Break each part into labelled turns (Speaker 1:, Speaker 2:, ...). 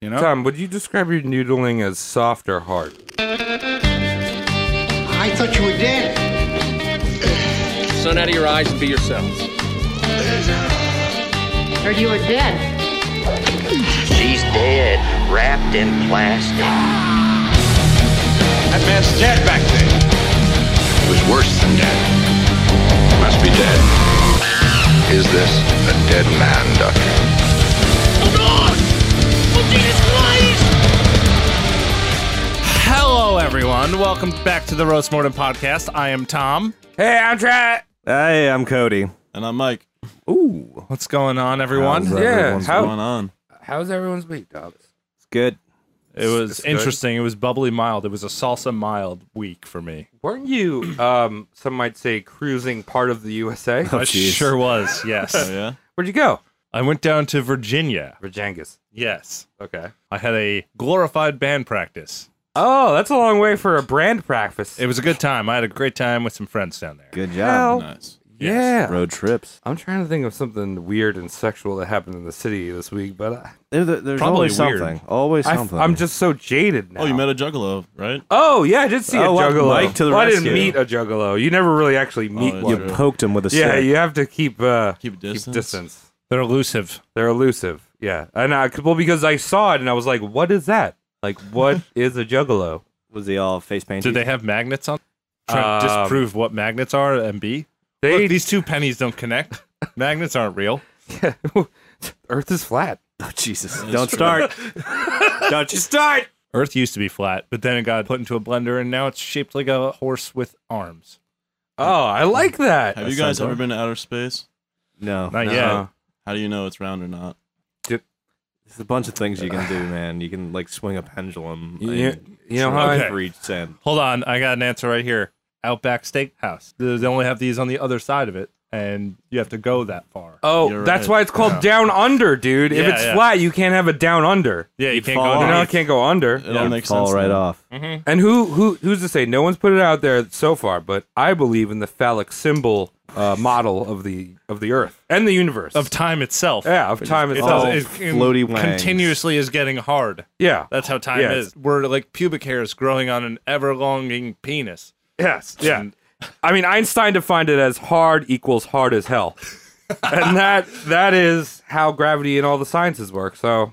Speaker 1: You know?
Speaker 2: Tom, would you describe your noodling as soft or hard?
Speaker 3: I thought you were dead.
Speaker 4: Sun out of your eyes and be yourselves.
Speaker 5: Heard you were dead.
Speaker 6: She's dead, wrapped in plastic.
Speaker 7: That man's dead back there. It was worse than dead. Must be dead. Is this a dead man, Doctor?
Speaker 1: Hello, everyone. Welcome back to the Roast Mortem Podcast. I am Tom.
Speaker 2: Hey, I'm trying.
Speaker 8: Hey, I'm Cody.
Speaker 9: And I'm Mike.
Speaker 2: Ooh.
Speaker 1: What's going on, everyone?
Speaker 8: How's
Speaker 2: Yeah,
Speaker 8: everyone's
Speaker 2: how-
Speaker 8: doing?
Speaker 9: Going on.
Speaker 2: How's everyone's week, dogs?
Speaker 8: It's good.
Speaker 1: It was
Speaker 2: It's good.
Speaker 1: interesting. It was bubbly mild. It was a salsa mild week for me.
Speaker 2: Weren't you, um, some might say, cruising part of the USA?
Speaker 8: Oh,
Speaker 1: I
Speaker 8: jeez.
Speaker 1: sure was. Yes.
Speaker 9: Oh, yeah.
Speaker 2: Where'd you go?
Speaker 1: I went down to Virginia.
Speaker 2: Virjangas.
Speaker 1: Yes.
Speaker 2: Okay.
Speaker 1: I had a glorified band practice.
Speaker 2: Oh, that's a long way for a brand practice.
Speaker 1: It was a good time. I had a great time with some friends down there.
Speaker 8: Good
Speaker 2: Hell,
Speaker 8: job.
Speaker 9: Nice.
Speaker 2: yeah.
Speaker 8: Road trips.
Speaker 2: I'm trying to think of something weird and sexual that happened in the city this week, but I,
Speaker 8: There, there- there's
Speaker 1: Probably
Speaker 8: always
Speaker 1: weird.
Speaker 8: something. Always
Speaker 2: I,
Speaker 8: something.
Speaker 2: am just so jaded now.
Speaker 9: Oh, you met a juggalo, right?
Speaker 2: Oh yeah, I did see
Speaker 8: Oh,
Speaker 2: a
Speaker 8: well,
Speaker 2: juggalo.
Speaker 8: Mike to the
Speaker 2: Well, I didn't
Speaker 8: rescue.
Speaker 2: meet a juggalo. You never really actually meet
Speaker 9: that's
Speaker 2: one.
Speaker 8: you
Speaker 9: true.
Speaker 8: poked him with a
Speaker 2: Yeah,
Speaker 8: stick.
Speaker 2: you have to keep uh,
Speaker 9: Keep distance.
Speaker 2: distance.
Speaker 1: They're elusive.
Speaker 2: They're elusive. Yeah, and I, well, because I saw it and I was like, "What is that? Like, what is a juggalo?"
Speaker 8: Was he all face painted?
Speaker 1: Did they have magnets on? Trying to
Speaker 2: Um,
Speaker 1: disprove what magnets are and be.
Speaker 2: They
Speaker 1: Look, these two pennies don't connect. magnets aren't real.
Speaker 2: Earth is flat.
Speaker 8: Oh, Jesus! Don't start. Don't you start.
Speaker 1: Earth used to be flat, but then it got put into a blender, and now it's shaped like a horse with arms.
Speaker 2: Oh, I like that.
Speaker 9: Have you guys ever been to outer space?
Speaker 8: No,
Speaker 1: Not
Speaker 2: Uh,
Speaker 1: yet.
Speaker 9: How do you know it's round or not?
Speaker 8: there's a bunch of things you can do, man. You can like swing a pendulum.
Speaker 2: you, you
Speaker 8: and
Speaker 2: know how
Speaker 1: Okay.
Speaker 2: I,
Speaker 8: for each cent.
Speaker 1: Hold on, I got an answer right here. Outback Steakhouse. They only have these on the other side of it, and you have to go that far.
Speaker 2: Oh,
Speaker 9: You're
Speaker 2: that's
Speaker 9: right.
Speaker 2: why it's called down under, dude. if
Speaker 1: Yeah,
Speaker 2: it's
Speaker 1: yeah.
Speaker 2: flat, you can't have a down under.
Speaker 1: yeah, you
Speaker 8: you'd
Speaker 1: can't
Speaker 8: fall
Speaker 1: go.
Speaker 2: You
Speaker 8: off.
Speaker 2: know,
Speaker 1: underneath.
Speaker 2: it can't go under.
Speaker 9: It all makes
Speaker 8: Fall
Speaker 9: sense.
Speaker 8: right
Speaker 9: now.
Speaker 8: off.
Speaker 2: And who who who's to say? No one's put it out there so far, but I believe in the phallic symbol uh, model of the of the Earth and the universe
Speaker 1: Of time itself.
Speaker 2: yeah of time
Speaker 1: It
Speaker 2: itself.
Speaker 1: does-
Speaker 8: Oh,
Speaker 1: it
Speaker 8: floaty wangs.
Speaker 1: continuously is getting hard.
Speaker 2: yeah.
Speaker 1: That's how time
Speaker 2: Yes.
Speaker 1: is. We're like pubic hairs growing on an ever longing penis.
Speaker 2: yes. Yeah. I mean, Einstein defined it as hard equals hard as hell, and that that is how gravity and all the sciences work. So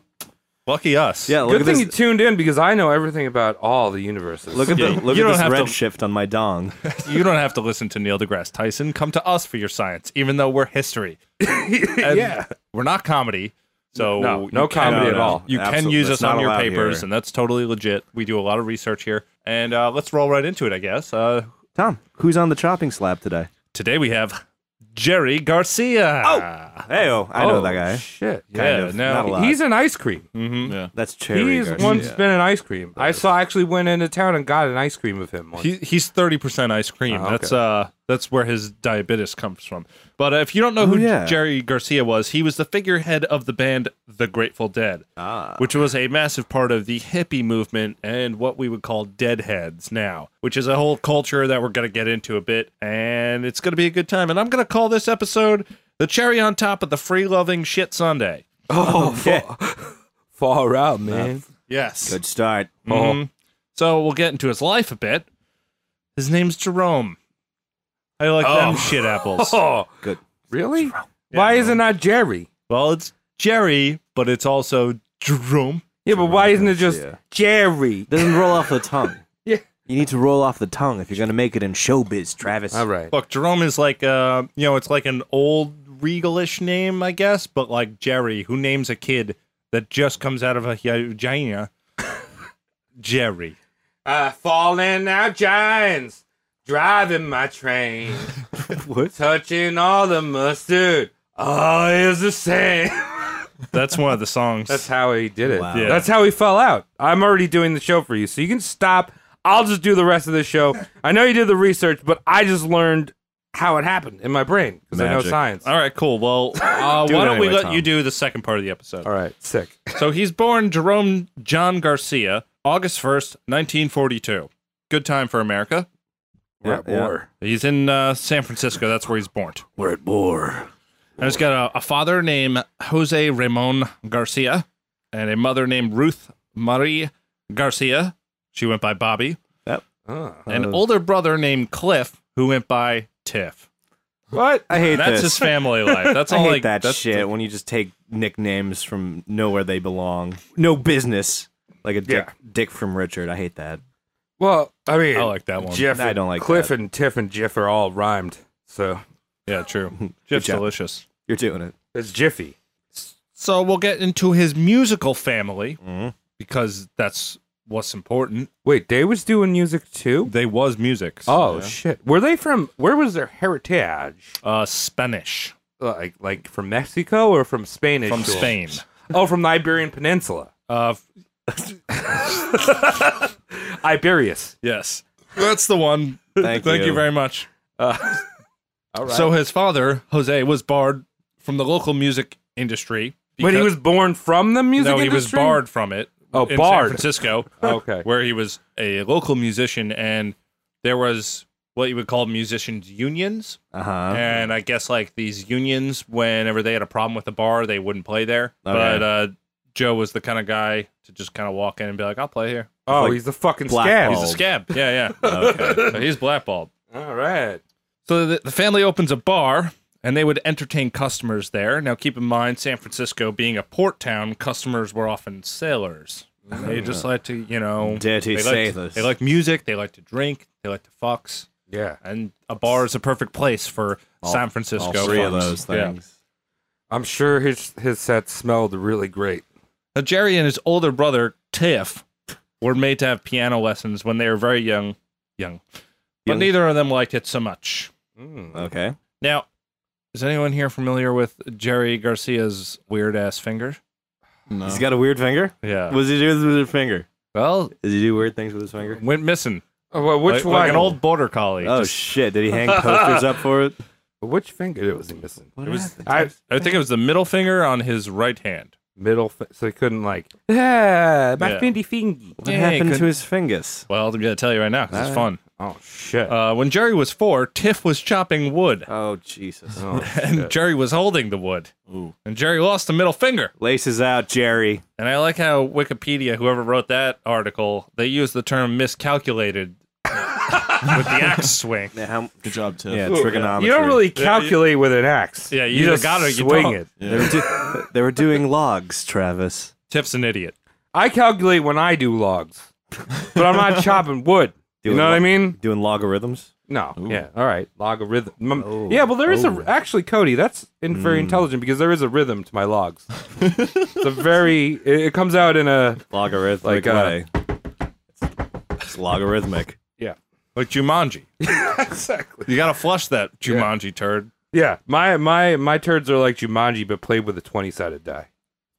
Speaker 1: Lucky us.
Speaker 8: Yeah, look
Speaker 2: good
Speaker 8: at
Speaker 2: thing
Speaker 8: this.
Speaker 2: you tuned in because I know everything about all the universes.
Speaker 8: look at
Speaker 1: Yeah,
Speaker 8: the look
Speaker 1: you
Speaker 8: at
Speaker 1: don't
Speaker 8: this
Speaker 1: have to-
Speaker 8: redshift on my dong.
Speaker 1: You don't have to listen to Neil deGrasse Tyson. Come to us for your science, even though we're history. And
Speaker 2: Yeah.
Speaker 1: We're not comedy. So
Speaker 2: No,
Speaker 1: you
Speaker 2: no
Speaker 1: can- uh,
Speaker 2: comedy at all.
Speaker 1: You can
Speaker 8: Absolutely.
Speaker 1: use
Speaker 8: That's
Speaker 1: us on
Speaker 8: not
Speaker 1: your
Speaker 8: allowed
Speaker 1: papers,
Speaker 8: here.
Speaker 1: and that's totally legit. We do a lot of research here. And uh, let's roll right into it, I guess. Uh,
Speaker 8: Tom, who's on the chopping slab today?
Speaker 1: today we have Jerry Garcia. Oh,
Speaker 8: Hey, oh, I know
Speaker 2: Oh,
Speaker 8: that guy.
Speaker 2: Shit.
Speaker 1: yeah,
Speaker 8: Kind of.
Speaker 1: no,
Speaker 8: Not a lot.
Speaker 2: He's an ice cream.
Speaker 9: Yeah.
Speaker 8: That's cherry.
Speaker 2: He's
Speaker 8: Garcia.
Speaker 2: once been an ice cream. I saw actually went into town and got an ice cream of him. Once.
Speaker 1: He, he's thirty percent ice cream.
Speaker 2: Oh,
Speaker 1: That's
Speaker 2: okay.
Speaker 1: uh, that's where his diabetes comes from. But uh, if you don't know who
Speaker 8: Oh, yeah.
Speaker 1: Jerry Garcia was, he was the figurehead of the band The Grateful Dead,
Speaker 8: Ah.
Speaker 1: which was a massive part of the hippie movement and what we would call deadheads now, which is a whole culture that we're going to get into a bit, and it's going to be a good time. And I'm going to call this episode the cherry on top of the free loving shit Sunday.
Speaker 2: oh, far, far out, man.
Speaker 1: Yes.
Speaker 8: Good start.
Speaker 1: Mhm. So we'll get into his life a bit. His name's Jerome. I like them shit apples.
Speaker 2: Oh,
Speaker 8: Good.
Speaker 2: really? Why is it not Jerry?
Speaker 1: Well, it's Jerry, but it's also Jerome.
Speaker 2: Yeah, but why isn't it just
Speaker 8: Garcia.
Speaker 2: Jerry?
Speaker 8: Doesn't roll off the tongue.
Speaker 2: Yeah.
Speaker 8: You need to roll off the tongue if you're gonna make it in showbiz, Travis.
Speaker 2: All right.
Speaker 1: Look, Jerome is like uh, you know, it's like an old regalish name, I guess, but like Jerry, who names a kid that just comes out of a vagina, Jerry.
Speaker 2: Uh, falling out giants, driving my train, touching all the mustard. Oh, is the same.
Speaker 1: That's one of the songs.
Speaker 2: That's how he did it.
Speaker 8: Wow.
Speaker 1: Yeah.
Speaker 2: That's how he fell out. I'm already doing the show for you, so you can stop. I'll just do the rest of the show. I know you did the research, but I just learned how it happened in my brain because I know
Speaker 8: Magic.
Speaker 2: science.
Speaker 1: All right, cool. Well, uh, why
Speaker 8: Do it
Speaker 1: don't we
Speaker 8: anyway,
Speaker 1: let
Speaker 8: Tom.
Speaker 1: you do the second part of the episode?
Speaker 2: All right, sick.
Speaker 1: So he's born Jerome John Garcia, August 1st, 1942. Good time for America.
Speaker 8: Yeah, yeah.
Speaker 1: He's in uh, San Francisco. That's where he's born.
Speaker 8: We're at war.
Speaker 1: And he's got a, a father named Jose Ramon Garcia and a mother named Ruth Marie Garcia. She went by Bobby.
Speaker 2: Oh.
Speaker 1: An
Speaker 8: Uh-huh.
Speaker 1: older brother named Cliff, who went by Tiff.
Speaker 2: What?
Speaker 8: I hate
Speaker 1: That's
Speaker 8: this.
Speaker 1: his family life. That's
Speaker 8: I
Speaker 1: all
Speaker 8: hate
Speaker 1: like
Speaker 8: that
Speaker 1: that's
Speaker 8: shit when you just take nicknames from nowhere they belong. No business. Like a dick,
Speaker 2: Yeah.
Speaker 8: dick from Richard. I hate that.
Speaker 2: Well, I mean,
Speaker 1: I like that one.
Speaker 2: Jeff
Speaker 8: I
Speaker 2: and
Speaker 8: don't like
Speaker 2: Cliff
Speaker 8: that.
Speaker 2: and Tiff and Jiff are all rhymed, so
Speaker 1: Yeah, true. Jeff's
Speaker 8: job.
Speaker 1: delicious.
Speaker 8: You're doing it.
Speaker 2: it's Jiffy.
Speaker 1: So we'll get into his musical family
Speaker 2: Mm-hmm.
Speaker 8: Mhm.
Speaker 1: because that's what's important.
Speaker 2: Wait, they was doing music too.
Speaker 1: They was music.
Speaker 2: Oh shit! Were they from? Where was their heritage?
Speaker 1: uh, Spanish
Speaker 2: Like, like from Mexico or from Spain?
Speaker 1: from Spain.
Speaker 2: Oh, from the Iberian Peninsula.
Speaker 1: Uh, f-
Speaker 2: Iberius.
Speaker 1: yes, that's the one.
Speaker 8: Thank you.
Speaker 1: very much.
Speaker 2: All
Speaker 1: So his father Jose was barred from the local music industry.
Speaker 2: but he
Speaker 1: because-
Speaker 2: was born from the music
Speaker 1: no, he was
Speaker 2: industry?
Speaker 1: barred from it.
Speaker 2: Oh,
Speaker 1: in
Speaker 2: barred.
Speaker 1: San Francisco.
Speaker 2: Okay.
Speaker 1: where he was a local musician, and there was what you would call musicians unions.
Speaker 8: Uh huh.
Speaker 1: and I guess like these unions, whenever they had a problem with the bar, they wouldn't play there.
Speaker 8: Oh,
Speaker 1: But uh, Joe was the kind of guy to just kind of walk in and be like, "I'll play here."
Speaker 2: Oh,
Speaker 8: Like
Speaker 2: he's the fucking
Speaker 8: blackballed.
Speaker 2: scab.
Speaker 1: He's a scab. Yeah, yeah. So he's blackballed.
Speaker 2: All right.
Speaker 1: So the, the family opens a bar, and they would entertain customers there. Now, keep in mind, San Francisco being a port town, customers were often sailors. They just like to, you know,
Speaker 8: Dirty
Speaker 1: they like, to-
Speaker 8: sailors.
Speaker 1: they like music, they like to drink, they like to fucks,
Speaker 2: Yeah.
Speaker 1: and a bar is a perfect place for San Francisco.
Speaker 8: All three of
Speaker 1: fucks.
Speaker 8: those
Speaker 1: Yeah.
Speaker 8: things.
Speaker 2: I'm sure his his set smelled really great.
Speaker 1: Now, Jerry and his older brother, Tiff, were made to have piano lessons when they were very young. Young. But
Speaker 8: Young.
Speaker 1: neither of them liked it so much.
Speaker 2: Hmm. Uh,
Speaker 8: Okay.
Speaker 1: Now, is anyone here familiar with Jerry Garcia's weird ass finger?
Speaker 9: No.
Speaker 8: He's got a weird finger.
Speaker 1: Yeah.
Speaker 8: What does he do with his finger?
Speaker 1: well,
Speaker 8: Does he do weird things with his finger?
Speaker 1: went missing.
Speaker 2: Oh, well,
Speaker 1: Which
Speaker 2: which
Speaker 1: like,
Speaker 2: one?
Speaker 1: like an old border collie.
Speaker 8: Oh
Speaker 1: Just-
Speaker 8: shit! Did he hang posters up for it?
Speaker 2: which finger was he missing?
Speaker 8: It was
Speaker 2: I
Speaker 1: I think it was the middle finger on his right hand.
Speaker 2: middle, fi- so he couldn't like. Ah, my
Speaker 1: Yeah.
Speaker 2: fingy fingy.
Speaker 8: what
Speaker 1: Yeah,
Speaker 8: happened
Speaker 1: could-
Speaker 8: to his fingers?
Speaker 1: Well, I'm going to tell you right now 'cause it's fun.
Speaker 2: Oh shit!
Speaker 1: Uh, when Jerry was four, Tiff was chopping wood,
Speaker 8: Oh Jesus!
Speaker 2: oh,
Speaker 1: and Jerry was holding the wood.
Speaker 9: Ooh.
Speaker 1: And Jerry lost the middle finger.
Speaker 8: Laces out, Jerry.
Speaker 1: And I like how Wikipedia, whoever wrote that article, they use the term miscalculated with the axe swing.
Speaker 8: Yeah, how,
Speaker 9: Good job, Tiff.
Speaker 8: yeah trigonometry.
Speaker 2: you don't really calculate with an axe.
Speaker 1: Yeah, you
Speaker 2: you
Speaker 1: either
Speaker 2: just
Speaker 1: got it or you
Speaker 2: swing
Speaker 1: don't.
Speaker 2: it.
Speaker 8: They were, do- they were doing logs, Travis.
Speaker 1: Tiff's an idiot.
Speaker 2: I calculate when I do logs, but I'm not chopping wood. You
Speaker 8: Doing
Speaker 2: know what I
Speaker 8: lo-
Speaker 2: mean?
Speaker 8: Doing logarithms.
Speaker 2: No.
Speaker 9: Ooh.
Speaker 2: Yeah. All right. Logarithm. Mm,
Speaker 8: Oh,
Speaker 2: yeah. Well, there is
Speaker 8: oh.
Speaker 2: a actually Cody. That's in very intelligent because there is a rhythm to my logs. it's a very. It, it comes out in a.
Speaker 8: Logarithmic
Speaker 2: Like, uh,
Speaker 8: way. It's logarithmic.
Speaker 2: Yeah.
Speaker 1: Like Jumanji.
Speaker 2: Exactly.
Speaker 1: You got to flush that Jumanji turd.
Speaker 2: Yeah. My my my turds are like Jumanji, but played with a twenty sided die.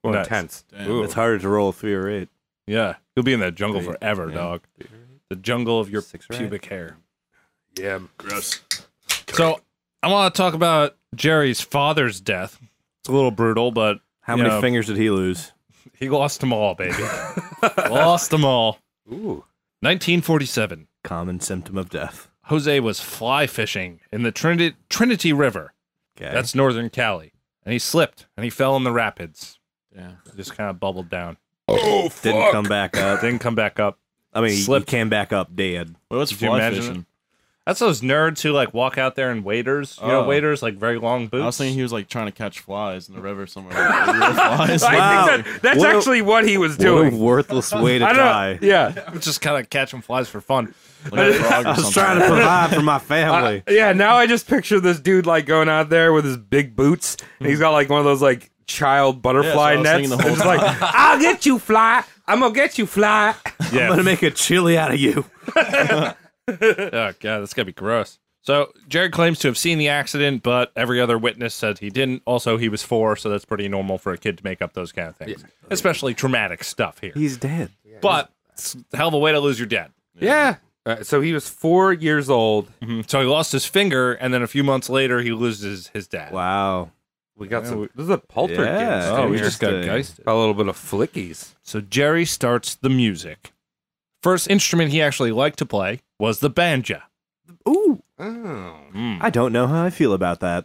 Speaker 2: Or
Speaker 1: Nice.
Speaker 2: tens.
Speaker 9: Damn.
Speaker 2: Ooh.
Speaker 8: It's harder to roll a three or eight.
Speaker 1: Yeah. You'll be in that jungle forever, dog. The jungle of your
Speaker 8: Six right.
Speaker 1: pubic hair.
Speaker 2: Yeah.
Speaker 1: So I want to talk about Jerry's father's death. It's a little brutal, but
Speaker 8: How
Speaker 1: you
Speaker 8: many
Speaker 1: know,
Speaker 8: fingers did he lose?
Speaker 1: He lost them all, baby. lost them all.
Speaker 2: Ooh.
Speaker 1: 1947.
Speaker 8: Common symptom of death.
Speaker 1: Jose was fly fishing in the Trinity, Trinity River.
Speaker 8: Okay.
Speaker 1: That's northern Cali. And he slipped and he fell in the rapids.
Speaker 9: Yeah.
Speaker 1: Just kind of bubbled down.
Speaker 8: Didn't come back up.
Speaker 1: Didn't come back up.
Speaker 8: I mean, he- he
Speaker 1: Slipped.
Speaker 8: came back up dead.
Speaker 9: Well, what's
Speaker 1: Could you
Speaker 9: fly
Speaker 1: imagine
Speaker 9: fishing?
Speaker 1: That's those nerds who like walk out there in waders. You know,
Speaker 9: Oh.
Speaker 1: waders, like very long boots.
Speaker 9: I was thinking he was like trying to catch flies in the river somewhere. Like, real flies.
Speaker 2: I
Speaker 8: Wow.
Speaker 2: think that, that's
Speaker 8: What a-
Speaker 2: actually what he was
Speaker 8: What
Speaker 2: doing.
Speaker 8: a worthless way to
Speaker 2: I don't.
Speaker 8: die.
Speaker 2: Yeah.
Speaker 1: just kind of catching flies for fun.
Speaker 9: Like a frog or
Speaker 8: I was
Speaker 9: something.
Speaker 8: trying to provide for my family.
Speaker 2: Yeah, now I just picture this dude like going out there with his big boots, and he's got like one of those like child butterfly
Speaker 9: Yeah, that's what I was
Speaker 2: nets.
Speaker 9: thinking the
Speaker 2: It's
Speaker 9: whole
Speaker 2: like, I'll get you, fly. I'm gonna get you, fly.
Speaker 1: Yeah.
Speaker 8: I'm gonna make a chili out of you.
Speaker 1: Oh god, that's gotta be gross. So Jared claims to have seen the accident, but every other witness said he didn't. Also, he was four, so that's pretty normal for a kid to make up those kind of things, especially traumatic stuff here.
Speaker 8: He's dead.
Speaker 1: but it's a hell of a way to lose your dad.
Speaker 2: Yeah. Uh, so he was four years old.
Speaker 1: Mm-hmm. So he lost his finger, and then a few months later, he loses his dad.
Speaker 8: Wow.
Speaker 2: We got some. This is a poltergeist.
Speaker 8: Yeah.
Speaker 2: in
Speaker 1: Oh, we
Speaker 2: here.
Speaker 1: just got
Speaker 8: Interesting.
Speaker 1: geisted.
Speaker 2: got a little bit of flickies.
Speaker 1: So Jerry starts the music. First instrument he actually liked to play was the banjo.
Speaker 8: Ooh.
Speaker 2: Oh.
Speaker 8: I don't know how I feel about that.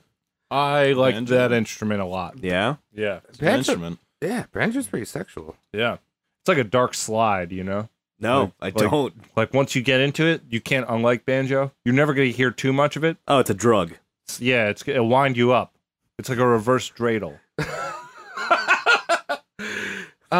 Speaker 1: I liked
Speaker 9: Banjo.
Speaker 1: that instrument a lot.
Speaker 8: Yeah.
Speaker 1: Yeah.
Speaker 9: It's an instrument.
Speaker 2: Yeah, Banjo's pretty sexual.
Speaker 1: Yeah. It's like a dark slide, you know?
Speaker 8: No, I
Speaker 1: Like-
Speaker 8: don't.
Speaker 1: Like once you get into it, you can't unlike banjo. You're never going to hear too much of it.
Speaker 8: Oh, it's a drug.
Speaker 1: It's- yeah, it's it'll wind you up. It's like a reverse dreidel.
Speaker 2: Uh,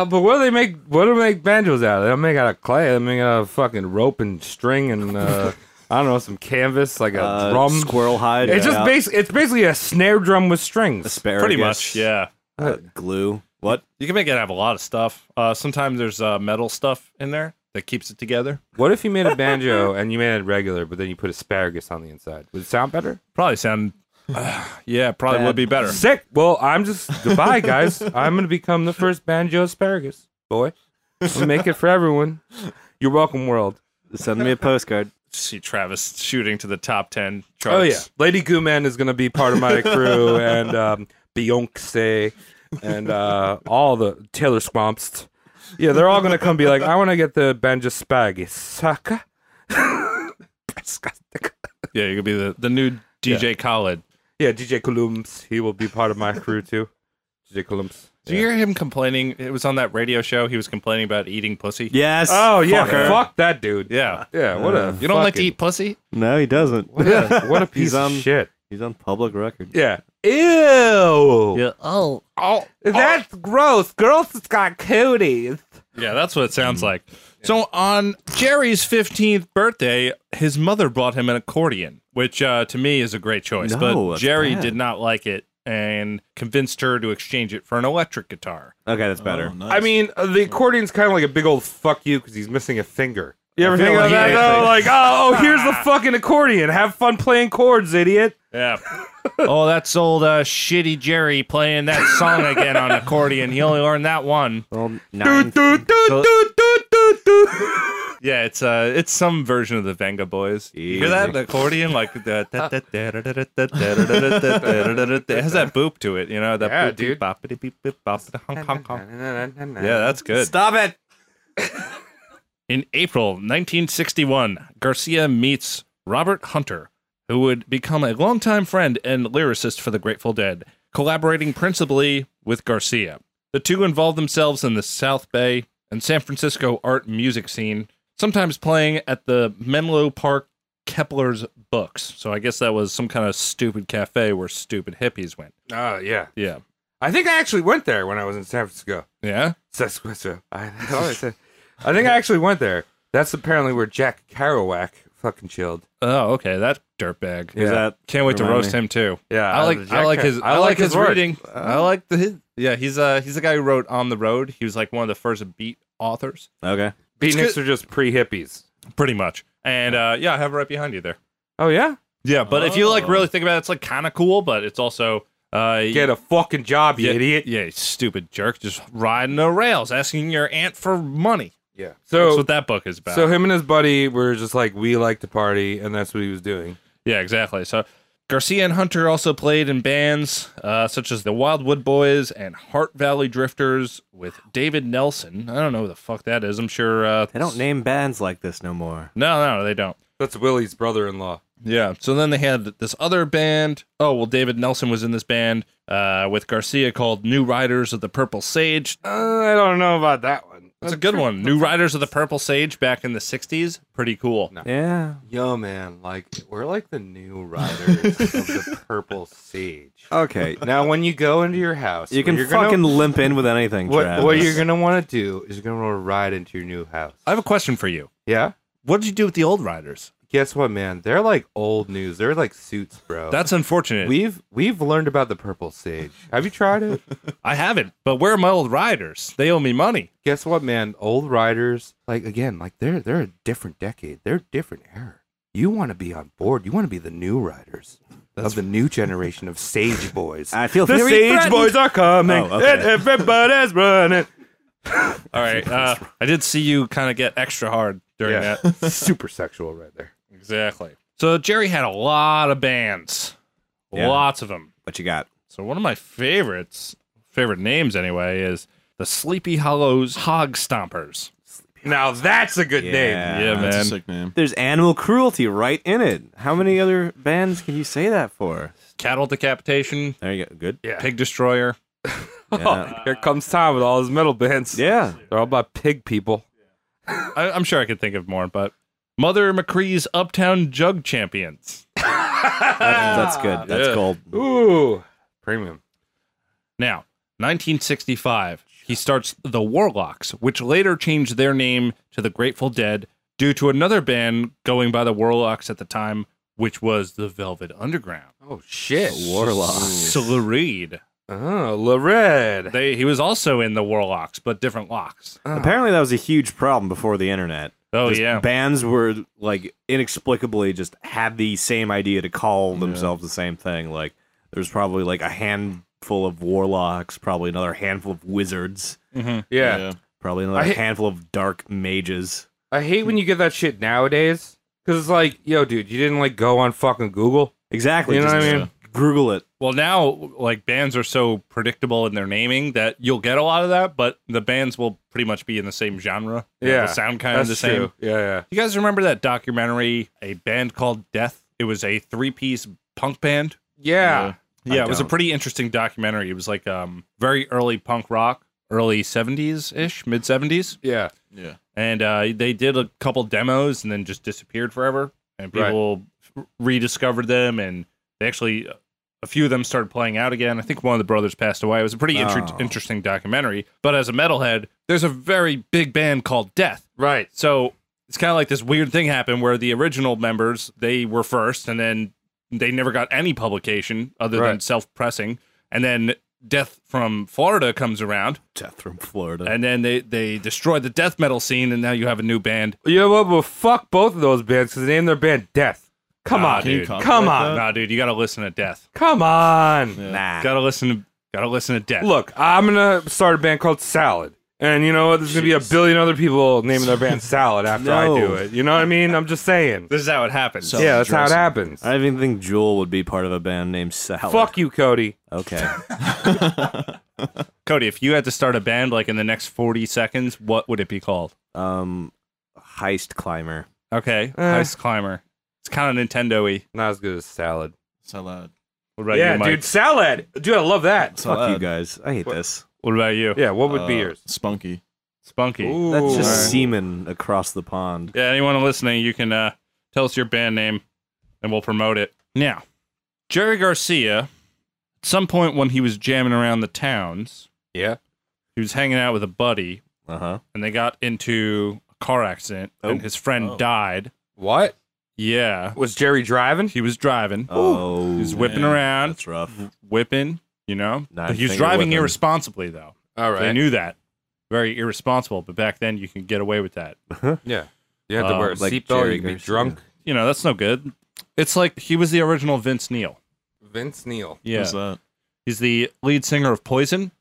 Speaker 2: but what do they make? What do they make banjos out of? They don't make out of clay. They make out of fucking rope and string and uh, I don't know some canvas, like a
Speaker 8: Uh,
Speaker 2: drum.
Speaker 8: squirrel hide.
Speaker 2: It's just
Speaker 8: yeah.
Speaker 2: basic. It's basically a snare drum with strings.
Speaker 8: asparagus.
Speaker 1: Pretty much, yeah.
Speaker 8: uh, glue. What?
Speaker 1: You can make it have a lot of stuff. Uh, sometimes there's uh, metal stuff in there that keeps it together.
Speaker 2: What if you made a banjo and you made it regular, but then you put asparagus on the inside? Would it sound better?
Speaker 1: Probably sound. uh, yeah, probably
Speaker 8: Bad.
Speaker 1: would be better.
Speaker 2: Sick. Well, I'm just goodbye, guys. I'm gonna become the first banjo asparagus boy. I'll make it for everyone. You're welcome, world.
Speaker 8: Send me a postcard.
Speaker 1: See Travis shooting to the top ten charts.
Speaker 2: Oh yeah, Lady Gooman is gonna be part of my crew, and um, Beyonce, and uh, all the Taylor Swamps. Yeah, they're all gonna come be like, I want to get the banjo asparagus. Sucker. Disgusting.
Speaker 1: yeah. You could be the the new DJ Khaled.
Speaker 2: Yeah, DJ Columns. He will be part of my crew too. DJ Columns.
Speaker 1: Do you hear him complaining? It was on that radio show. He was complaining about eating pussy.
Speaker 8: Yes.
Speaker 2: Oh yeah,
Speaker 8: Fucker.
Speaker 2: fuck that dude.
Speaker 1: yeah.
Speaker 2: yeah. What a
Speaker 1: You don't like to
Speaker 2: fucking-
Speaker 1: eat pussy?
Speaker 8: No, he doesn't.
Speaker 2: What a, what a piece of
Speaker 8: on-
Speaker 1: um,
Speaker 2: shit.
Speaker 8: He's on public record.
Speaker 2: Yeah. Ew.
Speaker 1: Oh.
Speaker 2: That's gross. Girls just got cooties.
Speaker 1: Mm. Yeah, that's what it sounds like. So on Jerry's 15th birthday, his mother bought him an accordion, which uh, to me is a great choice.
Speaker 8: No,
Speaker 1: but
Speaker 8: that's
Speaker 1: Jerry
Speaker 8: bad.
Speaker 1: did not like it and convinced her to exchange it for an electric guitar.
Speaker 8: Okay,
Speaker 2: Oh,
Speaker 8: that's better.
Speaker 2: I mean, uh, the accordion's kind of like a big old fuck you because he's missing a finger. You ever
Speaker 8: feel
Speaker 2: think about
Speaker 8: like
Speaker 2: that?
Speaker 8: he-
Speaker 2: though? Like, oh, oh, here's the fucking accordion. Have fun playing chords, idiot.
Speaker 1: Yeah. oh, that's old uh, shitty Jerry playing that song again on accordion. He only learned that one.
Speaker 8: Well,
Speaker 2: Do,
Speaker 8: nine-
Speaker 2: do, do, do, do, do, do.
Speaker 1: Yeah, it's uh, it's some version of the Venga Boys. You hear that the accordion like the da- da- da- da- da- da- da- da- da- da- da- da- da- da- da- da- it has that boop to it, you know that
Speaker 2: Yeah,
Speaker 1: boop,
Speaker 2: dude.
Speaker 1: Bop, bidi- beep, boop, bop, bidi- honk, honk, honk. Yeah, that's good.
Speaker 8: Stop it.
Speaker 1: In April 1961, Garcia meets Robert Hunter, who would become a longtime friend and lyricist for the Grateful Dead, collaborating principally with Garcia. The two involved themselves in the South Bay and San Francisco art and music scene, sometimes playing at the Menlo Park Kepler's Books. So I guess that was some kind of stupid cafe where stupid hippies went.
Speaker 2: Oh, yeah.
Speaker 1: Yeah.
Speaker 2: I think I actually went there when I was in San Francisco.
Speaker 1: Yeah?
Speaker 2: Sasquatch. I, that's all I said. I think I actually went there. That's apparently where Jack Kerouac fucking chilled.
Speaker 1: Oh, okay. That dirtbag.
Speaker 2: Yeah.
Speaker 8: That
Speaker 1: Can't wait to
Speaker 8: Remind
Speaker 1: roast
Speaker 8: me.
Speaker 1: him too.
Speaker 2: Yeah,
Speaker 1: I like I
Speaker 2: Jack
Speaker 1: like
Speaker 2: Kerouac.
Speaker 1: his I like his, Uh, reading. I like the his, yeah. He's uh he's the guy who wrote On the Road. He was like one of the first beat authors,
Speaker 8: okay.
Speaker 2: Beatniks are just pre hippies.
Speaker 1: pretty much. And uh, yeah, I have it right behind you there.
Speaker 2: Oh yeah,
Speaker 1: Yeah, but if you like really think about it, it's like kind of cool, but it's also uh
Speaker 2: get a fucking job, you
Speaker 1: yeah,
Speaker 2: idiot.
Speaker 1: Yeah, you stupid jerk, just riding the rails, asking your aunt for money.
Speaker 2: Yeah.
Speaker 1: That's
Speaker 2: So
Speaker 1: what that book is about.
Speaker 2: so him and his buddy were just like we like to party, and that's what he was doing.
Speaker 1: Yeah, exactly. So Garcia and Hunter also played in bands uh, such as the Wildwood Boys and Heart Valley Drifters with David Nelson. I don't know who the fuck that is. I'm sure. Uh,
Speaker 8: They don't name bands like this no more.
Speaker 1: No, no, they don't.
Speaker 2: That's Willie's brother-in-law.
Speaker 1: Yeah. So then they had this other band. Oh, well, David Nelson was in this band uh, with Garcia called New Riders of the Purple Sage.
Speaker 2: Uh, I don't know about that one.
Speaker 1: That's a good one. New Riders of the Purple Sage back in the 60s. Pretty cool.
Speaker 8: Yeah.
Speaker 2: Yo, man, like we're like the new riders of the Purple Sage.
Speaker 8: Okay.
Speaker 2: Now, when you go into your house,
Speaker 8: You can
Speaker 2: you're gonna-
Speaker 8: fucking limp in with anything,
Speaker 2: What,
Speaker 8: Travis.
Speaker 2: what you're gonna want to do is you're gonna want to ride into your new house.
Speaker 1: I have a question for you.
Speaker 2: Yeah.
Speaker 1: What did you do with the old riders?
Speaker 2: Guess what, man? They're like old news. They're like suits,
Speaker 8: Oh.
Speaker 2: bro.
Speaker 1: That's unfortunate.
Speaker 2: we've we've learned about the purple sage. Have you tried it?
Speaker 1: I haven't, but where are my old riders? They owe me money.
Speaker 2: Guess what, man? Old riders, like again, like they're they're a different decade. They're a different era. You want to be on board. You want to be the new riders of the new generation of sage boys. eh,
Speaker 8: I feel
Speaker 2: the
Speaker 8: very
Speaker 2: sage
Speaker 8: threatened.
Speaker 2: boys are coming.
Speaker 8: Oh, okay.
Speaker 2: and everybody's running.
Speaker 1: All right. Uh, I did see you kind of get extra hard during
Speaker 2: Yeah.
Speaker 1: that.
Speaker 2: Super sexual, right there.
Speaker 1: Exactly. So Jerry had a lot of bands,
Speaker 8: Yeah.
Speaker 1: lots of them.
Speaker 8: What you got?
Speaker 1: So one of my favorites, favorite names anyway, is the Sleepy Hollows Hog Stompers.
Speaker 2: Now that's a good name.
Speaker 8: Yeah.
Speaker 1: yeah,
Speaker 9: that's a
Speaker 1: man.
Speaker 9: sick name.
Speaker 8: There's animal cruelty right in it. How many other bands can you say that for?
Speaker 1: Cattle decapitation,
Speaker 8: There you go. Good.
Speaker 2: Yeah.
Speaker 1: pig destroyer.
Speaker 2: Here comes Tom with all his metal bands.
Speaker 8: Yeah.
Speaker 2: They're all about pig people.
Speaker 1: I, I'm sure I could think of more, but Mother McCree's Uptown Jug Champions.
Speaker 8: That's good. That's
Speaker 1: Yeah.
Speaker 8: gold.
Speaker 2: Ooh. Premium.
Speaker 1: Now, 1965, he starts the Warlocks, which later changed their name to the Grateful Dead due to another band going by the Warlocks at the time, which was the Velvet Underground.
Speaker 2: Oh shit.
Speaker 8: Warlocks.
Speaker 1: So Lou Reed,
Speaker 2: Oh, La Red.
Speaker 1: they he was also in the Warlocks, but different locks.
Speaker 2: Ah.
Speaker 8: Apparently, that was a huge problem before the internet.
Speaker 1: Oh
Speaker 8: Just
Speaker 1: yeah,
Speaker 8: bands were like inexplicably just had the same idea to call themselves the same thing. Like there's probably like a handful of warlocks, probably another handful of wizards,
Speaker 2: Yeah.
Speaker 8: probably another
Speaker 2: I hate-
Speaker 8: handful of dark mages.
Speaker 2: I hate when you get that shit nowadays. Cause it's like, yo, dude, you didn't like go on fucking Google.
Speaker 8: Exactly.
Speaker 2: You know
Speaker 8: just
Speaker 2: what I mean?
Speaker 8: Google it.
Speaker 1: Well, now like bands are so predictable in their naming that you'll get a lot of that, but the bands will pretty much be in the same genre. You know,
Speaker 2: Yeah,
Speaker 1: the sound kind of the same.
Speaker 2: true. Yeah, yeah.
Speaker 1: You guys remember that documentary, a band called Death? It was a three-piece punk band.
Speaker 2: Yeah.
Speaker 1: Yeah, it was a
Speaker 8: don't.
Speaker 1: pretty interesting documentary. It was like um very early punk rock, early 70s ish, mid 70s,
Speaker 2: Yeah.
Speaker 9: Yeah.
Speaker 1: and uh, they did a couple demos and then just disappeared forever. And
Speaker 2: Right.
Speaker 1: people r- rediscovered them, and they actually a few of them started playing out again. I think one of the brothers passed away. It was a pretty inter-
Speaker 8: Oh.
Speaker 1: interesting documentary. But as a metalhead, there's a very big band called Death.
Speaker 2: Right.
Speaker 1: So it's kind of like this weird thing happened where the original members they were first, and then they never got any publication other than
Speaker 2: Right.
Speaker 1: self pressing, and then Death from Florida comes around,
Speaker 8: Death from Florida.
Speaker 1: and then they they destroy the death metal scene, and now you have a new band.
Speaker 2: You know what? Well, fuck both of those bands because they named their band Death. Come
Speaker 1: Nah,
Speaker 2: on,
Speaker 1: dude.
Speaker 2: dude.
Speaker 9: Can you
Speaker 2: Come on.
Speaker 9: copyright
Speaker 1: Ah, Nah, dude, you gotta listen to Death.
Speaker 2: Come on.
Speaker 1: uh,
Speaker 8: nah.
Speaker 1: Gotta listen to gotta listen to Death.
Speaker 2: Look, I'm gonna start a band called Salad, and you know what? There's gonna be a billion other people naming their band Salad after I do
Speaker 8: No.
Speaker 2: it. You know what I mean? I'm just saying.
Speaker 1: this is how it happens.
Speaker 2: yeah, that's how it happens.
Speaker 8: I don't even think Jewel would be part of a band named Salad.
Speaker 2: Fuck you, Cody.
Speaker 8: Okay.
Speaker 1: Cody, if you had to start a band like in the next forty seconds, what would it be called?
Speaker 8: um, heist climber.
Speaker 1: Okay,
Speaker 2: Eh.
Speaker 1: Heist Climber. It's kind of Nintendo-y.
Speaker 2: Not as good as Salad.
Speaker 9: Salad.
Speaker 1: What about
Speaker 2: yeah,
Speaker 1: you, Mike?
Speaker 2: dude, Salad. Dude, I love that.
Speaker 8: Fuck you
Speaker 5: uh,
Speaker 9: Salad.
Speaker 8: guys. I hate this.
Speaker 1: What about you,
Speaker 2: Yeah, what would be
Speaker 9: Uh,
Speaker 2: yours?
Speaker 9: Spunky.
Speaker 1: Spunky?
Speaker 8: That's
Speaker 2: Ooh.
Speaker 8: just
Speaker 9: Alright.
Speaker 8: semen across the pond.
Speaker 1: Yeah, anyone listening, you can uh, tell us your band name and we'll promote it. Now, Jerry Garcia, at some point when he was jamming around the towns,
Speaker 2: yeah.
Speaker 1: he was hanging out with a buddy
Speaker 8: Uh huh.
Speaker 1: and they got into a car accident and his friend died.
Speaker 2: What
Speaker 1: Yeah.
Speaker 2: was Jerry driving?
Speaker 1: He was driving.
Speaker 8: Oh,
Speaker 1: he was whipping
Speaker 9: man,
Speaker 1: around,
Speaker 8: that's rough.
Speaker 1: Mm-hmm. whipping, you know?
Speaker 8: Nine
Speaker 1: but he was
Speaker 8: finger
Speaker 1: driving
Speaker 8: whipping.
Speaker 1: irresponsibly, though.
Speaker 2: All
Speaker 1: They
Speaker 2: right.
Speaker 1: knew that. Very irresponsible, but back then you can get away with that.
Speaker 2: yeah. You had to
Speaker 1: Um,
Speaker 2: wear a
Speaker 8: like
Speaker 2: seatbelt.
Speaker 8: Jerry
Speaker 2: You could be
Speaker 8: Garcia.
Speaker 2: drunk.
Speaker 1: You know, that's no good. It's like he was the original Vince Neil.
Speaker 2: Vince Neil.
Speaker 1: Yeah.
Speaker 9: Who's that?
Speaker 1: He's the lead singer of Poison.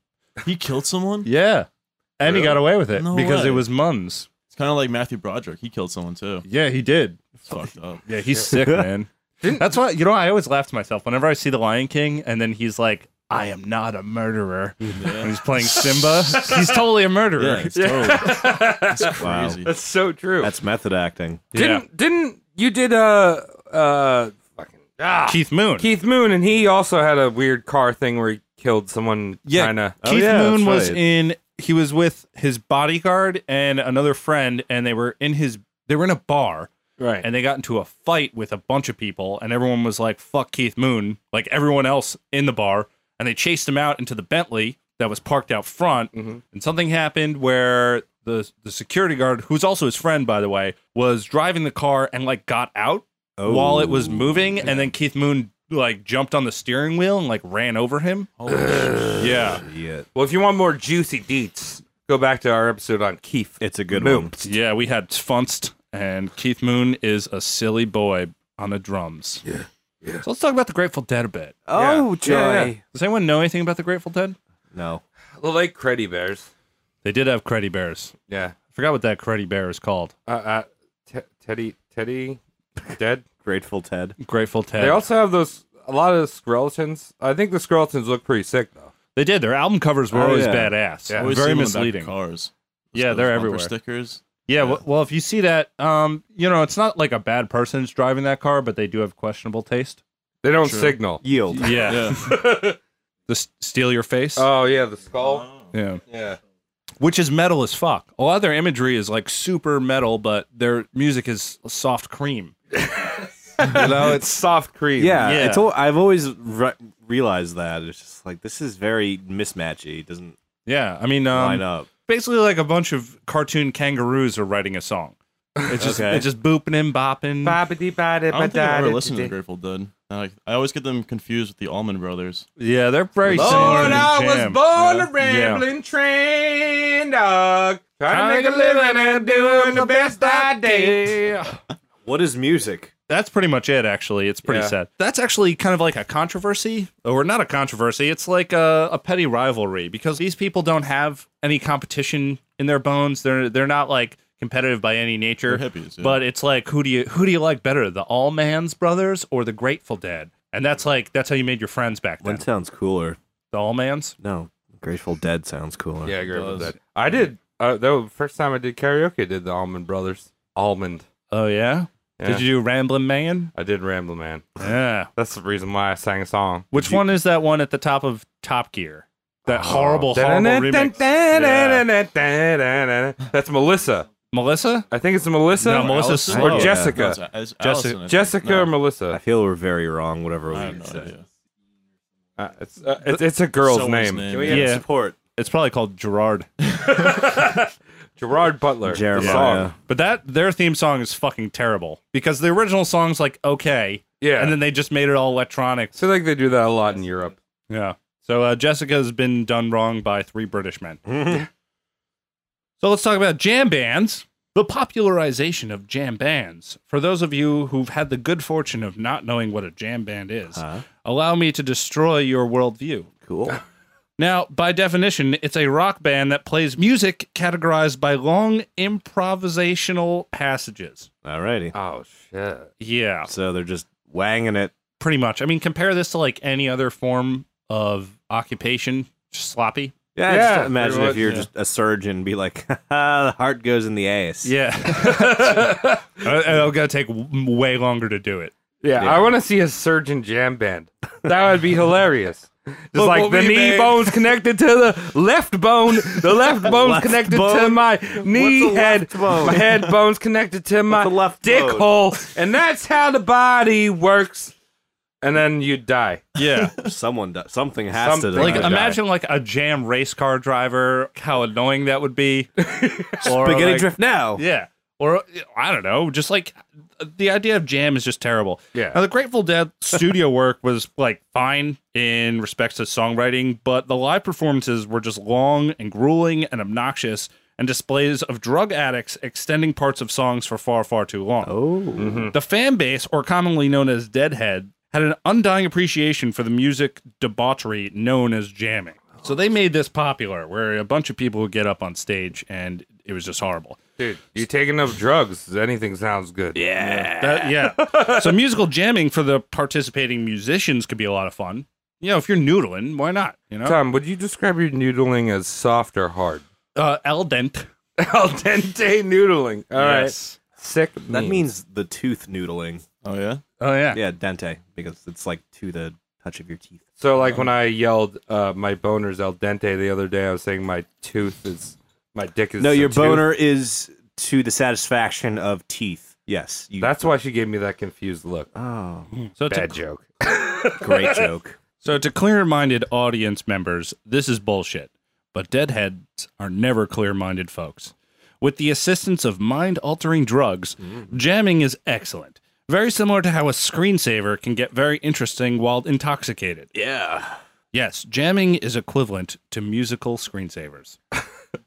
Speaker 9: He killed someone?
Speaker 1: Yeah. And he got away with it
Speaker 9: No
Speaker 1: because it
Speaker 9: way.
Speaker 1: was Mums.
Speaker 9: It's kind of like Matthew Broderick. He killed someone
Speaker 7: Oh.
Speaker 9: too.
Speaker 1: Yeah, he did.
Speaker 9: It's fucked up.
Speaker 1: Yeah, he's sick, man. That's why, you know, I always laugh to myself whenever I see The Lion King and then he's like, I am not a murderer. And he's playing Simba. he's totally a murderer.
Speaker 9: Yeah, it's totally. It's
Speaker 8: Wow.
Speaker 9: crazy.
Speaker 2: That's so true.
Speaker 8: That's method acting.
Speaker 2: Didn't didn't you did uh uh fucking ah, Keith,
Speaker 1: Keith Moon.
Speaker 2: Moon and he also had a weird car thing where he killed someone
Speaker 1: yeah.
Speaker 2: kinda
Speaker 8: Oh,
Speaker 1: Keith
Speaker 8: yeah,
Speaker 1: Moon was
Speaker 8: that's right.
Speaker 1: in, he was with his bodyguard and another friend, and they were in his, they were in a bar.
Speaker 2: right
Speaker 1: and they got into a fight with a bunch of people, and everyone was like, "Fuck Keith Moon!" Like everyone else in the bar, and they chased him out into the Bentley that was parked out front, and something happened where the the security guard, who's also his friend by the way, was driving the car and like got out while it was moving, and then Keith Moon like jumped on the steering wheel and like ran over him. yeah,
Speaker 8: Yeah,
Speaker 2: Well if you want more juicy deets, go back to our episode on Keith.
Speaker 8: it's a good
Speaker 2: Moon.
Speaker 8: one.
Speaker 1: yeah, we had Funst, and Keith Moon is a silly boy on the drums. Yeah. So let's talk about the Grateful Dead a bit.
Speaker 8: Oh,
Speaker 2: Yeah.
Speaker 8: joy.
Speaker 2: Yeah, yeah.
Speaker 1: Does anyone know anything about the Grateful Dead?
Speaker 8: No.
Speaker 2: The Lake Creddy Bears.
Speaker 1: They did have Creddy Bears.
Speaker 2: Yeah.
Speaker 1: I forgot what that Creddy Bear is called.
Speaker 2: Uh uh Te- Teddy Teddy dead.
Speaker 8: Grateful Ted.
Speaker 1: Grateful Ted.
Speaker 2: They also have those a lot of skeletons. I think the skeletons look pretty sick though.
Speaker 1: They did. Their album covers were
Speaker 8: Oh,
Speaker 1: always
Speaker 8: yeah.
Speaker 1: badass.
Speaker 2: Yeah.
Speaker 9: Always
Speaker 1: Very
Speaker 9: see them in the back of
Speaker 1: misleading.
Speaker 9: Cars.
Speaker 1: Yeah,
Speaker 9: Those
Speaker 1: they're
Speaker 9: bumper
Speaker 1: everywhere.
Speaker 9: Stickers.
Speaker 1: Yeah, well, well, if you see that, um, you know, it's not like a bad person's driving that car, but they do have questionable taste.
Speaker 2: They don't
Speaker 9: True.
Speaker 2: signal.
Speaker 8: Yield.
Speaker 1: Yeah.
Speaker 9: Yeah.
Speaker 1: The s- steal your face.
Speaker 2: Oh yeah, the skull.
Speaker 1: yeah.
Speaker 2: Yeah.
Speaker 1: Which is metal as fuck. A lot of their imagery is like super metal, but their music is soft cream.
Speaker 2: you know, it's soft cream.
Speaker 8: Yeah,
Speaker 1: Yeah.
Speaker 8: It's al- I've always re- realized that it's just like this is very mismatchy. It doesn't
Speaker 1: Yeah. I mean, um,
Speaker 8: line up.
Speaker 1: basically like a bunch of cartoon kangaroos are writing a song. It's just
Speaker 8: Okay.
Speaker 1: it's just booping and bopping.
Speaker 2: Boppity bada
Speaker 9: I don't think I've ever
Speaker 2: bada
Speaker 9: listened to the
Speaker 2: da-
Speaker 9: Grateful Dead. I, I always get them confused with the Allman Brothers.
Speaker 1: Yeah, they're very
Speaker 9: Lord,
Speaker 1: similar.
Speaker 2: Lord,
Speaker 1: in
Speaker 2: Oh, I
Speaker 1: jam.
Speaker 2: was born a
Speaker 1: Yeah.
Speaker 2: rambling train dog. Trying to make a living and doing the best I did.
Speaker 8: What is music?
Speaker 1: That's pretty much it. Actually, it's pretty
Speaker 2: Yeah.
Speaker 1: sad. That's actually kind of like a controversy, or not a controversy. It's like a, a petty rivalry because these people don't have any competition in their bones. They're they're not like competitive by any nature.
Speaker 9: They're hippies, yeah.
Speaker 1: But it's like who do you who do you like better, the All Man's Brothers or the Grateful Dead? And that's like that's how you made your friends back then.
Speaker 8: One sounds cooler.
Speaker 1: the All Man's.
Speaker 8: No, Grateful Dead sounds cooler.
Speaker 2: Yeah, I agree with
Speaker 9: does.
Speaker 2: that. I did. Uh, that was the first time I did karaoke. I did the Almond Brothers. Almond.
Speaker 1: Oh yeah?
Speaker 2: Yeah.
Speaker 1: Did you do Ramblin' Man?
Speaker 2: I did Ramble Man.
Speaker 1: Yeah.
Speaker 2: That's the reason why I sang a song.
Speaker 1: Which one is that one at the top of Top Gear?
Speaker 2: Oh.
Speaker 1: That horrible, horrible remix. Yeah.
Speaker 2: That's Melissa.
Speaker 1: Melissa?
Speaker 2: I think it's Melissa.
Speaker 1: No, Melissa's
Speaker 9: Allison?
Speaker 1: slow.
Speaker 2: Or Jessica.
Speaker 9: No, it's, it's Allison, I think.
Speaker 2: Jessica
Speaker 9: No,
Speaker 2: or
Speaker 8: I
Speaker 2: Melissa?
Speaker 8: feel we're very wrong. Whatever we
Speaker 9: I have no
Speaker 8: said.
Speaker 9: idea.
Speaker 2: Uh, it's, uh, it's, it's a girl's
Speaker 9: Someone's
Speaker 2: name.
Speaker 9: name.
Speaker 8: Can we get
Speaker 1: Yeah.
Speaker 8: support?
Speaker 1: It's probably called Gerard.
Speaker 2: Gerard Butler. the
Speaker 8: Jeremiah.
Speaker 2: song.
Speaker 1: But that their theme song is fucking terrible because the original song's like okay,
Speaker 2: Yeah.
Speaker 1: and then they just made it all electronic.
Speaker 2: So like they do that a lot in Europe.
Speaker 1: Yeah. So uh, Jessica's been done wrong by three British men.
Speaker 2: Mm-hmm.
Speaker 1: so let's talk about jam bands. The popularization of jam bands. For those of you who've had the good fortune of not knowing what a jam band is,
Speaker 2: Uh-huh.
Speaker 1: allow me to destroy your worldview.
Speaker 8: Cool.
Speaker 1: Now, by definition, it's a rock band that plays music categorized by long improvisational passages.
Speaker 8: Alrighty.
Speaker 2: Oh shit.
Speaker 1: Yeah,
Speaker 8: So they're just wanging it.
Speaker 1: pretty much. I mean, compare this to like any other form of occupation, just sloppy.
Speaker 8: Yeah,
Speaker 2: Yeah,
Speaker 8: just imagine
Speaker 2: pretty
Speaker 8: if you're
Speaker 2: much,
Speaker 8: just a surgeon, be like, the heart goes in the ass.
Speaker 1: Yeah. Uh, and it's going to take w- way longer to do it.
Speaker 2: Yeah, I want to see a surgeon jam band. That would be hilarious. Just
Speaker 1: Look
Speaker 2: like
Speaker 1: what
Speaker 2: the
Speaker 1: we
Speaker 2: knee
Speaker 1: made.
Speaker 2: bone's connected to the left bone, the left bone's
Speaker 8: Left
Speaker 2: connected to
Speaker 8: bone?
Speaker 2: my knee
Speaker 8: What's a
Speaker 2: head,
Speaker 8: left bone?
Speaker 2: my head bone's connected to my
Speaker 8: a left
Speaker 2: dick
Speaker 8: bone?
Speaker 2: hole, and that's how the body works. And then you die.
Speaker 1: Yeah.
Speaker 8: Someone, do- something has
Speaker 2: Something.
Speaker 8: to. die.
Speaker 1: Like,
Speaker 2: Yeah.
Speaker 1: imagine like a jam race car driver, how annoying that would be. or,
Speaker 8: spaghetti
Speaker 1: like-
Speaker 8: drift now.
Speaker 1: Yeah. Or I don't know, just like the idea of jam is just terrible.
Speaker 2: Yeah.
Speaker 1: Now the Grateful Dead studio work was like fine in respects to songwriting, but the live performances were just long and grueling and obnoxious and displays of drug addicts extending parts of songs for far, far too long.
Speaker 8: Oh,
Speaker 1: The fan base, or commonly known as Deadhead, had an undying appreciation for the music debauchery known as jamming. So they made this popular, where a bunch of people would get up on stage and it was just horrible.
Speaker 2: Dude, you take enough drugs, anything sounds good.
Speaker 1: That- Uh, yeah. so musical jamming for the participating musicians could be a lot of fun. You know, if you're noodling, why not? You know,
Speaker 2: Tom, would you describe your noodling as soft or hard?
Speaker 1: uh, el dente.
Speaker 2: Al dente noodling. All right,
Speaker 1: Yes.
Speaker 2: Sick.
Speaker 8: that
Speaker 2: meme.
Speaker 8: means the tooth noodling.
Speaker 9: Oh yeah.
Speaker 1: Oh yeah.
Speaker 8: Yeah, dente, because it's like to the touch of your teeth.
Speaker 2: So, like when I yelled, uh, "My boner's al dente" the other day, I was saying my tooth is, my dick is.
Speaker 8: No,
Speaker 2: a
Speaker 8: your
Speaker 2: tooth.
Speaker 8: boner is to the satisfaction of teeth. Yes, you,
Speaker 2: That's why she gave me that confused look.
Speaker 8: oh,
Speaker 1: So to,
Speaker 2: Bad joke.
Speaker 8: great joke.
Speaker 1: so to clear-minded audience members, this is bullshit. But deadheads are never clear-minded folks. With the assistance of mind-altering drugs,
Speaker 2: Mm.
Speaker 1: jamming is excellent. Very similar to how a screensaver can get very interesting while intoxicated.
Speaker 8: Yeah,
Speaker 1: Yes, jamming is equivalent to musical screensavers.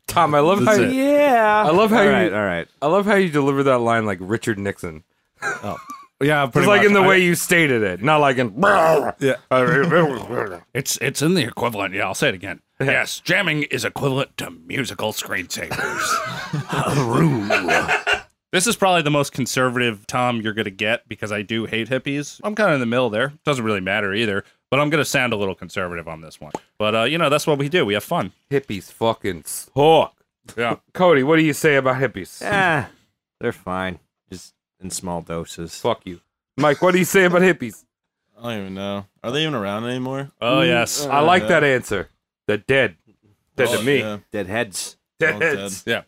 Speaker 2: Tom, I love how
Speaker 1: That's it.
Speaker 2: you,
Speaker 8: yeah.
Speaker 2: I love how
Speaker 8: all
Speaker 2: you-
Speaker 8: right, all right.
Speaker 2: I love how you deliver that line like Richard Nixon.
Speaker 1: Yeah,
Speaker 2: It's
Speaker 1: pretty
Speaker 2: like
Speaker 1: much.
Speaker 2: in the
Speaker 1: I-
Speaker 2: way you stated it, not like in. Yeah.
Speaker 1: It's it's in the equivalent. Yeah, I'll say it again. yes, jamming is equivalent to musical screensavers. this is probably the most conservative Tom you're gonna get because I do hate hippies. I'm kind of in the middle there. Doesn't really matter either. But I'm gonna sound a little conservative on this one. But uh, you know that's what we do. We have fun.
Speaker 2: hippies fucking talk.
Speaker 1: Yeah.
Speaker 2: Cody, what do you say about hippies?
Speaker 8: Ah, they're fine, just in small doses.
Speaker 2: Fuck you, Mike. What do you say about hippies?
Speaker 9: I don't even know. Are they even around anymore?
Speaker 1: Oh yes.
Speaker 2: I like
Speaker 9: yeah.
Speaker 2: that answer. They're dead. Dead
Speaker 9: Oh,
Speaker 2: to me.
Speaker 9: yeah.
Speaker 8: Dead heads.
Speaker 9: They're all
Speaker 2: Dead.
Speaker 1: Yeah.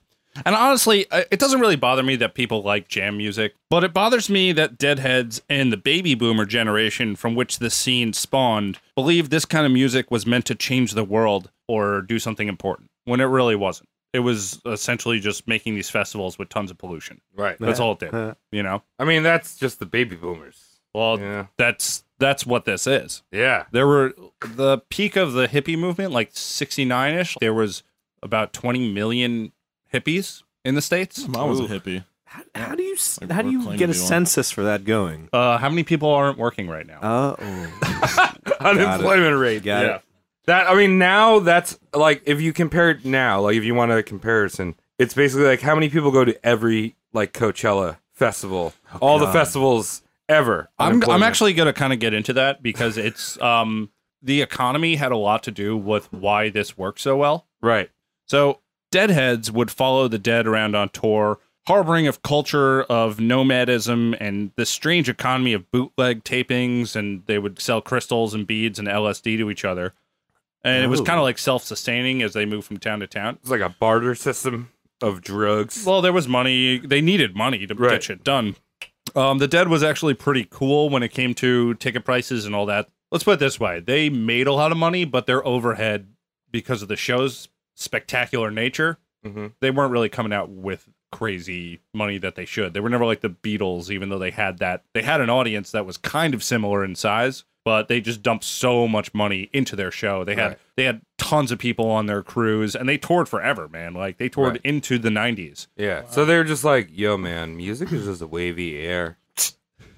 Speaker 1: And honestly, I- it doesn't really bother me that people like jam music, but it bothers me that deadheads and the baby boomer generation from which this scene spawned believed this kind of music was meant to change the world or do something important when it really wasn't. It was essentially just making these festivals with tons of pollution.
Speaker 2: Right.
Speaker 1: That's all it did, you know.
Speaker 2: I mean, that's just the baby boomers.
Speaker 1: Well,
Speaker 2: Yeah.
Speaker 1: that's that's what this is.
Speaker 2: Yeah.
Speaker 1: There were the peak of the hippie movement, like '69 ish. There was about 20 million hippies in the states.
Speaker 9: Mom was a hippie.
Speaker 8: How, how do you s
Speaker 9: Like,
Speaker 8: how do
Speaker 9: we're
Speaker 8: you
Speaker 9: claiming
Speaker 8: get a
Speaker 9: to be one.
Speaker 8: census for that going?
Speaker 1: Uh, how many people aren't working right now?
Speaker 8: Uh oh.
Speaker 2: Unemployment rate.
Speaker 8: Got it.
Speaker 2: That I mean, now that's like if you compare it now, like if you want a comparison, it's basically like how many people go to every like Coachella festival, all the festivals ever.
Speaker 1: Oh, I'm, I'm
Speaker 2: Unemployment.
Speaker 1: actually going to kind of get into that because it's um, the economy had a lot to do with why this worked so well.
Speaker 2: right.
Speaker 1: So, deadheads would follow the dead around on tour, harboring of culture of nomadism and the strange economy of bootleg tapings, and they would sell crystals and beads and LSD to each other. And it was
Speaker 8: Ooh.
Speaker 1: kind of like self sustaining as they moved from town to town.
Speaker 2: It's like a barter system of drugs.
Speaker 1: Well, there was money. They needed money to
Speaker 2: Right.
Speaker 1: get shit done. Um, the Dead was actually pretty cool when it came to ticket prices and all that. Let's put it this way: they made a lot of money, but their overhead, because of the show's spectacular nature,
Speaker 2: Mhm.
Speaker 1: they weren't really coming out with crazy money that they should. They were never like the Beatles, even though they had that. They had an audience that was kind of similar in size, but they just dumped so much money into their show. They had
Speaker 2: Right.
Speaker 1: they had tons of people on their cruise, and they toured forever, man. Like they toured
Speaker 2: Right.
Speaker 1: into the '90s.
Speaker 2: Yeah. So they're just like, yo, man, music is just a wavy air.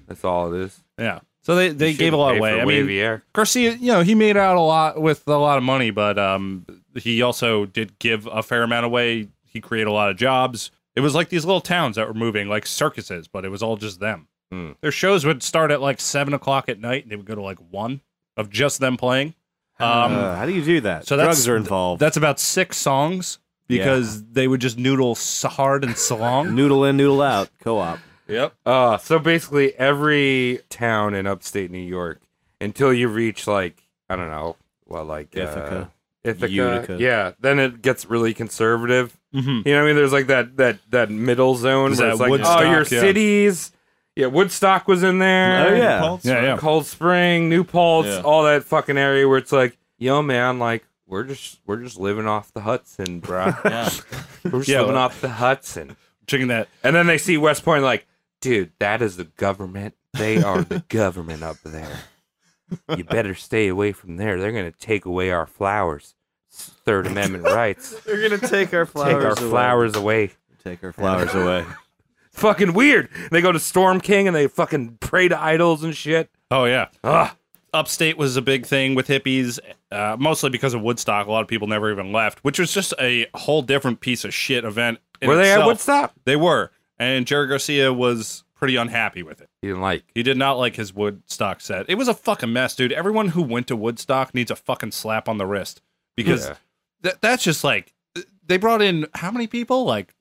Speaker 2: That's all it is.
Speaker 1: Yeah. So they, they
Speaker 2: You
Speaker 1: gave a
Speaker 2: shouldn't
Speaker 1: lot
Speaker 2: pay for
Speaker 1: away. I
Speaker 2: wavy
Speaker 1: mean,
Speaker 2: air.
Speaker 1: Garcia, you know, he made out a lot with a lot of money, but um, he also did give a fair amount away. He created a lot of jobs. It was like these little towns that were moving, like circuses, but it was all just them.
Speaker 2: Hmm.
Speaker 1: Their shows would start at like seven o'clock at night, and they would go to like one of just them playing. Um,
Speaker 8: Uh, how do you do that?
Speaker 1: so that's-
Speaker 8: drugs are involved.
Speaker 1: that's about six songs because they would just noodle so hard and so long.
Speaker 8: noodle in, noodle out. Co-op.
Speaker 1: yep.
Speaker 2: Uh, so basically, every town in upstate New York until you reach like I don't know, well, like uh,
Speaker 8: Ithaca.
Speaker 2: Ithaca,
Speaker 8: Utica.
Speaker 2: yeah. Then it gets really conservative.
Speaker 1: Mhm.
Speaker 2: You know, what I mean, there's like that that that middle zone
Speaker 1: Is
Speaker 2: where
Speaker 1: that
Speaker 2: it's like,
Speaker 1: Woodstock?
Speaker 2: oh, your
Speaker 1: Yeah.
Speaker 2: cities. Yeah, Woodstock was in there.
Speaker 8: Oh yeah.
Speaker 9: Pulse?
Speaker 1: Yeah, yeah.
Speaker 2: Cold Spring, New Paltz,
Speaker 9: Yeah.
Speaker 2: all that fucking area where it's like, yo, man, like we're just we're just living off the Hudson, bruh.
Speaker 9: Yeah.
Speaker 2: we're just
Speaker 1: Yeah.
Speaker 2: living off the Hudson.
Speaker 1: Checking that.
Speaker 2: And then they see West Point, like, dude, that is the government. They are the government up there. You better stay away from there. They're gonna take away our flowers. It's Third Amendment rights.
Speaker 8: They're gonna take our
Speaker 2: take our flowers away.
Speaker 8: Take our flowers away.
Speaker 2: Fucking weird. They go to Storm King and they fucking pray to idols and shit.
Speaker 1: Oh yeah.
Speaker 2: Ugh.
Speaker 1: upstate was a big thing with hippies, uh, mostly because of Woodstock. A lot of people never even left, which was just a whole different piece of shit event. in
Speaker 2: Were they at
Speaker 1: itself.
Speaker 2: Woodstock?
Speaker 1: They were, and Jerry Garcia was pretty unhappy with it.
Speaker 2: He didn't like.
Speaker 1: He did not like his Woodstock set. It was a fucking mess, dude. Everyone who went to Woodstock needs a fucking slap on the wrist because
Speaker 2: Yeah.
Speaker 1: tha- that's just like they brought in how many people? Like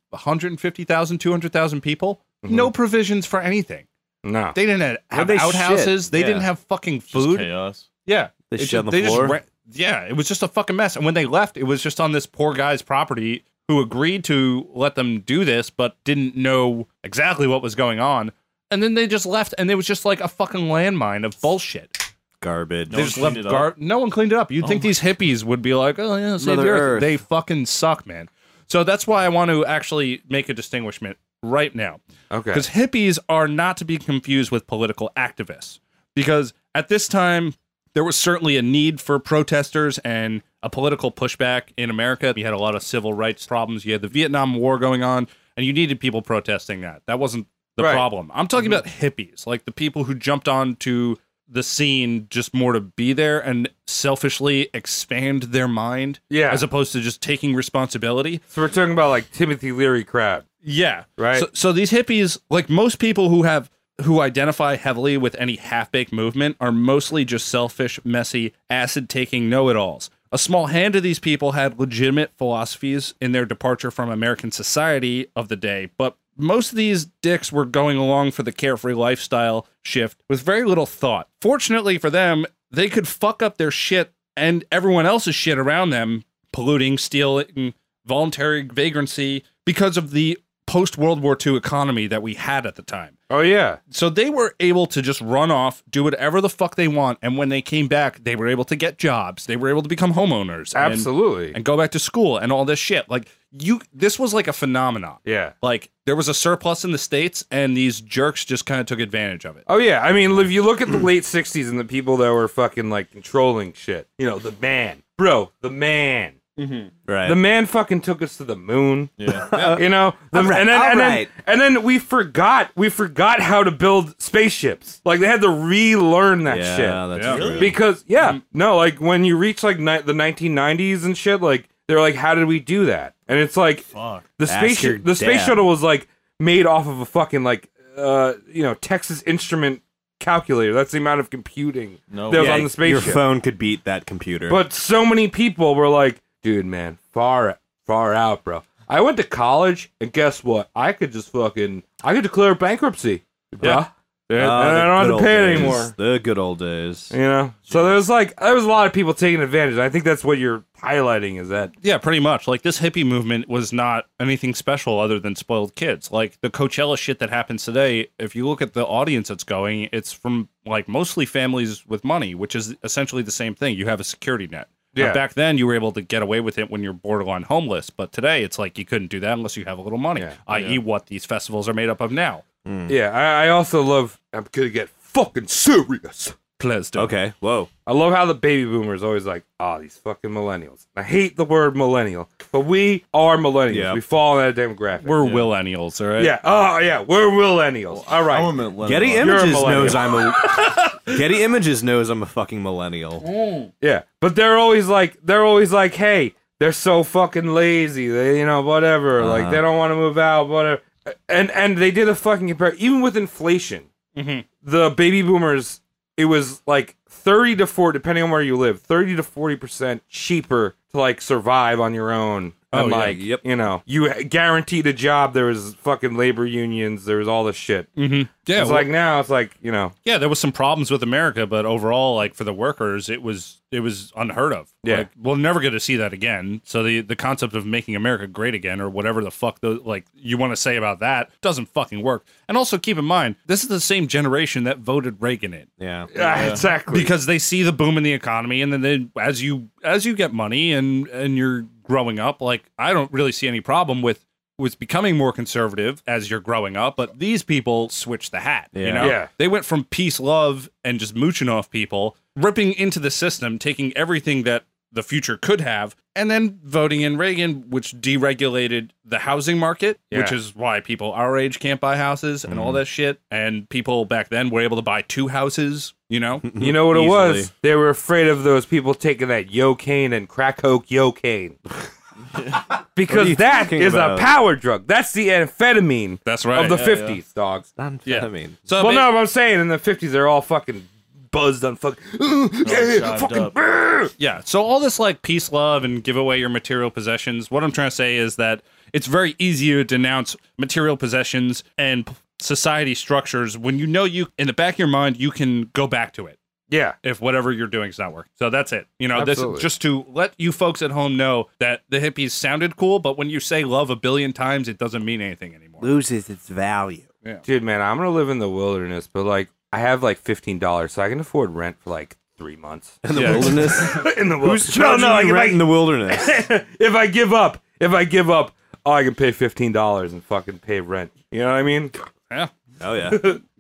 Speaker 1: 150,000, 200,000 people.
Speaker 2: Mm-hmm.
Speaker 1: No provisions for anything.
Speaker 2: No.
Speaker 1: They didn't have,
Speaker 8: Where'd they shit?
Speaker 1: outhouses. They
Speaker 8: Yeah.
Speaker 1: didn't have fucking
Speaker 9: Just
Speaker 1: food.
Speaker 9: chaos.
Speaker 1: Yeah,
Speaker 8: They
Speaker 1: It
Speaker 8: shit
Speaker 1: ju-
Speaker 8: on the floor?
Speaker 1: ra- yeah, it was just a fucking mess. And when they left, it was just on this poor guy's property who agreed to let them do this, but didn't know exactly what was going on. And then they just left, and it was just like a fucking landmine of bullshit.
Speaker 8: Garbage.
Speaker 1: they
Speaker 9: one
Speaker 1: just
Speaker 9: cleaned
Speaker 1: left
Speaker 9: it
Speaker 1: gar- No one cleaned it up. You'd think these hippies would be like, "Oh yeah, save the
Speaker 8: Oh Mother
Speaker 1: earth.
Speaker 8: Earth.
Speaker 1: They fucking suck, man. So that's why I want to actually make a distinguishment right now.
Speaker 2: Okay.
Speaker 1: Because hippies are not to be confused with political activists. Because at this time, there was certainly a need for protesters and a political pushback in America. You had a lot of civil rights problems. You had the Vietnam War going on, and you needed people protesting that. That wasn't the
Speaker 2: Right. Mm-hmm.
Speaker 1: problem. I'm talking about hippies, like the people who jumped onto the scene just more to be there and selfishly expand their mind
Speaker 2: Yeah.
Speaker 1: as opposed to just taking responsibility.
Speaker 2: So we're talking about like Timothy Leary crowd.
Speaker 1: Yeah.
Speaker 2: Right.
Speaker 1: So, so these hippies, like most people who have who identify heavily with any half-baked movement are mostly just selfish, messy, acid-taking know-it-alls. A small hand of these people had legitimate philosophies in their departure from American society of the day, but most of these dicks were going along for the carefree lifestyle shift with very little thought. Fortunately for them, they could fuck up their shit and everyone else's shit around them, polluting, stealing, voluntary vagrancy because of the post World War II economy that we had at the time
Speaker 2: Oh yeah.
Speaker 1: so they were able to just run off, do whatever the fuck they want, and when they came back, they were able to get jobs. They were able to become homeowners, and-
Speaker 2: Absolutely.
Speaker 1: and, go back to school and all this shit. Like you, this was like a phenomenon.
Speaker 2: yeah.
Speaker 1: Like there was a surplus in the states, and these jerks just kind of took advantage of it.
Speaker 2: Oh yeah, I mean, if you look at the late '60s and the people that were fucking like controlling shit, you know, the man, bro, the man,
Speaker 8: Right.
Speaker 2: the man fucking took us to the moon.
Speaker 9: Yeah.
Speaker 2: You know, the,
Speaker 8: Alright,
Speaker 2: and then and then,
Speaker 8: alright.
Speaker 2: and then we forgot we forgot how to build spaceships. Like they had to relearn that
Speaker 8: yeah,
Speaker 2: shit
Speaker 8: that's
Speaker 1: Yeah.
Speaker 8: true.
Speaker 2: because yeah,
Speaker 8: Mm.
Speaker 2: no, like when you reach like ni- the 1990s and shit, like they're like, how did we do that? And it's like
Speaker 9: Fuck.
Speaker 2: the
Speaker 8: Ask
Speaker 2: space
Speaker 8: your
Speaker 2: the space
Speaker 8: dad.
Speaker 2: shuttle was like made off of a fucking like uh you know Texas Instrument calculator. That's the amount of computing
Speaker 9: No
Speaker 2: that was
Speaker 9: way.
Speaker 2: on the
Speaker 8: Your
Speaker 2: spaceship.
Speaker 8: phone could beat that computer.
Speaker 2: But so many people were like, dude, man, far far out, bro. I went to college and guess what? I could just fucking I could declare bankruptcy. Yeah.
Speaker 8: Oh,
Speaker 2: and
Speaker 8: the
Speaker 2: I don't
Speaker 8: good
Speaker 2: have
Speaker 8: old
Speaker 2: to pay it
Speaker 8: days.
Speaker 2: anymore.
Speaker 8: The good old days.
Speaker 2: You know, so there was like there was a lot of people taking advantage. I think that's what you're highlighting is that
Speaker 1: Yeah, pretty much. Like this hippie movement was not anything special other than spoiled kids. Like the Coachella shit that happens today, if you look at the audience that's going, it's from like mostly families with money, which is essentially the same thing. You have a security net. Now,
Speaker 2: Yeah.
Speaker 1: back then, you were able to get away with it when you're borderline homeless, but today it's like you couldn't do that unless you have a little money,
Speaker 2: Yeah.
Speaker 1: i.e., what these festivals are made up of now.
Speaker 9: Hmm.
Speaker 2: yeah. I, I also love. I'm gonna get fucking serious.
Speaker 1: Please do.
Speaker 8: Okay. Whoa.
Speaker 2: I love how the baby boomers always like, ah, these fucking millennials. I hate the word millennial, but we are millennials.
Speaker 8: Yeah.
Speaker 2: We fall in that demographic.
Speaker 1: We're millennials, all right?
Speaker 2: yeah. Oh yeah, we're millennials. All right.
Speaker 9: I'm a millennial.
Speaker 8: Getty
Speaker 2: a
Speaker 8: Images
Speaker 2: millennial.
Speaker 8: knows I'm a Getty Images knows I'm a fucking millennial.
Speaker 2: Yeah, but they're always like they're always like, hey, they're so fucking lazy. They you know whatever.
Speaker 1: Uh-huh.
Speaker 2: Like they don't want to move out. Whatever. And and they did a fucking compare even with inflation.
Speaker 1: Mm-hmm.
Speaker 2: The baby boomers, it was like thirty to four, depending on where you live, thirty to forty percent cheaper to like survive on your own.
Speaker 1: Oh,
Speaker 2: and
Speaker 1: yeah,
Speaker 2: like
Speaker 8: yep.
Speaker 2: you know, you ha- guaranteed a job. There was fucking labor unions. There was all this shit.
Speaker 1: Yeah,
Speaker 2: it's
Speaker 1: well-
Speaker 2: like now it's like you know
Speaker 1: yeah, there was some problems with America, but overall, like for the workers, it was it was unheard of.
Speaker 2: Yeah.
Speaker 1: like, we're never going to see that again. So the the concept of making America great again, or whatever the fuck the like you want to say about that, doesn't fucking work. And also keep in mind, this is the same generation that voted Reagan in
Speaker 8: Yeah.
Speaker 2: Ah, exactly
Speaker 1: because they see the boom in the economy and then they, as you as you get money and and you're growing up like i don't really see any problem with with becoming more conservative as you're growing up but these people switch the hat you
Speaker 8: Yeah.
Speaker 1: know
Speaker 2: Yeah.
Speaker 1: they went from peace love and just mooching off people ripping into the system taking everything that the future could have and then voting in reagan which deregulated the housing market which
Speaker 2: Yeah.
Speaker 1: is why people our age can't buy houses and all that shit and people back then were able to buy two houses you know
Speaker 2: You know what it was?
Speaker 8: Easily.
Speaker 2: They were afraid of those people taking that yocaine and crack coke yocaine.
Speaker 8: you
Speaker 2: because that
Speaker 8: talking
Speaker 2: is
Speaker 8: about?
Speaker 2: a power drug. That's the amphetamine
Speaker 1: That's right.
Speaker 2: of the
Speaker 1: Yeah,
Speaker 2: 50s, dogs.
Speaker 1: Yeah.
Speaker 8: I mean,
Speaker 1: So
Speaker 2: well,
Speaker 1: ba-
Speaker 2: no, but I'm saying in the 50s, they're all fucking buzzed on fucking.
Speaker 9: jived
Speaker 2: fucking
Speaker 9: up.
Speaker 2: brr.
Speaker 1: yeah. So all this like peace, love, and give away your material possessions. What I'm trying to say is that it's very easy to denounce material possessions and p- society structures when you know you in the back of your mind you can go back to it
Speaker 2: Yeah.
Speaker 1: if whatever you're doing is not working. So that's it. You know, this
Speaker 2: Absolutely.
Speaker 1: just to let you folks at home know that the hippies sounded cool, but when you say love a billion times, it doesn't mean anything anymore.
Speaker 8: loses its value.
Speaker 2: Dude, man, I'm going to live in the wilderness, but like, I have like $15, so I can afford rent for like three months.
Speaker 8: In the
Speaker 1: Yeah.
Speaker 8: wilderness.
Speaker 2: in the
Speaker 8: Who's
Speaker 2: wilderness. No,
Speaker 8: charging
Speaker 2: no, like,
Speaker 8: you
Speaker 2: if I-
Speaker 8: rent in the wilderness?
Speaker 2: if I give up, if I give up, oh, I can pay fifteen dollars and fucking pay rent. You know what I mean?
Speaker 1: Yeah.
Speaker 8: oh yeah.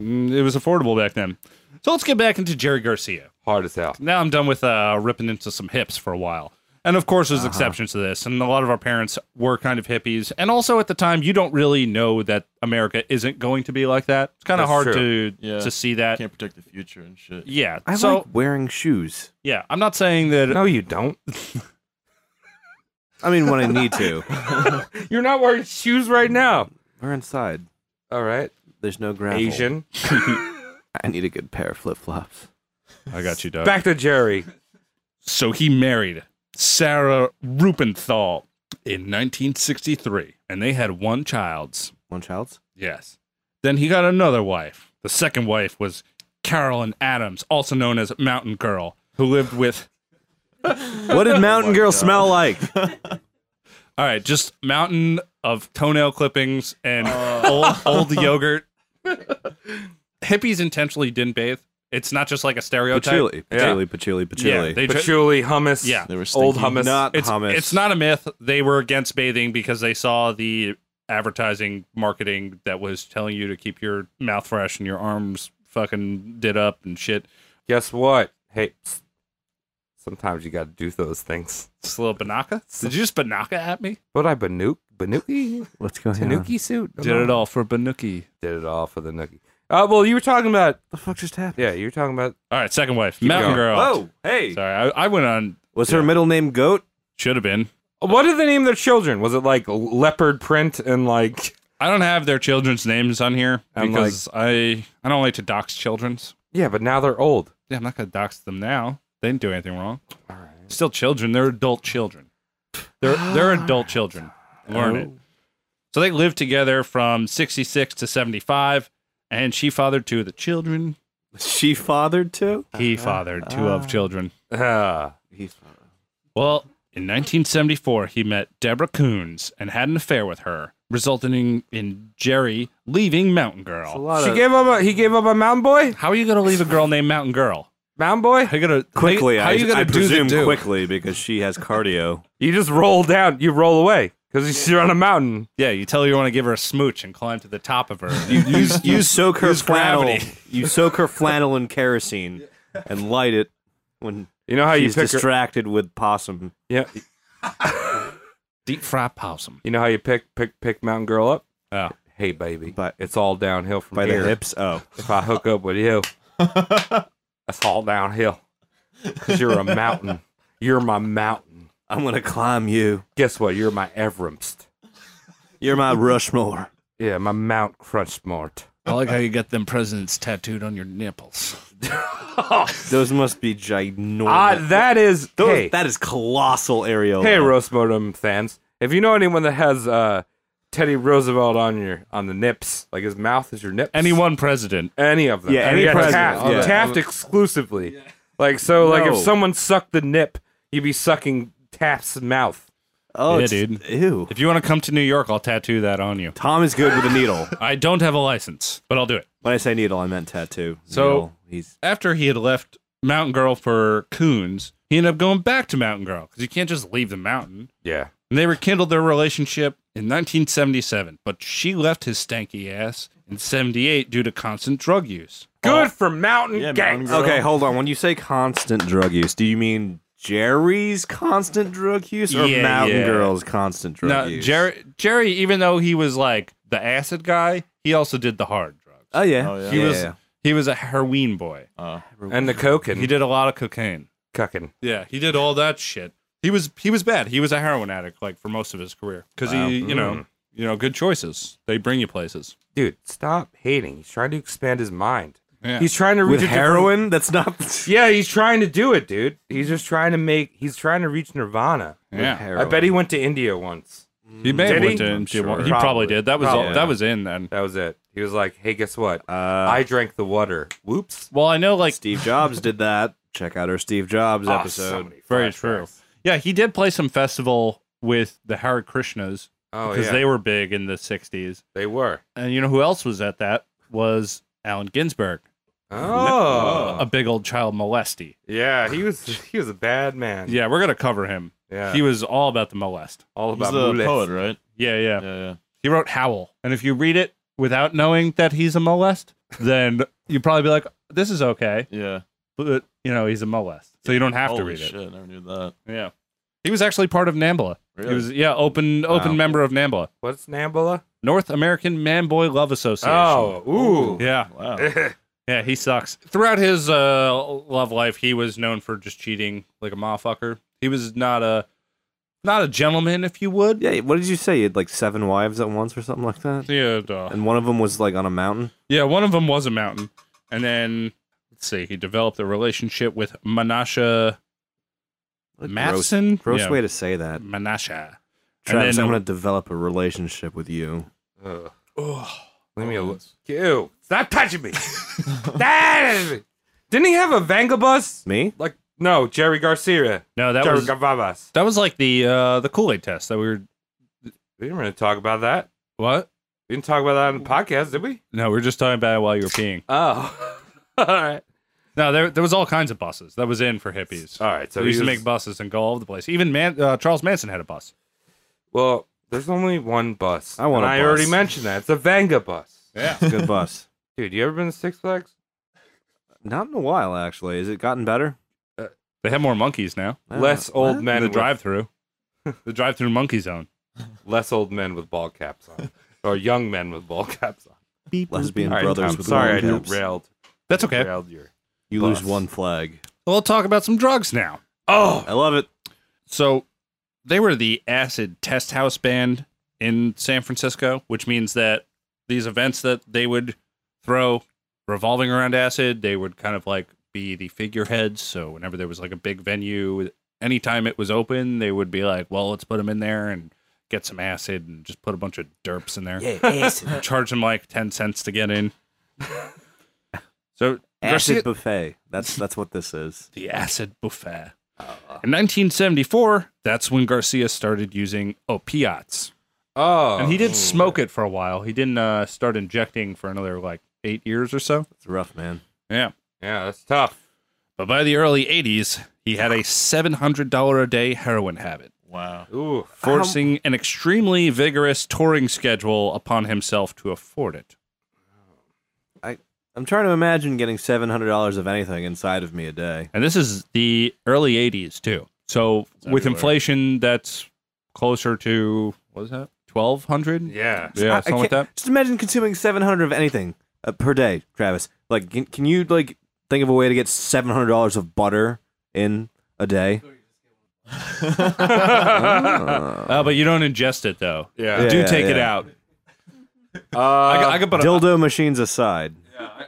Speaker 1: Mm, It was affordable back then. So let's get back into Jerry Garcia.
Speaker 2: Hard as hell.
Speaker 1: now I'm done with uh, ripping into some hips for a while. And of course,
Speaker 9: Uh-huh.
Speaker 1: there's exceptions to this, and a lot of our parents were kind of hippies. And also, at the time, you don't really know that America isn't going to be like that. It's kind of
Speaker 2: That's
Speaker 1: hard
Speaker 2: true.
Speaker 1: to
Speaker 9: Yeah.
Speaker 1: to see that.
Speaker 9: Can't predict the future and shit.
Speaker 1: Yeah.
Speaker 8: I
Speaker 1: so
Speaker 8: like wearing shoes.
Speaker 1: yeah, I'm not saying that.
Speaker 2: No, you don't.
Speaker 8: I mean, when I need to.
Speaker 2: You're not wearing shoes right now.
Speaker 8: We're inside.
Speaker 2: All right,
Speaker 8: There's no gravel.
Speaker 2: Asian.
Speaker 8: I need a good pair of flip flops.
Speaker 1: I got you, Doug.
Speaker 2: Back to Jerry.
Speaker 1: So he married Sarah Rupenthal in 1963, and they had one child,
Speaker 8: One child's?
Speaker 1: Yes. Then he got another wife. The second wife was Carolyn Adams, also known as Mountain Girl, who lived with
Speaker 8: What
Speaker 2: Oh
Speaker 8: did Mountain Girl smell like?
Speaker 1: All right, just mountain of toenail clippings and old, old yogurt. Hippies intentionally didn't bathe. It's not just like a stereotype.
Speaker 8: Patchouli.
Speaker 2: Yeah.
Speaker 8: Patchouli, patchouli,
Speaker 1: Yeah,
Speaker 8: patchouli.
Speaker 1: they tr-
Speaker 2: Patchouli, hummus.
Speaker 1: Yeah.
Speaker 9: They were
Speaker 2: Old
Speaker 9: stinky.
Speaker 2: hummus.
Speaker 8: Not
Speaker 1: it's,
Speaker 8: hummus.
Speaker 1: it's not a myth. They were against bathing because they saw the advertising marketing that was telling you to keep your mouth fresh and your arms fucking did up and shit.
Speaker 2: Guess what? Hey, psst. sometimes you got to do those things.
Speaker 1: It's a little banaka. Did you just banaka at me?
Speaker 2: But I banuk banuki
Speaker 8: Let's go
Speaker 2: tanuki suit.
Speaker 1: Did it all for banuki.
Speaker 2: Did it all for the nookie. Uh, well, you were talking about.
Speaker 8: The fuck just happened?
Speaker 2: Yeah, you were talking about.
Speaker 1: All right, second wife, mountain
Speaker 2: going.
Speaker 1: girl.
Speaker 8: Oh, hey.
Speaker 1: sorry, I, I went on.
Speaker 8: Was her middle name Goat?
Speaker 1: Should have been.
Speaker 2: What did they name their children? Was it like leopard print and like?
Speaker 1: I don't have their children's names on here
Speaker 2: I'm
Speaker 1: because I I don't like to dox children's.
Speaker 2: Yeah, but now they're old.
Speaker 1: Yeah, I'm not gonna dox them now. They didn't do anything wrong. Still children. They're adult children. They're they're adult children. Learn it. So they lived together from 66 to 75, and she fathered two of the children.
Speaker 8: She fathered too?
Speaker 1: He fathered two of children.
Speaker 2: Ah,
Speaker 1: Well, in 1974, he met Deborah Coons and had an affair with her, resulting in, in Jerry leaving Mountain Girl.
Speaker 2: she gave up. A, he gave up a mountain boy.
Speaker 1: How are you gonna leave a girl named Mountain Girl?
Speaker 2: Mountain boy.
Speaker 1: How you gonna
Speaker 8: Quickly,
Speaker 1: How, how
Speaker 8: I,
Speaker 1: you gonna
Speaker 8: I
Speaker 1: do
Speaker 8: presume
Speaker 1: the do?
Speaker 8: quickly because she has cardio.
Speaker 2: You just roll down. You roll away because you're on a mountain.
Speaker 1: Yeah, you tell her you want to give her a smooch and climb to the top of her.
Speaker 8: you, you soak her
Speaker 1: use
Speaker 8: flannel.
Speaker 1: gravity.
Speaker 8: You soak her flannel in kerosene and light it when
Speaker 2: You know how
Speaker 8: she's
Speaker 2: you pick. Her,
Speaker 8: distracted with possum.
Speaker 2: yeah.
Speaker 1: Deep fry possum.
Speaker 2: You know how you pick pick pick mountain girl up.
Speaker 1: Yeah.
Speaker 2: Hey baby,
Speaker 8: By-
Speaker 2: it's all downhill from
Speaker 8: By
Speaker 2: here.
Speaker 8: the hips. Oh,
Speaker 2: If I hook up with you, that's all downhill. Cause you're a mountain. You're my mountain.
Speaker 8: I'm gonna climb you.
Speaker 2: Guess what? You're my Everest.
Speaker 8: You're my Rushmore.
Speaker 2: Yeah, my Mount Crunchmart.
Speaker 1: I like how you got them presidents tattooed on your nipples.
Speaker 8: Those must be ginormous.
Speaker 2: Ah, that is
Speaker 8: Those,
Speaker 2: hey,
Speaker 8: That is colossal areola.
Speaker 2: hey, roast modem fans. If you know anyone that has uh, Teddy Roosevelt on your on the nips, like his mouth is your nips.
Speaker 1: Any one president.
Speaker 2: any of them.
Speaker 8: Yeah, any
Speaker 2: Taft,
Speaker 8: president, yeah.
Speaker 2: Taft exclusively. Like so, like if
Speaker 8: No.
Speaker 2: someone sucked the nip, you'd be sucking Taft's mouth.
Speaker 8: oh,
Speaker 1: Yeah,
Speaker 8: it's-
Speaker 1: dude.
Speaker 8: Ew.
Speaker 1: If you want to come to New York, I'll tattoo that on you.
Speaker 8: Tom is good with a needle.
Speaker 1: I don't have a license, but I'll do it.
Speaker 8: when I say needle, I meant tattoo.
Speaker 1: So-
Speaker 8: Needle, he's
Speaker 1: After he had left Mountain Girl for Coons, he ended up going back to Mountain Girl because you can't just leave the mountain.
Speaker 2: Yeah.
Speaker 1: And they rekindled their relationship in 1977, but she left his stanky ass in 78 due to constant drug use.
Speaker 2: Good for mountain
Speaker 9: Yeah,
Speaker 2: gangs.
Speaker 9: mountain girl.
Speaker 8: Oh. okay. Hold on. When you say constant drug use, do you mean? Jerry's constant drug use or
Speaker 1: Yeah,
Speaker 8: Mountain
Speaker 1: yeah.
Speaker 8: Girl's constant drug
Speaker 1: No,
Speaker 8: use?
Speaker 1: Jerry, Jerry, even though he was like the acid guy, he also did the hard drugs.
Speaker 8: Oh yeah.
Speaker 9: Oh, yeah.
Speaker 1: He
Speaker 8: Yeah,
Speaker 1: was
Speaker 8: yeah.
Speaker 1: he was a heroin boy.
Speaker 2: And the coke
Speaker 1: He
Speaker 2: and
Speaker 1: did a lot of cocaine.
Speaker 2: cucking.
Speaker 1: Yeah, he did all that shit. He was he was bad. He was a heroin addict like for most of his career because he you
Speaker 2: Mm.
Speaker 1: know you know good choices they bring you places.
Speaker 2: Dude, stop hating. He's trying to expand his mind.
Speaker 1: Yeah.
Speaker 2: He's trying to reach a
Speaker 8: With
Speaker 2: different-
Speaker 8: heroin? That's not
Speaker 2: Yeah, he's trying to do it, dude. He's just trying to make. He's trying to reach Nirvana.
Speaker 1: Yeah,
Speaker 2: I bet he went to India once.
Speaker 1: he may
Speaker 2: Did
Speaker 1: have
Speaker 2: he?
Speaker 1: went to
Speaker 2: I'm
Speaker 1: MJ1. He
Speaker 2: sure.
Speaker 1: probably,
Speaker 2: Probably.
Speaker 1: did. That was all,
Speaker 2: Probably.
Speaker 1: that was in then.
Speaker 2: That was it. He was like, "Hey, guess what?
Speaker 8: Uh,
Speaker 2: I drank the water. Whoops."
Speaker 1: Well, I know like
Speaker 8: Steve Jobs did that. Check out our Steve Jobs
Speaker 2: Ah,
Speaker 8: episode.
Speaker 2: somebody
Speaker 1: very
Speaker 2: flashbacks.
Speaker 1: true. Yeah, he did play some festival with the Hare Krishnas
Speaker 2: Oh
Speaker 1: because
Speaker 2: yeah,
Speaker 1: they
Speaker 2: they,
Speaker 1: were big in the '60s.
Speaker 2: were.
Speaker 1: And you know who else was at that was Allen Ginsberg,
Speaker 2: Oh
Speaker 1: a big old child molesty.
Speaker 2: yeah, he was. He was a bad man.
Speaker 1: Yeah, we're gonna cover him.
Speaker 2: yeah.
Speaker 1: He was all about the molest.
Speaker 2: all
Speaker 9: He's
Speaker 2: about
Speaker 9: the
Speaker 2: moolahs.
Speaker 9: poet, right?
Speaker 1: Yeah, yeah.
Speaker 9: Yeah, yeah.
Speaker 1: He wrote Howl, and if you read it without knowing that he's a molest, then you'd probably be like, "This is okay,"
Speaker 9: Yeah.
Speaker 1: but you know he's a molest, so you don't have to
Speaker 9: Holy
Speaker 1: read
Speaker 9: shit,
Speaker 1: it.
Speaker 9: never knew that.
Speaker 1: Yeah. He was actually part of NAMBLA. He
Speaker 9: Really?
Speaker 1: was yeah, open open
Speaker 8: Wow.
Speaker 1: member of NAMBLA,
Speaker 2: What's Nambula?
Speaker 1: North American Man Boy Love Association.
Speaker 2: Oh, ooh.
Speaker 1: yeah.
Speaker 9: Wow.
Speaker 1: Yeah, he sucks. Throughout his uh, love life, he was known for just cheating like a motherfucker. He was not a not a gentleman, if you would.
Speaker 8: Yeah, what did you say? You had like seven wives at once or something like that?
Speaker 1: Yeah, duh.
Speaker 8: And one of them was like on a mountain?
Speaker 1: yeah. One of them was a mountain, and then let's see, he developed a relationship with Manasha
Speaker 8: What a
Speaker 1: Matheson.
Speaker 8: Gross, gross
Speaker 1: yeah,
Speaker 8: way to say that.
Speaker 1: Manasha.
Speaker 8: Travis,
Speaker 1: then-
Speaker 8: I'm going to develop a relationship with you.
Speaker 2: Ugh. Leave me alone. Ew. Stop touching me. Stop touching me. Didn't he have a Vangabus?
Speaker 8: Me?
Speaker 2: Like, no, Jerry Garcia.
Speaker 1: No, that
Speaker 2: Jerry
Speaker 1: was
Speaker 2: Gavabas.
Speaker 1: that was like the uh, the Kool Aid test that we were.
Speaker 2: We didn't really talk about that.
Speaker 1: What?
Speaker 2: We didn't talk about that on the podcast, did we?
Speaker 1: No, we were just talking about it while you were peeing.
Speaker 2: Oh. all right.
Speaker 1: No, there there was all kinds of buses that was in for hippies.
Speaker 2: All right. So
Speaker 1: we used
Speaker 2: he
Speaker 1: to
Speaker 2: was-
Speaker 1: make buses and go all over the place. Even Man, uh, Charles Manson had a bus.
Speaker 2: Well, there's only one bus.
Speaker 8: I want
Speaker 2: and
Speaker 8: a
Speaker 2: I already
Speaker 8: bus.
Speaker 2: mentioned that. It's a Vanga bus.
Speaker 8: Good bus.
Speaker 2: Dude, you ever been to Six Flags?
Speaker 8: Not in a while, actually. Has it gotten better?
Speaker 1: They have more monkeys now.
Speaker 8: I don't
Speaker 2: less
Speaker 8: know.
Speaker 2: old
Speaker 8: What?
Speaker 2: men
Speaker 1: the
Speaker 2: with-
Speaker 1: drive-through, the drive-through monkey zone.
Speaker 2: less old men with ball caps on. or young men with ball caps on.
Speaker 8: Lesbian
Speaker 2: All right,
Speaker 8: brothers
Speaker 2: Tom,
Speaker 8: with
Speaker 2: sorry I
Speaker 8: long caps.
Speaker 2: derailed.
Speaker 1: That's okay.
Speaker 2: derailed your...
Speaker 8: You
Speaker 2: Bus.
Speaker 8: lose one flag.
Speaker 1: We'll talk about some drugs now.
Speaker 2: Oh,
Speaker 8: I love it.
Speaker 1: So they were the acid test house band in San Francisco, which means that these events that they would throw revolving around acid, they would kind of like be the figureheads. So whenever there was like a big venue, anytime it was open, they would be like, well, let's put them in there and get some acid and just put a bunch of derps in there. Charge them like 10 cents to get in. so
Speaker 8: Acid
Speaker 1: Garcia-
Speaker 8: buffet. That's that's what this is.
Speaker 1: the acid buffet. In 1974, that's when Garcia started using opiates.
Speaker 2: oh.
Speaker 1: And he did smoke it for a while. He didn't uh, start injecting for another like eight years or so.
Speaker 8: It's rough, man.
Speaker 1: Yeah.
Speaker 2: Yeah, that's tough.
Speaker 1: But by the early 80s, he had a $700 a day heroin habit,
Speaker 9: Wow.
Speaker 2: Ooh.
Speaker 1: forcing an extremely vigorous touring schedule upon himself to afford it.
Speaker 8: I'm trying to imagine getting seven hundred dollars of anything inside of me a day.
Speaker 1: And this is the early 80s, too. So with inflation, that's closer to, what is that, 1200
Speaker 2: Yeah.
Speaker 1: Yeah,
Speaker 8: I- I
Speaker 1: something like
Speaker 8: can't-
Speaker 1: that.
Speaker 8: Just imagine consuming seven hundred of anything uh, per day, Travis. Like, can, can you like think of a way to get seven hundred dollars of butter in a day?
Speaker 1: Uh, but you don't ingest it though.
Speaker 2: Yeah.
Speaker 1: You do
Speaker 8: Yeah,
Speaker 1: take it
Speaker 8: yeah.
Speaker 1: out.
Speaker 2: Uh, I,
Speaker 1: I could put a
Speaker 8: Dildo machines aside,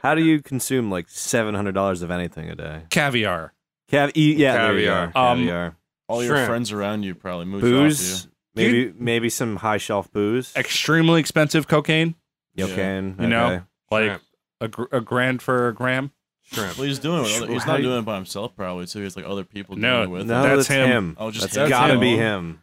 Speaker 8: how do you consume like seven hundred dollars of anything a day?
Speaker 1: caviar.
Speaker 8: Cav- e- yeah,
Speaker 2: Caviar.
Speaker 8: There you are.
Speaker 1: Um,
Speaker 8: Caviar.
Speaker 9: All your
Speaker 2: Shrimp.
Speaker 9: friends around you probably moved
Speaker 8: booze,
Speaker 9: off
Speaker 8: maybe maybe some high shelf booze.
Speaker 1: Extremely expensive cocaine.
Speaker 8: Cocaine,
Speaker 1: You know?
Speaker 8: okay.
Speaker 1: Like
Speaker 2: Shrimp.
Speaker 1: a, gr- a grand for a gram.
Speaker 9: you. Well, he's doing it. with other- He's
Speaker 8: How
Speaker 9: not
Speaker 8: do you-
Speaker 9: doing it by himself, probably. So he's like other people
Speaker 1: No,
Speaker 9: doing it with.
Speaker 8: No,
Speaker 9: him.
Speaker 1: That's
Speaker 8: that's,
Speaker 1: him.
Speaker 8: him.
Speaker 9: Oh, just
Speaker 8: That's
Speaker 9: him.
Speaker 8: gotta
Speaker 9: That's
Speaker 8: be
Speaker 9: him.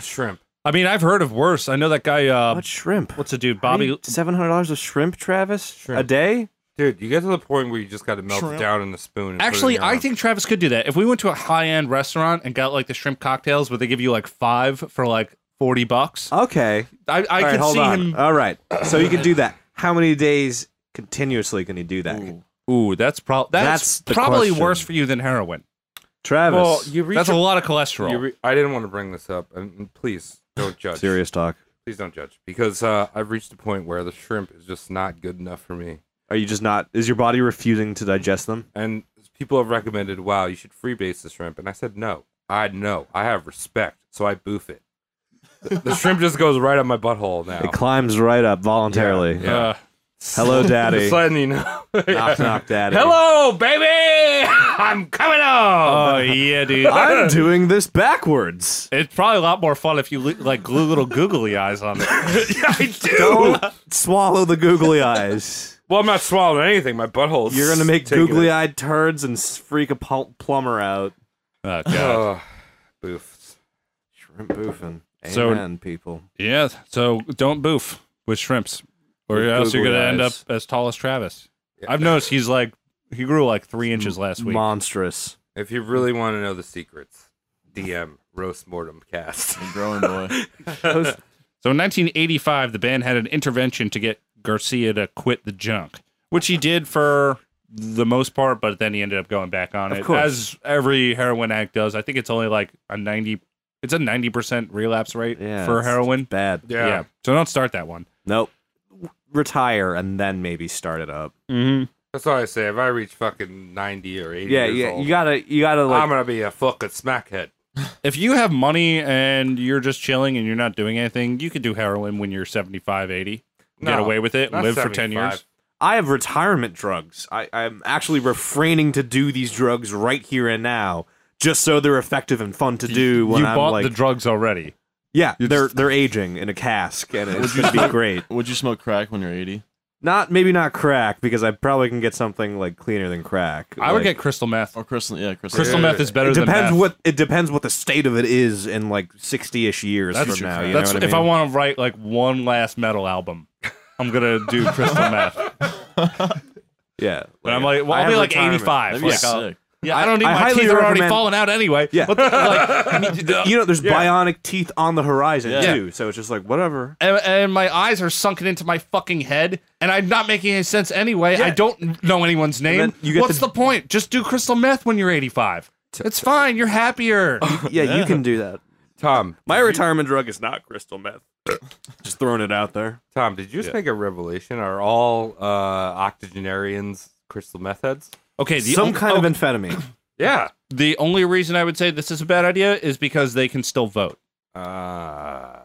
Speaker 2: shrimp.
Speaker 1: I mean, I've heard of worse. I know that guy. Uh,
Speaker 8: What shrimp?
Speaker 1: what's the dude? Bobby.
Speaker 8: seven hundred dollars of shrimp, Travis,
Speaker 2: Shrimp.
Speaker 8: a day.
Speaker 2: Dude, you get to the point where you just got to melt it
Speaker 9: Shrimp.
Speaker 2: down in the spoon. and put it in
Speaker 1: Actually,
Speaker 2: your
Speaker 1: I
Speaker 2: mouth.
Speaker 1: think Travis could do that. If we went to a high end restaurant and got like the shrimp cocktails where they give you like five for like 40 bucks,
Speaker 8: Okay,
Speaker 1: I, I
Speaker 8: Uh, All right,
Speaker 1: could
Speaker 8: hold
Speaker 1: see
Speaker 8: on. Uh,
Speaker 1: him.
Speaker 8: All right, so you can do that. How many days continuously can you do that,
Speaker 9: Ooh.
Speaker 1: Ooh, that's, prob that's,
Speaker 8: That's the
Speaker 1: probably
Speaker 8: question.
Speaker 1: worse for you than heroin.
Speaker 8: Travis?
Speaker 2: Well, you reach
Speaker 1: That's
Speaker 2: a-
Speaker 1: a lot of
Speaker 2: you
Speaker 1: cholesterol.
Speaker 2: re- I didn't want to bring this up, and and please don't judge.
Speaker 8: serious talk.
Speaker 2: Please don't judge because uh, I've reached a point where the shrimp is just not good enough for me.
Speaker 8: Are you just not? Is your body refusing to digest them?
Speaker 2: And people have recommended, wow, you should freebase the shrimp, and I said no. I know. I have respect, so I boof it. The, the shrimp just goes right up my butthole now.
Speaker 8: It climbs right up voluntarily.
Speaker 2: Yeah.
Speaker 1: Uh,
Speaker 8: Hello, Daddy.
Speaker 2: Just letting you know.
Speaker 8: knock, knock, Daddy.
Speaker 2: Hello, baby. I'm coming home.
Speaker 1: oh, yeah, dude.
Speaker 8: I'm doing this backwards.
Speaker 1: It's probably a lot more fun if you li- like glue little googly eyes on it.
Speaker 2: I do.
Speaker 8: Don't swallow the googly eyes.
Speaker 2: Well, I'm not swallowing anything. My butthole's.
Speaker 8: You're gonna make
Speaker 2: taking
Speaker 8: googly
Speaker 2: it.
Speaker 8: eyed turds and s- freak a pul- plumber out.
Speaker 1: oh, God.
Speaker 2: Oh, boofs.
Speaker 8: Shrimp boofing.
Speaker 1: So-
Speaker 8: Amen, people.
Speaker 1: yeah. So don't boof with shrimps, or
Speaker 8: Oh. With
Speaker 1: else you're
Speaker 8: googly
Speaker 1: gonna end up
Speaker 8: eyes.
Speaker 1: as tall as Travis. I've noticed he's like he grew like three inches last week.
Speaker 8: Monstrous.
Speaker 2: If you really want to know the secrets, DM roast mortem cast.
Speaker 9: The growing boy.
Speaker 1: So in 1985, the band had an intervention to get Garcia to quit the junk, which he did for the most part, but then he ended up going back on
Speaker 8: Of
Speaker 1: it,
Speaker 8: course.
Speaker 1: as every heroin act does. I think it's only like a 90. It's a 90% relapse rate
Speaker 8: Yeah,
Speaker 1: for
Speaker 8: it's-
Speaker 1: heroin.
Speaker 8: Bad.
Speaker 1: Yeah. So don't start that one.
Speaker 8: Nope. Retire and then maybe start it up.
Speaker 1: Mm-hmm.
Speaker 2: That's all I say. If I reach fucking ninety or eighty,
Speaker 8: Yeah,
Speaker 2: years
Speaker 8: yeah.
Speaker 2: old,
Speaker 8: You gotta, you gotta like.
Speaker 2: I'm gonna be a fucking smackhead.
Speaker 1: If you have money and you're just chilling and you're not doing anything, you could do heroin when you're 75, 80. get
Speaker 2: No,
Speaker 1: away with it,
Speaker 2: not
Speaker 1: live for 10 years.
Speaker 2: 75.
Speaker 8: I have retirement drugs. I, I'm actually refraining to do these drugs right here and now, just so they're effective and fun to do.
Speaker 1: you
Speaker 8: When I'm
Speaker 1: bought
Speaker 8: like,
Speaker 1: the drugs already.
Speaker 8: Yeah,
Speaker 1: You
Speaker 8: they're
Speaker 1: just-
Speaker 8: they're aging in a cask, and
Speaker 9: Would
Speaker 8: it's
Speaker 9: you
Speaker 8: going to be
Speaker 9: smoke-
Speaker 8: great.
Speaker 9: Would you smoke crack when you're 80?
Speaker 8: Not maybe not crack because I probably can get something like cleaner than crack.
Speaker 1: I would
Speaker 8: Like,
Speaker 1: get crystal meth.
Speaker 9: Or crystal? Yeah, crystal.
Speaker 1: Crystal
Speaker 2: Yeah.
Speaker 1: meth is better
Speaker 8: It
Speaker 1: than
Speaker 8: depends
Speaker 1: meth.
Speaker 8: what it depends what the state of it is in like sixty ish years
Speaker 1: That's
Speaker 8: from
Speaker 1: true.
Speaker 8: now. You
Speaker 1: That's
Speaker 8: know what
Speaker 1: if
Speaker 8: I
Speaker 1: I
Speaker 8: mean?
Speaker 1: want to write like one last metal album. I'm gonna do crystal meth,
Speaker 8: Yeah,
Speaker 1: and I'm like, well,
Speaker 8: I
Speaker 1: I'll
Speaker 8: have
Speaker 1: be like
Speaker 8: retirement.
Speaker 1: 85.
Speaker 9: That'd be
Speaker 1: Like, I'll-
Speaker 9: sick.
Speaker 1: yeah, I don't need
Speaker 8: I
Speaker 1: my
Speaker 8: highly
Speaker 1: teeth are already
Speaker 8: recommend-
Speaker 1: falling out anyway.
Speaker 8: Yeah.
Speaker 1: What the- like, I mean, the-
Speaker 8: you know, there's
Speaker 1: Yeah.
Speaker 8: bionic teeth on the horizon
Speaker 9: Yeah.
Speaker 8: too, so it's just like whatever.
Speaker 1: and, and my eyes are sunken into my fucking head, and I'm not making any sense anyway. I don't know anyone's name.
Speaker 8: then you get
Speaker 1: What's
Speaker 8: the-
Speaker 1: the point? Just do crystal meth when you're 85. It's fine. You're happier.
Speaker 8: Yeah, you can do that.
Speaker 2: Tom,
Speaker 8: My retirement drug is not crystal meth. just throwing it out there.
Speaker 2: Tom, did you just make a revelation? Are all uh, octogenarians crystal meth heads?
Speaker 1: Okay, the
Speaker 8: Some
Speaker 1: on- oh,
Speaker 8: kind of amphetamine.
Speaker 2: Yeah.
Speaker 1: the only reason I would say this is a bad idea is because they can still vote.
Speaker 2: Uh,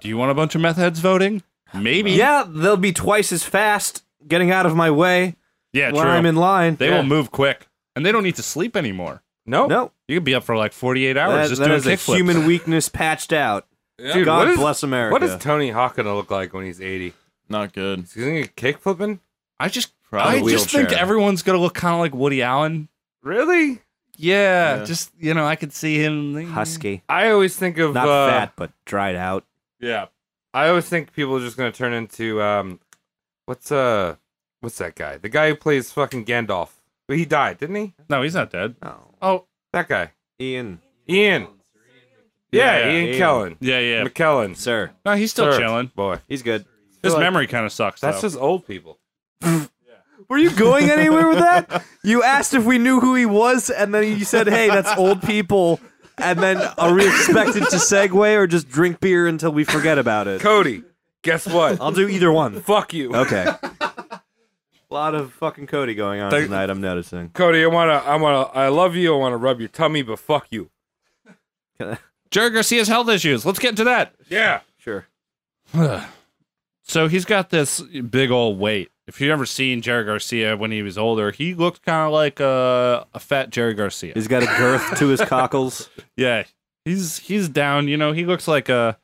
Speaker 1: Do you want a bunch of meth heads voting? Maybe.
Speaker 8: yeah, they'll be twice as fast getting out of my way
Speaker 1: Yeah.
Speaker 8: when
Speaker 1: true.
Speaker 8: I'm in line.
Speaker 1: they
Speaker 8: Yeah.
Speaker 1: will move quick, and they don't need to sleep anymore.
Speaker 2: no.
Speaker 8: No,
Speaker 1: You could be up for like 48 hours
Speaker 8: that,
Speaker 1: just
Speaker 8: that
Speaker 1: doing
Speaker 8: is a
Speaker 1: kickflips.
Speaker 8: human weakness patched out.
Speaker 2: Dude,
Speaker 8: God
Speaker 2: what is-
Speaker 8: bless America.
Speaker 2: What is Tony Hawk gonna look like when he's 80? Is
Speaker 9: Not good.
Speaker 2: he gonna get kick flipping?
Speaker 1: I just,
Speaker 9: Probably
Speaker 1: I just think
Speaker 8: wheelchair.
Speaker 1: everyone's gonna look kind of like Woody Allen.
Speaker 2: Really?
Speaker 1: Yeah,
Speaker 9: Yeah.
Speaker 1: just you know, I could see him
Speaker 8: husky?
Speaker 2: I always think of
Speaker 8: Not
Speaker 2: uh,
Speaker 8: fat, but dried out.
Speaker 1: Yeah,
Speaker 2: I always think people are just gonna turn into um, what's uh, what's that guy? The guy who plays fucking Gandalf. But He died, didn't he?
Speaker 1: no, he's not dead.
Speaker 8: Oh,
Speaker 1: Oh,
Speaker 2: That guy,
Speaker 8: Ian,
Speaker 2: Ian. Yeah,
Speaker 1: Yeah,
Speaker 2: Ian,
Speaker 8: Ian.
Speaker 2: Kellen.
Speaker 1: yeah, yeah.
Speaker 2: McKellen.
Speaker 8: sir,
Speaker 1: No, he's still
Speaker 2: Sir,
Speaker 1: chilling.
Speaker 2: Boy,
Speaker 8: he's good.
Speaker 1: His
Speaker 2: like-
Speaker 1: memory kind of sucks.
Speaker 2: that's
Speaker 1: though.
Speaker 2: just old people.
Speaker 8: Were you going anywhere with that? You asked if we knew who he was, and then you said, "Hey, that's old people." And then are we expected to segue or just drink beer until we forget about it?
Speaker 2: Cody, guess what?
Speaker 8: I'll do either one.
Speaker 2: Fuck you,
Speaker 8: Okay. A lot of fucking Cody going on
Speaker 2: Thank-
Speaker 8: tonight. I'm noticing.
Speaker 2: Cody. I wanna, I wanna, I love you. I wanna rub your tummy, but fuck you.
Speaker 1: Jerry Garcia's health issues. Let's get into that.
Speaker 2: Yeah.
Speaker 8: Sure.
Speaker 1: So he's got this big old weight. If you've ever seen Jerry Garcia when he was older, he looked kind of like a, a fat Jerry Garcia.
Speaker 8: He's got a girth to his cockles.
Speaker 1: Yeah, he's he's down. You know, he looks like a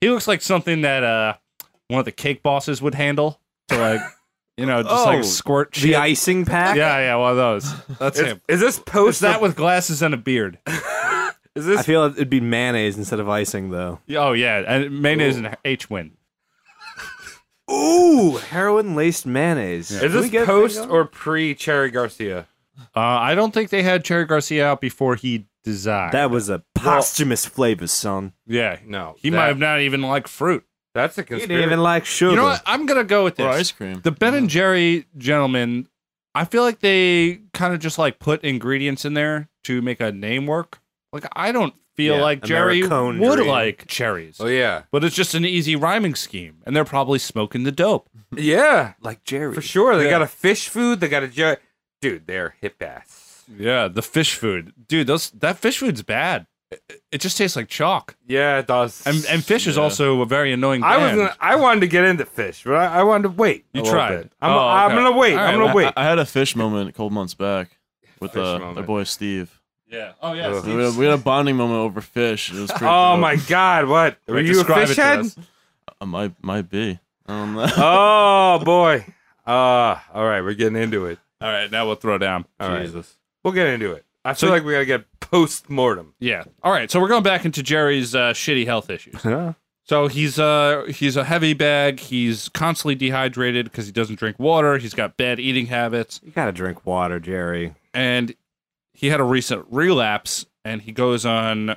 Speaker 1: he looks like something that uh one of the cake bosses would handle to like you know just
Speaker 8: Oh,
Speaker 1: like squirt shit.
Speaker 8: The icing pack.
Speaker 1: yeah, yeah, one of those. That's
Speaker 2: Is,
Speaker 1: him.
Speaker 2: is this
Speaker 1: It's
Speaker 2: post
Speaker 1: that with glasses and a beard.
Speaker 2: Is
Speaker 8: I
Speaker 2: this
Speaker 8: feel it'd be mayonnaise instead of icing, though.
Speaker 1: Oh yeah, and mayonnaise and H win.
Speaker 8: Ooh, heroin laced mayonnaise.
Speaker 2: is this post or pre Cherry Garcia?
Speaker 1: Uh, I don't think they had Cherry Garcia out before he desired.
Speaker 8: that was a posthumous flavor, son?
Speaker 1: yeah,
Speaker 2: No,
Speaker 1: he
Speaker 2: that-
Speaker 1: might have not even liked fruit.
Speaker 2: That's a
Speaker 8: You
Speaker 2: conspiracy.
Speaker 8: didn't even like sugar.
Speaker 1: You know what? I'm gonna go with this.
Speaker 9: Or ice cream.
Speaker 1: The Ben and Jerry gentlemen, I feel like they kind of just like put ingredients in there to make a name work. Like I don't feel
Speaker 8: Yeah,
Speaker 1: like Jerry
Speaker 8: Americone
Speaker 1: would
Speaker 8: dream.
Speaker 1: like cherries.
Speaker 2: oh yeah,
Speaker 1: But it's just an easy rhyming scheme, and they're probably smoking the dope.
Speaker 2: yeah,
Speaker 8: Like Jerry.
Speaker 2: for sure. They
Speaker 1: Yeah.
Speaker 2: got a fish food. They got a Jerry. Dude, they're hip ass.
Speaker 1: Yeah, the fish food, dude. Those that fish food's bad. It, it just tastes like chalk.
Speaker 2: Yeah, it does.
Speaker 1: And and fish is also a very annoying.
Speaker 2: I was
Speaker 1: band.
Speaker 2: gonna, I wanted to get into fish, but I, I wanted to wait. a
Speaker 1: You
Speaker 2: little
Speaker 1: tried.
Speaker 2: bit. I'm,
Speaker 1: Oh,
Speaker 2: I'm
Speaker 1: okay.
Speaker 2: gonna wait.
Speaker 1: All right,
Speaker 2: I'm gonna
Speaker 1: well,
Speaker 2: wait.
Speaker 9: I, I had a fish moment a couple months back with
Speaker 2: Fish
Speaker 9: uh, my
Speaker 2: moment.
Speaker 9: boy Steve.
Speaker 1: Yeah. Oh yeah.
Speaker 2: Ugh.
Speaker 9: We had, we had a bonding moment over fish. It was pretty
Speaker 2: oh
Speaker 9: dope.
Speaker 2: my god, what were
Speaker 1: Wait,
Speaker 2: you a
Speaker 1: describe it
Speaker 2: fish
Speaker 1: to
Speaker 2: head?
Speaker 1: us.
Speaker 9: I might might be. I don't know.
Speaker 2: oh boy. Uh, all right, we're getting into it.
Speaker 1: All right. Now we'll throw down.
Speaker 2: All right, we'll get into it. I feel like we gotta get post mortem.
Speaker 1: Yeah. All right. So we're going back into Jerry's uh, shitty health issues.
Speaker 8: Yeah.
Speaker 1: So he's uh he's a heavy bag. He's constantly dehydrated because he doesn't drink water. He's got bad eating habits,
Speaker 8: You gotta drink water, Jerry.
Speaker 1: and he had a recent relapse. And he goes on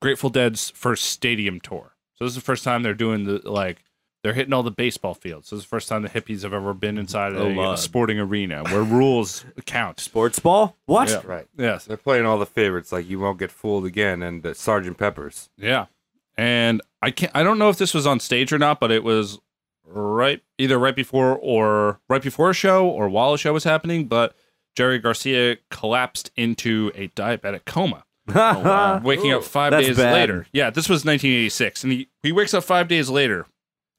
Speaker 1: Grateful Dead's first stadium tour. So this is the first time they're doing the like they're hitting all the baseball fields. So this is the first time the hippies have ever been inside a,
Speaker 8: Oh, Lord.
Speaker 1: a sporting arena where rules count.
Speaker 8: Sports ball? What?
Speaker 1: Yeah.
Speaker 2: Right.
Speaker 1: Yes.
Speaker 2: They're playing all the favorites, like you won't get fooled again, and the Sergeant Peppers.
Speaker 1: Yeah. And I can't I don't know if this was on stage or not, but it was right either right before or right before a show or while a show was happening, but Jerry Garcia collapsed into a diabetic coma,
Speaker 8: Oh,
Speaker 1: uh, waking up five
Speaker 8: That's
Speaker 1: days
Speaker 8: bad.
Speaker 1: later. Yeah, this was 1986. And he, he wakes up five days later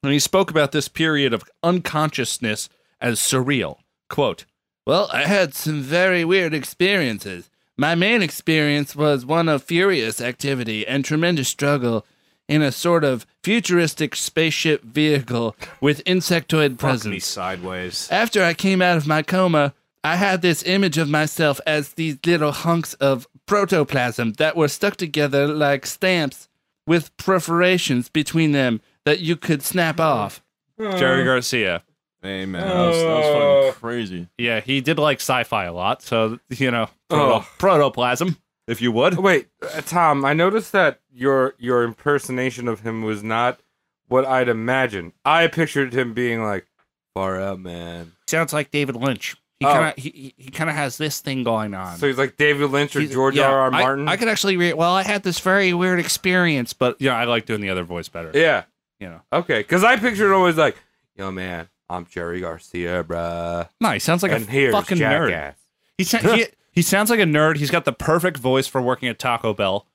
Speaker 1: and he spoke about this period of unconsciousness as surreal. Quote, well, I had some very weird experiences. My main experience was one of furious activity and tremendous struggle.
Speaker 3: in a sort of futuristic spaceship vehicle with insectoid
Speaker 5: me
Speaker 3: presence.
Speaker 5: sideways.
Speaker 3: After I came out of my coma, I had this image of myself as these little hunks of protoplasm that were stuck together like stamps with perforations between them that you could snap off.
Speaker 1: Jerry Garcia.
Speaker 9: Hey
Speaker 2: Uh,
Speaker 9: man, that was, that was fucking crazy.
Speaker 1: Yeah, he did like sci-fi a lot, so you know, proto-
Speaker 2: Oh.
Speaker 1: protoplasm, if you would.
Speaker 2: Wait, uh, Tom, I noticed that your your impersonation of him was not what I'd imagine. I pictured him being like, "Far out, man."
Speaker 3: Sounds like David Lynch. He
Speaker 2: Oh.
Speaker 3: kind of he, he kind of has this thing going on.
Speaker 2: So he's like David Lynch or
Speaker 3: He's-
Speaker 2: George
Speaker 3: yeah,
Speaker 2: R. R.
Speaker 3: I-
Speaker 2: Martin.
Speaker 3: I, could actually read. Well, I had this very weird experience, but
Speaker 1: Yeah, I like doing the other voice better.
Speaker 2: yeah,
Speaker 3: you know,
Speaker 2: okay. Because I pictured always like, "Yo, man, I'm Jerry Garcia, bruh,"
Speaker 3: no, he sounds like
Speaker 2: and
Speaker 3: a
Speaker 2: here's
Speaker 3: fucking nerd.
Speaker 2: Jackass.
Speaker 1: He, sa- he he sounds like a nerd. He's got the perfect voice for working at Taco Bell.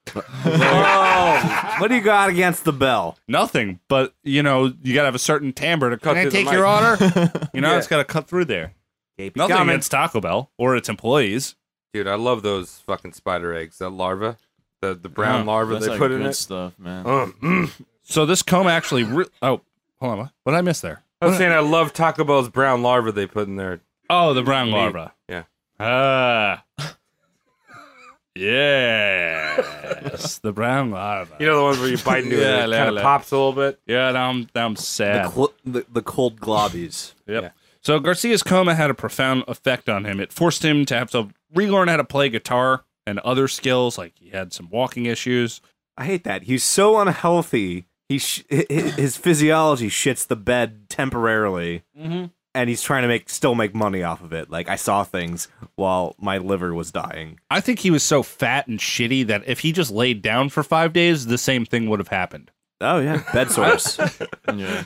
Speaker 8: Oh, what do you got against the bell?
Speaker 1: Nothing, but you know, you gotta have a certain timbre to cut
Speaker 3: Can I
Speaker 1: through the
Speaker 3: take
Speaker 1: mic.
Speaker 3: your order?
Speaker 1: You know,
Speaker 2: Yeah.
Speaker 1: it's gotta cut through there.
Speaker 2: Gabe
Speaker 1: Nothing
Speaker 2: Gummins.
Speaker 1: against Taco Bell or its employees.
Speaker 2: Dude, I love those fucking spider eggs. That larva, the the brown
Speaker 9: Yeah,
Speaker 3: Oh,
Speaker 2: larva
Speaker 9: that's
Speaker 2: they
Speaker 9: like
Speaker 2: put
Speaker 9: good
Speaker 2: in it.
Speaker 9: stuff, man.
Speaker 2: Um, mm.
Speaker 1: So this comb actually. Re- oh, hold on. What what did I miss there?
Speaker 2: I was saying I love Taco Bell's brown larva they put in there.
Speaker 1: Oh, the brown larva.
Speaker 2: Yeah.
Speaker 1: Ah. yes, the brown larva.
Speaker 2: You know the ones where you bite into
Speaker 1: Yeah,
Speaker 2: it, it
Speaker 1: yeah,
Speaker 2: kind
Speaker 1: yeah.
Speaker 2: of pops a little bit.
Speaker 1: Yeah, now I'm now I'm sad.
Speaker 8: The, cl- the, the cold globbies.
Speaker 1: Yep.
Speaker 2: Yeah.
Speaker 1: So Garcia's coma had a profound effect on him. It forced him to have to relearn how to play guitar and other skills. Like he had some walking issues.
Speaker 8: I hate that. He's so unhealthy. He sh- hi- hi- his physiology shits the bed temporarily, and he's trying to make still make money off of it. Like I saw things while my liver was dying.
Speaker 1: I think he was so fat and shitty that if he just laid down for five days, the same thing would have happened.
Speaker 8: Oh yeah, bed sores
Speaker 9: Yeah.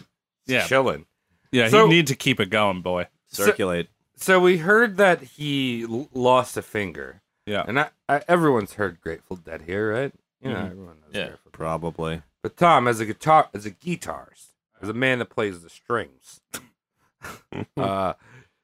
Speaker 1: Yeah.
Speaker 2: chilling.
Speaker 1: Yeah,
Speaker 2: So-
Speaker 1: you need to keep it going, boy.
Speaker 8: circulate.
Speaker 2: So we heard that he l- lost a finger,
Speaker 1: Yeah.
Speaker 2: and I, I, everyone's heard Grateful Dead here, right? You know,
Speaker 9: Mhm.
Speaker 2: everyone knows
Speaker 9: Yeah.
Speaker 2: Grateful Dead.
Speaker 8: Probably.
Speaker 2: But Tom, as a guitar, as a guitarist, as a man that plays the strings, uh,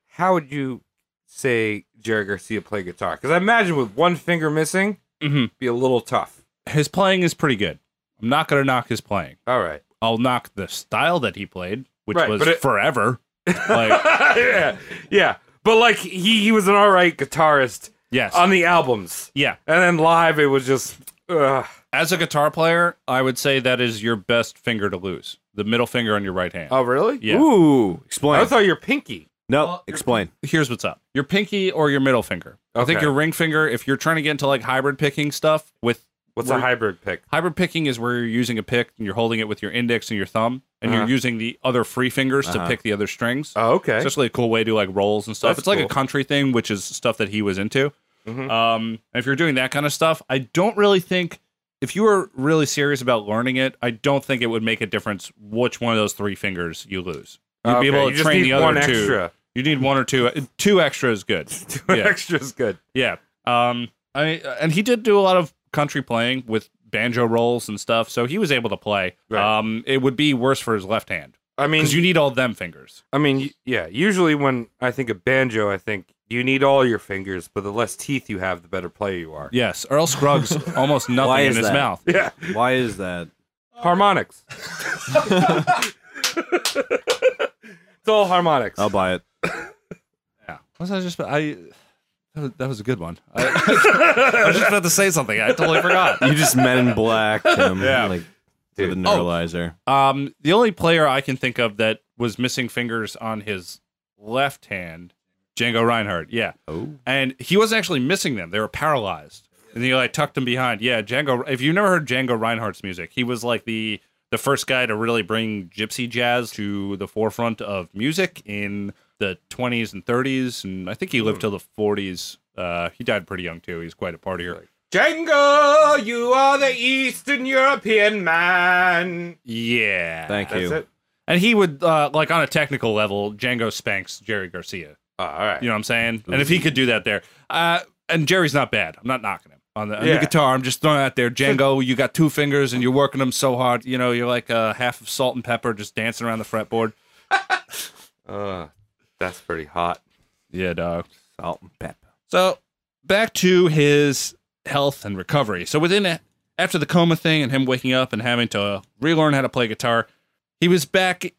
Speaker 2: how would you say Jerry Garcia play guitar? Because I imagine with one finger missing,
Speaker 1: Mhm.
Speaker 2: be a little tough.
Speaker 1: His playing is pretty good. I'm not gonna knock his playing.
Speaker 2: All right.
Speaker 1: I'll knock the style that he played, which
Speaker 2: Right,
Speaker 1: was
Speaker 2: but it-
Speaker 1: forever. Like
Speaker 2: yeah, yeah. But like he, he was an all right guitarist
Speaker 1: yes,
Speaker 2: on the albums,
Speaker 1: yeah.
Speaker 2: and then live it was just. Ugh.
Speaker 1: As a guitar player, I would say that is your best finger to lose. The middle finger on your right hand.
Speaker 2: Oh, really?
Speaker 1: Yeah.
Speaker 8: Ooh, explain.
Speaker 2: I thought your pinky.
Speaker 8: no, explain.
Speaker 1: here's what's up your pinky or your middle finger i think
Speaker 2: Okay.
Speaker 1: your ring finger if you're trying to get into like hybrid picking stuff with
Speaker 2: What's
Speaker 1: Were-
Speaker 2: a hybrid pick?
Speaker 1: hybrid picking is where you're using a pick and you're holding it with your index and your thumb and you're
Speaker 2: Uh-huh.
Speaker 1: using the other free fingers to pick the other strings
Speaker 2: Oh, okay.
Speaker 1: it's actually a cool way to do like rolls and stuff
Speaker 2: That's
Speaker 1: it's like
Speaker 2: cool.
Speaker 1: a country thing which is stuff that he was into
Speaker 2: Mhm.
Speaker 1: um if you're doing that kind of stuff i don't really think if you were really serious about learning it i don't think it would make a difference which one of those three fingers you lose you'd
Speaker 2: uh, Okay,
Speaker 1: be able
Speaker 2: you
Speaker 1: to
Speaker 2: just
Speaker 1: train
Speaker 2: need
Speaker 1: the other
Speaker 2: one
Speaker 1: two
Speaker 2: extra.
Speaker 1: you need one or two uh, two extra is good Yeah.
Speaker 2: Extra's good.
Speaker 1: Yeah. Um. I and he did do a lot of country playing with banjo rolls and stuff, so he was able to play.
Speaker 2: Right.
Speaker 1: Um. It would be worse for his left hand
Speaker 2: I mean,
Speaker 1: because you need all them fingers.
Speaker 2: I mean, y- yeah. Usually, when I think of banjo, I think you need all your fingers, but the less teeth you have, the better player you are.
Speaker 1: Yes. Earl Scruggs almost
Speaker 8: Why
Speaker 1: nothing in
Speaker 8: is
Speaker 1: his
Speaker 8: that?
Speaker 1: mouth.
Speaker 2: Yeah.
Speaker 8: Why is that?
Speaker 2: Harmonics. it's all harmonics.
Speaker 8: I'll buy it.
Speaker 1: Yeah. Was I just? I. That was- that was a good one. I, I was just about to say something. I totally forgot.
Speaker 8: You just Men in Black him,
Speaker 1: Yeah.
Speaker 8: like with a
Speaker 2: Dude.
Speaker 8: neuralizer.
Speaker 1: Um, the only player I can think of that was missing fingers on his left hand, Django Reinhardt. Yeah.
Speaker 8: Oh.
Speaker 1: And he wasn't actually missing them; they were paralyzed, and he like tucked them behind. Yeah, Django. If you've never heard Django Reinhardt's music, he was like the the first guy to really bring gypsy jazz to the forefront of music in the 20s and 30s, and I think he lived till the 40s. Uh, he died pretty young too. He's quite a partier.
Speaker 2: Django, you are the Eastern European man.
Speaker 1: Yeah.
Speaker 8: Thank
Speaker 2: That's
Speaker 8: you.
Speaker 2: it.
Speaker 1: And he would uh, like on a technical level, Django spanks Jerry Garcia.
Speaker 2: Oh, all right.
Speaker 1: You know what I'm saying? And if he could do that there, uh, and Jerry's not bad. I'm not knocking him on the, on the
Speaker 2: Yeah.
Speaker 1: guitar. I'm just throwing it out there. Django, you got two fingers and you're working them so hard. You know, you're like uh, half of salt and pepper just dancing around the fretboard.
Speaker 2: Uh, that's pretty hot.
Speaker 1: Yeah, dog.
Speaker 8: Salt and pepper.
Speaker 1: So back to his health and recovery. So within a, after the coma thing and him waking up and having to relearn how to play guitar, he was back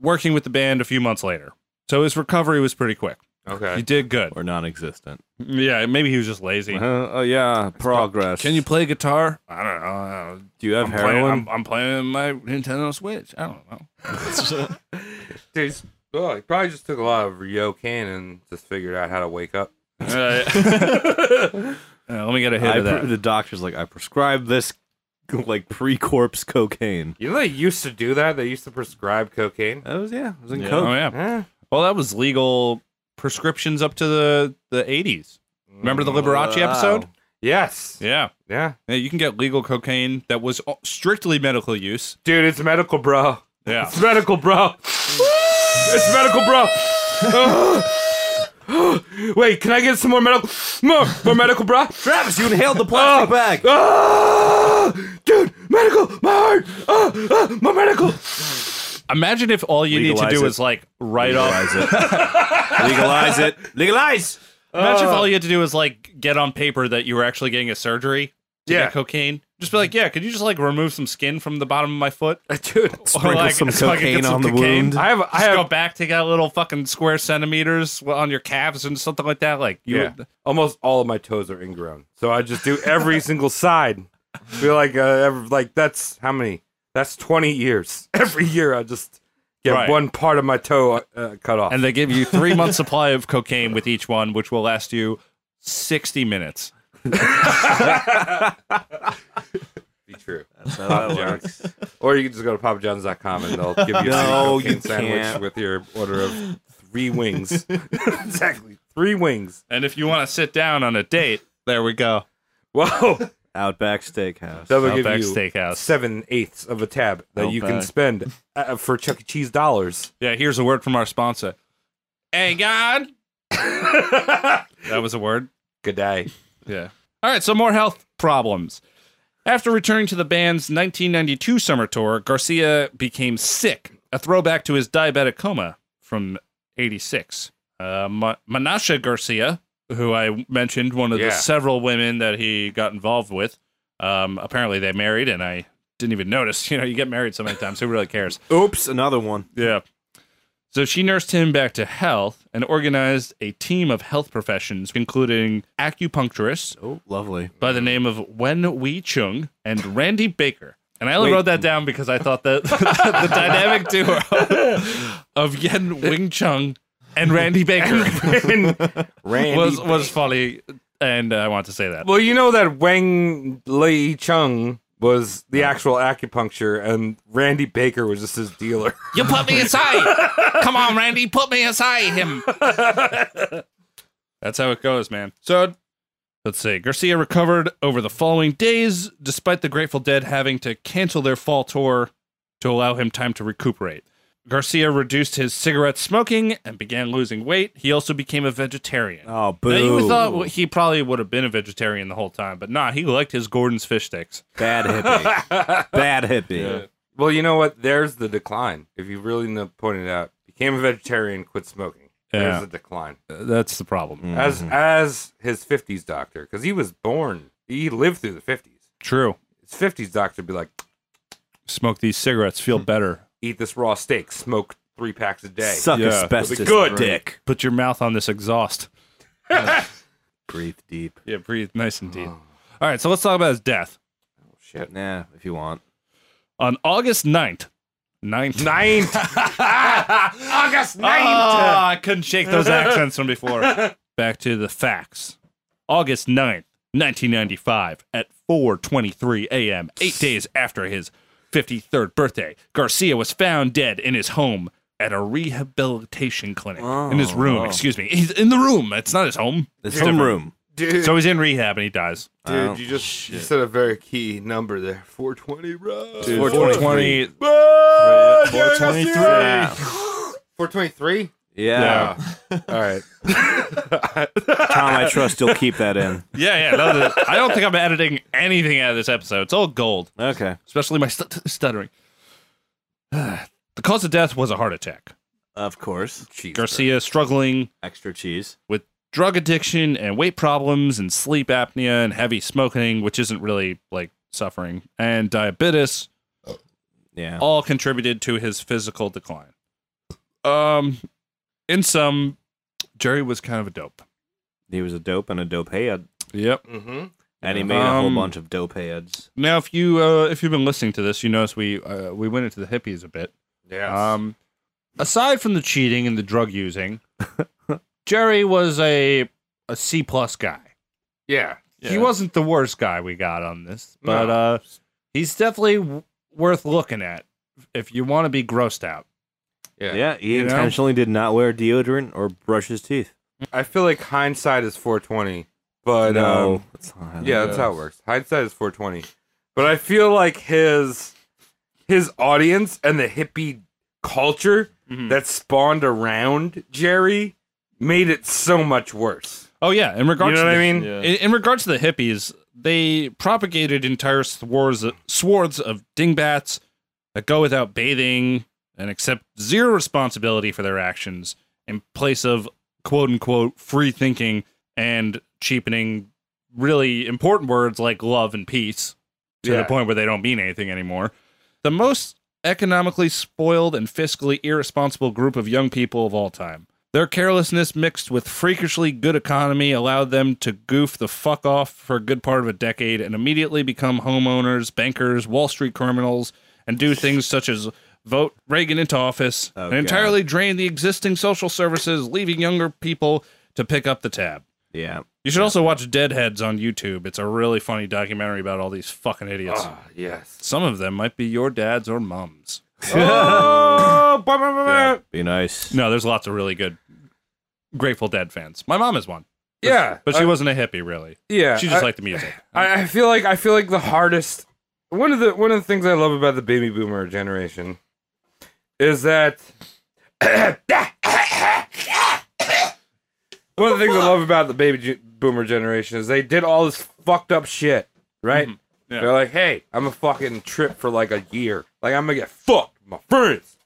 Speaker 1: working with the band a few months later. So his recovery was pretty quick.
Speaker 2: Okay.
Speaker 1: He did good.
Speaker 8: or non-existent.
Speaker 1: Yeah, maybe he was just lazy.
Speaker 8: Oh yeah, progress.
Speaker 1: Can you play guitar? I don't know. I don't know.
Speaker 8: Do you have
Speaker 1: I'm playing,
Speaker 8: heroin?
Speaker 1: I'm, I'm playing my Nintendo Switch. I don't know.
Speaker 2: Dude, oh, he probably just took a lot of Ryokan and just figured out how to wake up.
Speaker 1: Uh, uh, let me get a hit
Speaker 8: I
Speaker 1: of that.
Speaker 8: pre- the doctor's like, I prescribe this like pre-corpse cocaine.
Speaker 2: You know they used to do that. They used to prescribe cocaine.
Speaker 8: That was yeah, it was in
Speaker 10: Yeah.
Speaker 8: coke.
Speaker 1: oh yeah.
Speaker 2: Eh.
Speaker 1: Well, that was legal prescriptions up to the the 80s. Remember the Liberace
Speaker 8: Wow.
Speaker 1: episode?
Speaker 2: Yes.
Speaker 1: Yeah.
Speaker 2: Yeah.
Speaker 1: Yeah, you can get legal cocaine that was strictly medical use.
Speaker 2: Dude, it's medical, bro.
Speaker 1: Yeah.
Speaker 2: It's medical, bro. it's medical, bro. Wait, can I get some more medical? More, more medical, bro.
Speaker 11: Travis, you inhaled the
Speaker 8: Oh!
Speaker 11: plastic bag.
Speaker 2: Ah, dude, medical, my heart. Ah, ah, my medical.
Speaker 1: Imagine if all you need
Speaker 8: Legalize
Speaker 1: to do
Speaker 8: it.
Speaker 1: is like write off.
Speaker 8: Legalize it. Legalize.
Speaker 1: Imagine if all you had to do is like get on paper that you were actually getting a surgery. To
Speaker 2: Yeah.
Speaker 1: Get cocaine. Just be like, yeah. Could you just like remove some skin from the bottom of my foot?
Speaker 2: Dude,
Speaker 1: Or,
Speaker 8: Sprinkle
Speaker 1: like,
Speaker 8: some
Speaker 1: so I could get
Speaker 8: cocaine
Speaker 1: some
Speaker 8: on the
Speaker 1: cocaine.
Speaker 8: wound.
Speaker 2: I have, I
Speaker 1: Just go
Speaker 2: have
Speaker 1: back, take out little fucking square centimeters on your calves and something like that. Like, you
Speaker 2: yeah, almost all of my toes are ingrown, so I just do every single side. Feel like, uh, every, like that's how many? That's twenty years. Every year, I just get
Speaker 1: Right.
Speaker 2: one part of my toe uh, cut off.
Speaker 1: and they give you three months supply of cocaine with each one, which will last you sixty minutes.
Speaker 2: be true.
Speaker 8: How that
Speaker 2: John's.
Speaker 8: works.
Speaker 2: Or you can just go to papajohns.com and they'll give you
Speaker 8: No,
Speaker 2: a free
Speaker 8: you
Speaker 2: cocaine sandwich
Speaker 8: can't.
Speaker 2: with your order of three wings. exactly. Three wings.
Speaker 1: And if you want to sit down on a date, there we go.
Speaker 2: Whoa.
Speaker 8: Outback Steakhouse.
Speaker 2: That will give
Speaker 1: Outback
Speaker 2: you
Speaker 1: Steakhouse.
Speaker 2: seven eighths of a tab that you can
Speaker 8: Outback.
Speaker 2: spend uh, for Chuck E. Cheese dollars.
Speaker 1: Yeah, here's a word from our sponsor. Hey God, that was a word.
Speaker 2: Good day.
Speaker 1: Yeah. All right, so more health problems. After returning to the band's 1992 summer tour, Garcia became sick, a throwback to his diabetic coma from 86. Uh, Ma- Manasha Garcia, who I mentioned, one of
Speaker 2: Yeah.
Speaker 1: the several women that he got involved with, um, apparently they married, and I didn't even notice. You know, you get married so many times, who really cares?
Speaker 8: Oops, another one.
Speaker 1: Yeah. So she nursed him back to health and organized a team of health professions, including acupuncturists,
Speaker 8: Oh, lovely.
Speaker 1: by the name of Wen Wee Chung and Randy Baker. And I only
Speaker 8: Wait.
Speaker 1: wrote that down because I thought that the dynamic duo of Yen Wing Chung and Randy Baker
Speaker 2: Randy.
Speaker 1: was was funny, and I want to say that.
Speaker 2: well, you know that Wang Lei Chung was the actual acupuncture and Randy Baker was just his dealer.
Speaker 1: You put me aside. Come on, Randy, put me aside him. That's how it goes, man. So let's see. Garcia recovered over the following days, despite the Grateful Dead having to cancel their fall tour to allow him time to recuperate. Garcia reduced his cigarette smoking and began losing weight. He also became a vegetarian.
Speaker 8: Oh, boo.
Speaker 1: Now, you would thought well, he probably would have been a vegetarian the whole time, but nah, he liked his Gordon's fish sticks.
Speaker 8: Bad hippie. Bad hippie.
Speaker 2: Well, you know what? There's the decline. If you really n- point it out, became a vegetarian, quit smoking.
Speaker 1: Yeah.
Speaker 2: There's the decline.
Speaker 1: Uh, That's the problem.
Speaker 2: As as his fifties doctor, because he was born, he lived through the fifties.
Speaker 1: True.
Speaker 2: His fifties doctor be like,
Speaker 1: Smoke these cigarettes, feel better.
Speaker 2: eat this raw steak, smoke three packs a day.
Speaker 8: Suck
Speaker 1: Yeah.
Speaker 8: asbestos.
Speaker 2: Good.
Speaker 8: dick.
Speaker 1: put your mouth on this exhaust.
Speaker 8: Breathe deep. Oh.
Speaker 1: Yeah, breathe nice and deep. All right, so let's talk about his death.
Speaker 2: Shit.
Speaker 8: Nah, if you want.
Speaker 1: On August 9th, 9th.
Speaker 2: Ninth. August
Speaker 1: Oh,
Speaker 2: ninth.
Speaker 1: I couldn't shake those accents from before. Back to the facts. August 9th, 1995, at 4.23 a.m., eight days after his 53rd birthday, Garcia was found dead in his home at a rehabilitation clinic. in
Speaker 2: Oh,
Speaker 1: his room, excuse me. He's in the room. It's not his home.
Speaker 8: It's
Speaker 1: different.
Speaker 8: homeroom.
Speaker 2: Dude,
Speaker 1: So he's in rehab and he dies.
Speaker 8: Oh,
Speaker 2: dude, you just you said a very key number there. Four twenty, bro.
Speaker 8: Four twenty. Uh,
Speaker 2: Four
Speaker 8: 423.
Speaker 2: Four twenty three.
Speaker 8: Yeah.
Speaker 2: All right.
Speaker 8: Tom, I trust you'll keep that in.
Speaker 1: Yeah, yeah. no, the- I don't think I'm editing anything out of this episode. It's all gold,
Speaker 8: Okay.
Speaker 1: especially my st- stuttering. the cause of death was a heart attack.
Speaker 8: Of course. Cheese.
Speaker 1: Garcia struggling
Speaker 8: Extra cheese.
Speaker 1: with drug addiction and weight problems and sleep apnea and heavy smoking, which isn't really like suffering and diabetes
Speaker 9: Yeah.
Speaker 1: all contributed to his physical decline. Um, in sum, Jerry was kind of a dope.
Speaker 9: He was a dope and a dope head.
Speaker 1: Yep.
Speaker 9: And he made a whole
Speaker 1: Um,
Speaker 9: bunch of dope heads.
Speaker 1: Now, if you uh, if you've been listening to this, you notice we uh, we went into the hippies a bit.
Speaker 2: Yeah.
Speaker 1: Um, aside from the cheating and the drug using, Jerry was a a C plus guy.
Speaker 2: yeah.
Speaker 1: He wasn't the worst guy we got on this,
Speaker 2: No.
Speaker 1: but uh, he's definitely w- worth looking at if you want to be grossed out.
Speaker 2: Yeah.
Speaker 9: Yeah, he
Speaker 1: You know?
Speaker 9: intentionally did not wear deodorant or brush his teeth.
Speaker 2: I feel like hindsight is 420, but um,
Speaker 9: that's not how that
Speaker 2: yeah, that's
Speaker 9: goes.
Speaker 2: how it works. Hindsight is 420, but I feel like his his audience and the hippie culture
Speaker 1: Mm-hmm.
Speaker 2: that spawned around Jerry made it so much worse.
Speaker 1: Oh yeah, in
Speaker 2: You
Speaker 1: regards
Speaker 2: know what
Speaker 1: to
Speaker 2: I
Speaker 1: the-
Speaker 2: mean?
Speaker 1: in, in regards to the hippies, they propagated entire swarves swarths of dingbats that go without bathing and accept zero responsibility for their actions in place of quote unquote free thinking and cheapening really important words like love and peace to
Speaker 2: Yeah.
Speaker 1: the point where they don't mean anything anymore. The most economically spoiled and fiscally irresponsible group of young people of all time. Their carelessness mixed with freakishly good economy allowed them to goof the fuck off for a good part of a decade and immediately become homeowners, bankers, Wall Street criminals, and do things such as vote Reagan into office and
Speaker 9: Oh, God.
Speaker 1: entirely drain the existing social services, leaving younger people to pick up the tab.
Speaker 9: Yeah.
Speaker 1: You should also watch Deadheads on YouTube. It's a really funny documentary about all these fucking idiots.
Speaker 2: Ah, yes.
Speaker 1: Some of them might be your dad's or mom's.
Speaker 2: oh, bah, bah, bah, bah.
Speaker 9: Yeah, Be nice.
Speaker 1: No, there's lots of really good Grateful Dead fans. My mom is one,
Speaker 2: yeah,
Speaker 1: but she
Speaker 2: I-
Speaker 1: wasn't a hippie really.
Speaker 2: Uh, Yeah,
Speaker 1: She just
Speaker 2: I-
Speaker 1: liked the music.
Speaker 2: I, I feel like I feel like the hardest one of the one of the things I love about the baby boomer generation is that one of the things I love about the baby ge- boomer generation is they did all this fucked up shit, right?
Speaker 1: Mm-hmm. Yeah.
Speaker 2: They're like, hey, I'm a fucking trip for like a year, like I'm gonna get fucked, with my friends.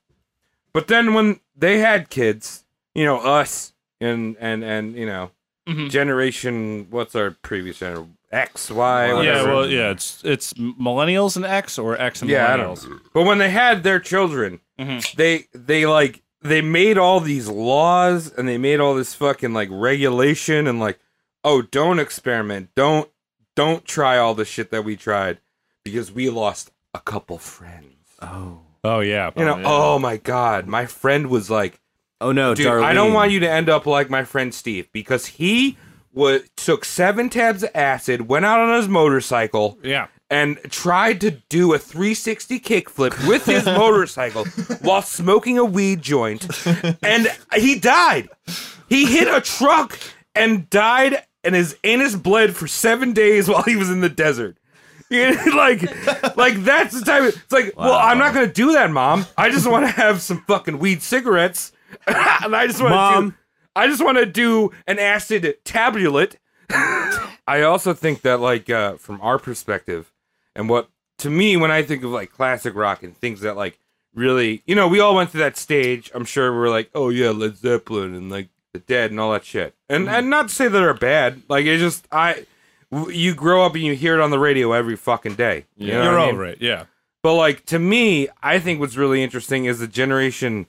Speaker 2: But then when they had kids, you know us and and and you know
Speaker 1: Mm-hmm.
Speaker 2: generation what's our previous generation X Y
Speaker 1: yeah,
Speaker 2: whatever.
Speaker 1: well, yeah, it's it's millennials and X or X and
Speaker 2: Yeah, I
Speaker 1: millennials.
Speaker 2: don't. Mm-hmm. But when they had their children, they they like they made all these laws and they made all this fucking like regulation and like, oh, don't experiment, don't don't try all the shit that we tried because we lost a couple friends.
Speaker 1: Oh yeah,
Speaker 2: You know, oh my god, my friend was like,
Speaker 9: Oh no,
Speaker 2: dude, I don't want you to end up like my friend Steve because he was took seven tabs of acid, went out on his motorcycle,
Speaker 1: yeah.
Speaker 2: and tried to do a 360 kickflip with his motorcycle while smoking a weed joint, and he died. He hit a truck and died, and his anus bled for seven days while he was in the desert. You know, like, like that's the type. Of, it's like, well, I'm not gonna do that, mom. I just want to have some fucking weed cigarettes, and I just want to.
Speaker 9: Mom.
Speaker 2: Do, I just want to do an acid tabulate. I also think that, like, uh, from our perspective, and what to me, when I think of like classic rock and things that like really, you know, we all went through that stage. I'm sure we're like, oh yeah, Led Zeppelin and like the Dead and all that shit. And
Speaker 1: Mm-hmm.
Speaker 2: and not to say that they're bad. Like it's just I, w- you grow up and you hear it on the radio every fucking day. You know
Speaker 1: You're
Speaker 2: what I mean?
Speaker 1: over it. Yeah,
Speaker 2: But like to me, I think what's really interesting is the generation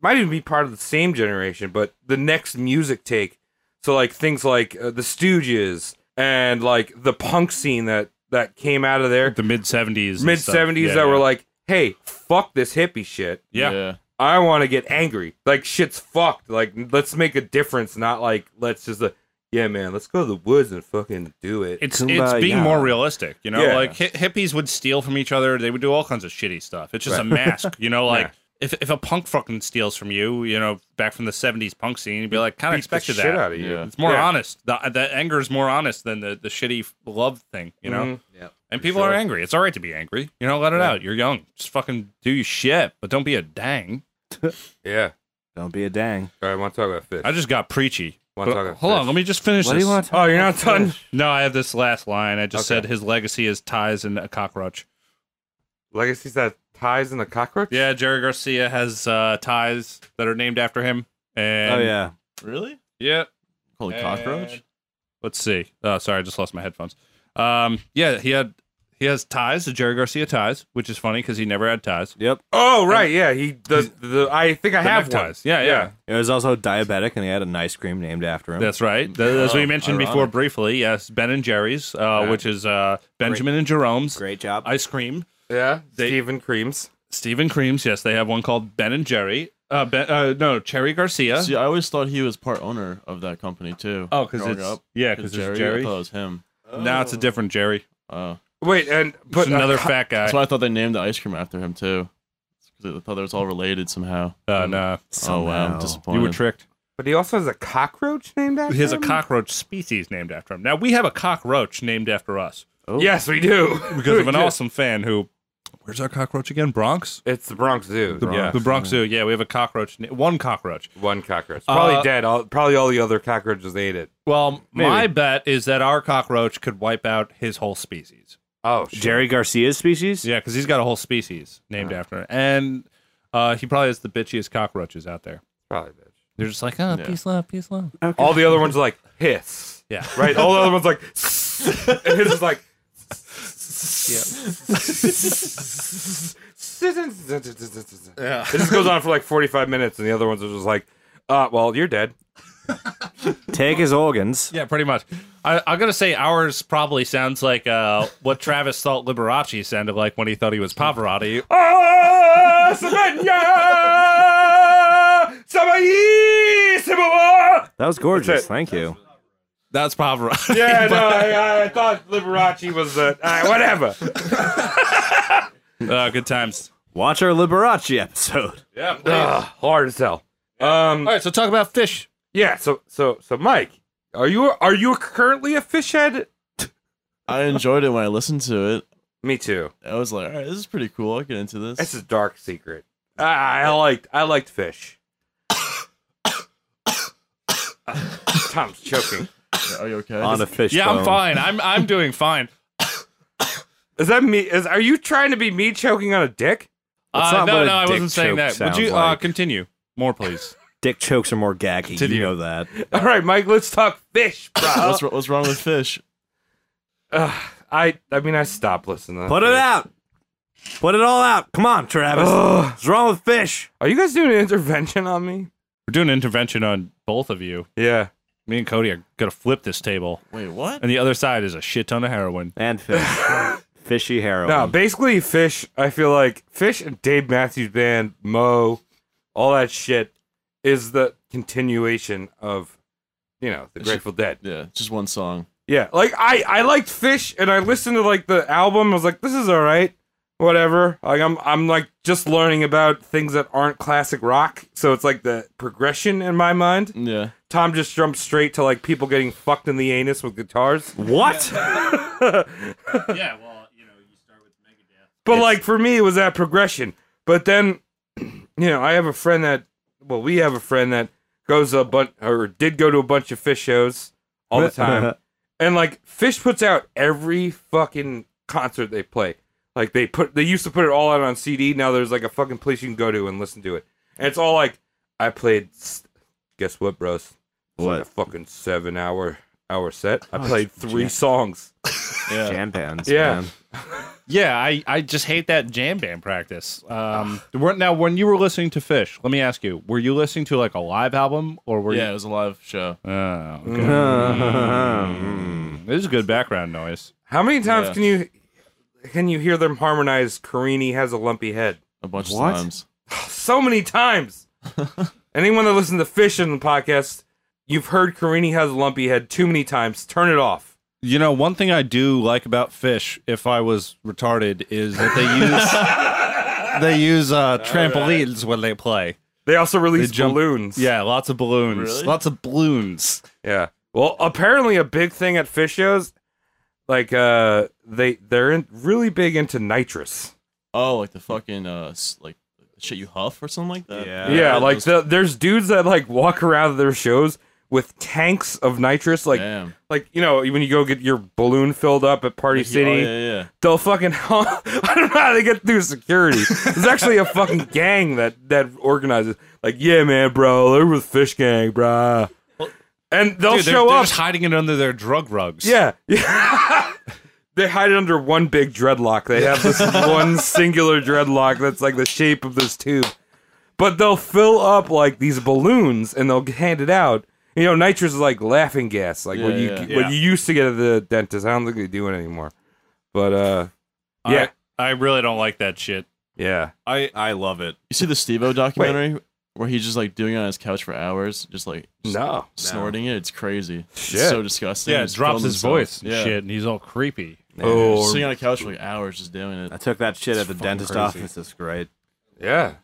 Speaker 2: might even be part of the same generation, but the next music take. So like things like uh, the Stooges and like the punk scene that that came out of there,
Speaker 1: the mid '70s,
Speaker 2: mid '70s, that were like, "Hey, fuck this hippie shit.
Speaker 1: yeah.
Speaker 2: I want to get angry. Like shit's fucked. Like let's make a difference, not like let's just uh, yeah, man, let's go to the woods and fucking do it."
Speaker 1: It's it's being
Speaker 9: Kumbaya.
Speaker 1: more realistic, you know.
Speaker 2: Yeah.
Speaker 1: Like hi- hippies would steal from each other; they would do all kinds of shitty stuff. It's just a mask, you know. Like
Speaker 2: Yeah.
Speaker 1: if if a punk fucking steals from you, you know, back from the '70s punk scene, you'd be like, kind of
Speaker 2: Beat the
Speaker 1: expected
Speaker 2: shit
Speaker 1: that.
Speaker 2: out of you.
Speaker 1: It's more
Speaker 2: Yeah.
Speaker 1: honest. The, the anger is more honest than the, the shitty f- love thing, you know?
Speaker 2: Mhm.
Speaker 1: and people are angry. It's all right to be angry. You know, let it out. You're young. Just fucking do your shit, but don't be a dang.
Speaker 2: Yeah.
Speaker 9: Don't be a dang.
Speaker 2: All right, I want to talk about fish.
Speaker 1: I just got preachy.
Speaker 2: Wanna
Speaker 1: But-
Speaker 2: talk about
Speaker 1: hold on.
Speaker 2: fish?
Speaker 1: Let me just finish
Speaker 9: What do
Speaker 1: this.
Speaker 9: you want?
Speaker 2: oh, you're not done.
Speaker 1: No, I have this last line. I just
Speaker 2: Okay.
Speaker 1: said his legacy is ties and a cockroach.
Speaker 2: Legacies that ties in the cockroach.
Speaker 1: Yeah, Jerry Garcia has uh, ties that are named after him. And
Speaker 9: oh yeah.
Speaker 5: Really?
Speaker 1: Yeah.
Speaker 5: Holy cockroach?
Speaker 1: Let's see. Oh, sorry, I just lost my headphones. Um, yeah, he had He has ties, the Jerry Garcia ties, which is funny because he never had ties.
Speaker 9: Yep.
Speaker 2: Oh right, yeah. He the, the I think I
Speaker 1: The
Speaker 2: have one.
Speaker 1: neckties. Yeah, yeah,
Speaker 9: He was also diabetic, and he had an ice cream named after him.
Speaker 1: That's right. Th- As
Speaker 5: Oh,
Speaker 1: we mentioned before briefly, yes, Ben and Jerry's, uh, which is uh, Benjamin and Jerome's
Speaker 9: Great job.
Speaker 1: ice cream.
Speaker 2: Yeah,
Speaker 1: They-
Speaker 2: Stephen Creams.
Speaker 1: Stephen Creams, yes, they have one called Ben and Jerry. Uh, ben, uh, no, Cherry Garcia.
Speaker 5: See, uh, I always thought he was part owner of that company too.
Speaker 1: Oh, because
Speaker 5: growing
Speaker 1: it's
Speaker 5: up.
Speaker 1: yeah, because
Speaker 5: Jerry,
Speaker 1: it's
Speaker 5: I
Speaker 1: Jerry.
Speaker 5: thought it was him.
Speaker 1: Now it's a different Jerry.
Speaker 5: Oh.
Speaker 2: Wait, and
Speaker 1: But
Speaker 2: but
Speaker 1: another
Speaker 2: uh,
Speaker 1: fat guy.
Speaker 5: That's why I thought they named the ice cream after him too. Because I thought they was all related somehow.
Speaker 1: Uh, nah,
Speaker 5: Oh wow,
Speaker 9: Somehow.
Speaker 5: I'm disappointed.
Speaker 1: you were tricked.
Speaker 2: but he also has a cockroach named after
Speaker 1: He has a
Speaker 2: him?
Speaker 1: cockroach species named after him. Now we have a cockroach named after us
Speaker 5: Oh.
Speaker 2: Yes, we do.
Speaker 1: because of an
Speaker 2: Yeah.
Speaker 1: awesome fan who. Where's our cockroach again? Bronx.
Speaker 2: It's the Bronx Zoo. yeah,
Speaker 1: The Bronx Zoo. Yeah, we have a cockroach. na- One cockroach.
Speaker 2: one cockroach. Probably dead. All, probably all the other cockroaches ate it.
Speaker 1: Well, my bet is that our cockroach could wipe out his whole species.
Speaker 2: Oh, shit.
Speaker 8: Jerry Garcia's species?
Speaker 1: Yeah, because he's got a whole species named after him, and uh, he probably has the bitchiest cockroaches out there.
Speaker 2: Probably did.
Speaker 1: They're just like, oh, peace, love, peace, love.
Speaker 2: All the other ones are like hiss.
Speaker 1: Yeah.
Speaker 2: Right. All the other ones like, and his is like. Yeah. It just goes on for like 45 minutes, and the other ones are just like, uh, well, you're dead.
Speaker 8: Take his organs.
Speaker 1: Yeah, pretty much. I, I'm gonna say ours probably sounds like uh, what Travis thought Liberace sounded like when he thought he was Pavarotti.
Speaker 2: Ah, Slovenia! Sabaeeeeeeeeeeeeeeeeeeeeeeeeeeeeeeeeeeeeeeeeeeeee!
Speaker 8: That was gorgeous.
Speaker 2: it.
Speaker 8: Thank you.
Speaker 1: That's Pavarotti.
Speaker 2: Yeah, no, I, I thought Liberace was uh, uh, whatever.
Speaker 1: Uh, good times.
Speaker 8: Watch our Liberace episode.
Speaker 2: Ugh, hard as hell. Um,
Speaker 1: All right, so talk about fish.
Speaker 2: yeah. So, so, so, Mike, are you are you currently a fish head?
Speaker 5: I enjoyed it when I listened to it.
Speaker 2: Me too.
Speaker 5: I was like, all right, this is pretty cool. I'll get into this.
Speaker 2: That's a dark secret. I, I liked I liked fish. Tom's choking.
Speaker 5: Are you okay?
Speaker 9: on a fish.
Speaker 1: Yeah, I'm
Speaker 9: bone.
Speaker 1: fine. I'm I'm doing fine.
Speaker 2: Is that me? Is are you trying to be me choking on a dick?
Speaker 1: Uh,
Speaker 9: not
Speaker 1: no,
Speaker 9: what a
Speaker 1: no, I
Speaker 9: dick
Speaker 1: wasn't saying
Speaker 9: joke
Speaker 1: that. Would
Speaker 9: sounds
Speaker 1: you uh,
Speaker 9: like.
Speaker 1: continue? More, please.
Speaker 9: Dick chokes are more gaggy.
Speaker 1: Did
Speaker 9: you,
Speaker 1: you?
Speaker 9: know that.
Speaker 2: All right, Mike. Let's talk fish, bro.
Speaker 5: What's, wr- what's wrong with fish?
Speaker 2: Ugh, I I mean I stopped listening.
Speaker 8: Put it out. Put it all out. Come on, Travis.
Speaker 2: Ugh.
Speaker 8: What's wrong with fish?
Speaker 2: Are you guys doing an intervention on me?
Speaker 1: We're doing an intervention on both of you.
Speaker 2: Yeah.
Speaker 1: Me and Cody are gonna flip this table,
Speaker 5: Wait, what?
Speaker 1: and the other side is a shit ton of heroin.
Speaker 8: And fish. Fishy heroin.
Speaker 2: No, basically Fish, I feel like Fish and Dave Matthews Band, Mo, all that shit is the continuation of you know, the Grateful Dead.
Speaker 5: Yeah, just one song.
Speaker 2: Yeah. Like I I liked Fish and I listened to like the album. I was like, this is all right. Whatever. Like I'm I'm like just learning about things that aren't classic rock. So it's like the progression in my mind.
Speaker 5: Yeah.
Speaker 2: Tom just jumped straight to like people getting fucked in the anus with guitars.
Speaker 8: what?
Speaker 1: Yeah, well, you know, you start with Megadeth.
Speaker 2: But like for me, it was that progression. But then, you know, I have a friend that, well, we have a friend that goes a bunch or did go to a bunch of fish shows all the time, and like Fish puts out every fucking concert they play. Like they put, they used to put it all out on CD. Now there's like a fucking place you can go to and listen to it, and it's all like, I played. s- Guess what, bros? It's like
Speaker 8: What?
Speaker 2: a fucking seven hour hour set. I played three songs.
Speaker 8: Jam bands.
Speaker 2: Yeah.
Speaker 8: man.
Speaker 1: Yeah, I, I just hate that jam band practice. Um, weren't- now, when you were listening to Fish, let me ask you: Were you listening to like a live album, or were
Speaker 5: Yeah, it was a live show.
Speaker 1: you? Oh, okay. This is good background noise.
Speaker 2: How many times
Speaker 5: Yeah.
Speaker 2: can you can you hear them harmonize Carini has a lumpy head?
Speaker 5: A bunch
Speaker 8: What?
Speaker 5: of times.
Speaker 2: So many times. Anyone that listens to Fish in the podcast, you've heard Carini has a lumpy head too many times. Turn it off.
Speaker 1: You know, one thing I do like about Fish, if I was retarded, is that they use they use uh, trampolines when they play.
Speaker 2: They also release
Speaker 1: They jump-
Speaker 2: balloons.
Speaker 1: Yeah, lots of balloons, lots of balloons.
Speaker 2: Yeah. Well, apparently a big thing at fish shows, like uh they they're in, really big into nitrous.
Speaker 5: Oh, like the fucking uh, s- like shit you huff or something like that.
Speaker 9: Yeah.
Speaker 2: yeah, like
Speaker 5: those-
Speaker 2: the, there's dudes that like walk around their shows with tanks of nitrous like
Speaker 5: damn.
Speaker 2: like you know when you go get your balloon filled up at Party
Speaker 5: Yeah,
Speaker 2: City,
Speaker 5: oh, yeah, yeah.
Speaker 2: they'll fucking. I don't know how they get through security. There's actually a fucking gang that that organizes. Like, yeah, man, bro, they're with Fish Gang, bruh. And they'll
Speaker 1: Dude, they're,
Speaker 2: show
Speaker 1: they're
Speaker 2: up.
Speaker 1: just hiding it under their drug rugs.
Speaker 2: Yeah, yeah. They hide it under one big dreadlock. They have this one singular dreadlock that's like the shape of this tube. But they'll fill up like these balloons and they'll hand it out. You know, nitrous is like laughing gas, like what
Speaker 5: Yeah,
Speaker 2: you
Speaker 5: yeah.
Speaker 2: what you used to get at the dentist. I don't think they do it anymore. But uh, yeah,
Speaker 1: I- I really don't like that shit.
Speaker 2: yeah.
Speaker 8: I, I love it.
Speaker 5: You see the Steve-O documentary where he's just like doing it on his couch for hours, just like s-
Speaker 2: No,
Speaker 5: snorting it. It's crazy.
Speaker 2: Shit.
Speaker 5: It's so disgusting.
Speaker 1: Yeah,
Speaker 5: He's
Speaker 1: drops
Speaker 5: filmed
Speaker 1: his
Speaker 5: himself.
Speaker 1: voice and
Speaker 5: Yeah.
Speaker 1: shit, and he's all creepy.
Speaker 5: Yeah,
Speaker 2: Oh,
Speaker 5: just sitting on a couch for like hours just doing it.
Speaker 8: I took that shit at the dentist
Speaker 1: crazy.
Speaker 8: office. It's great.
Speaker 2: yeah.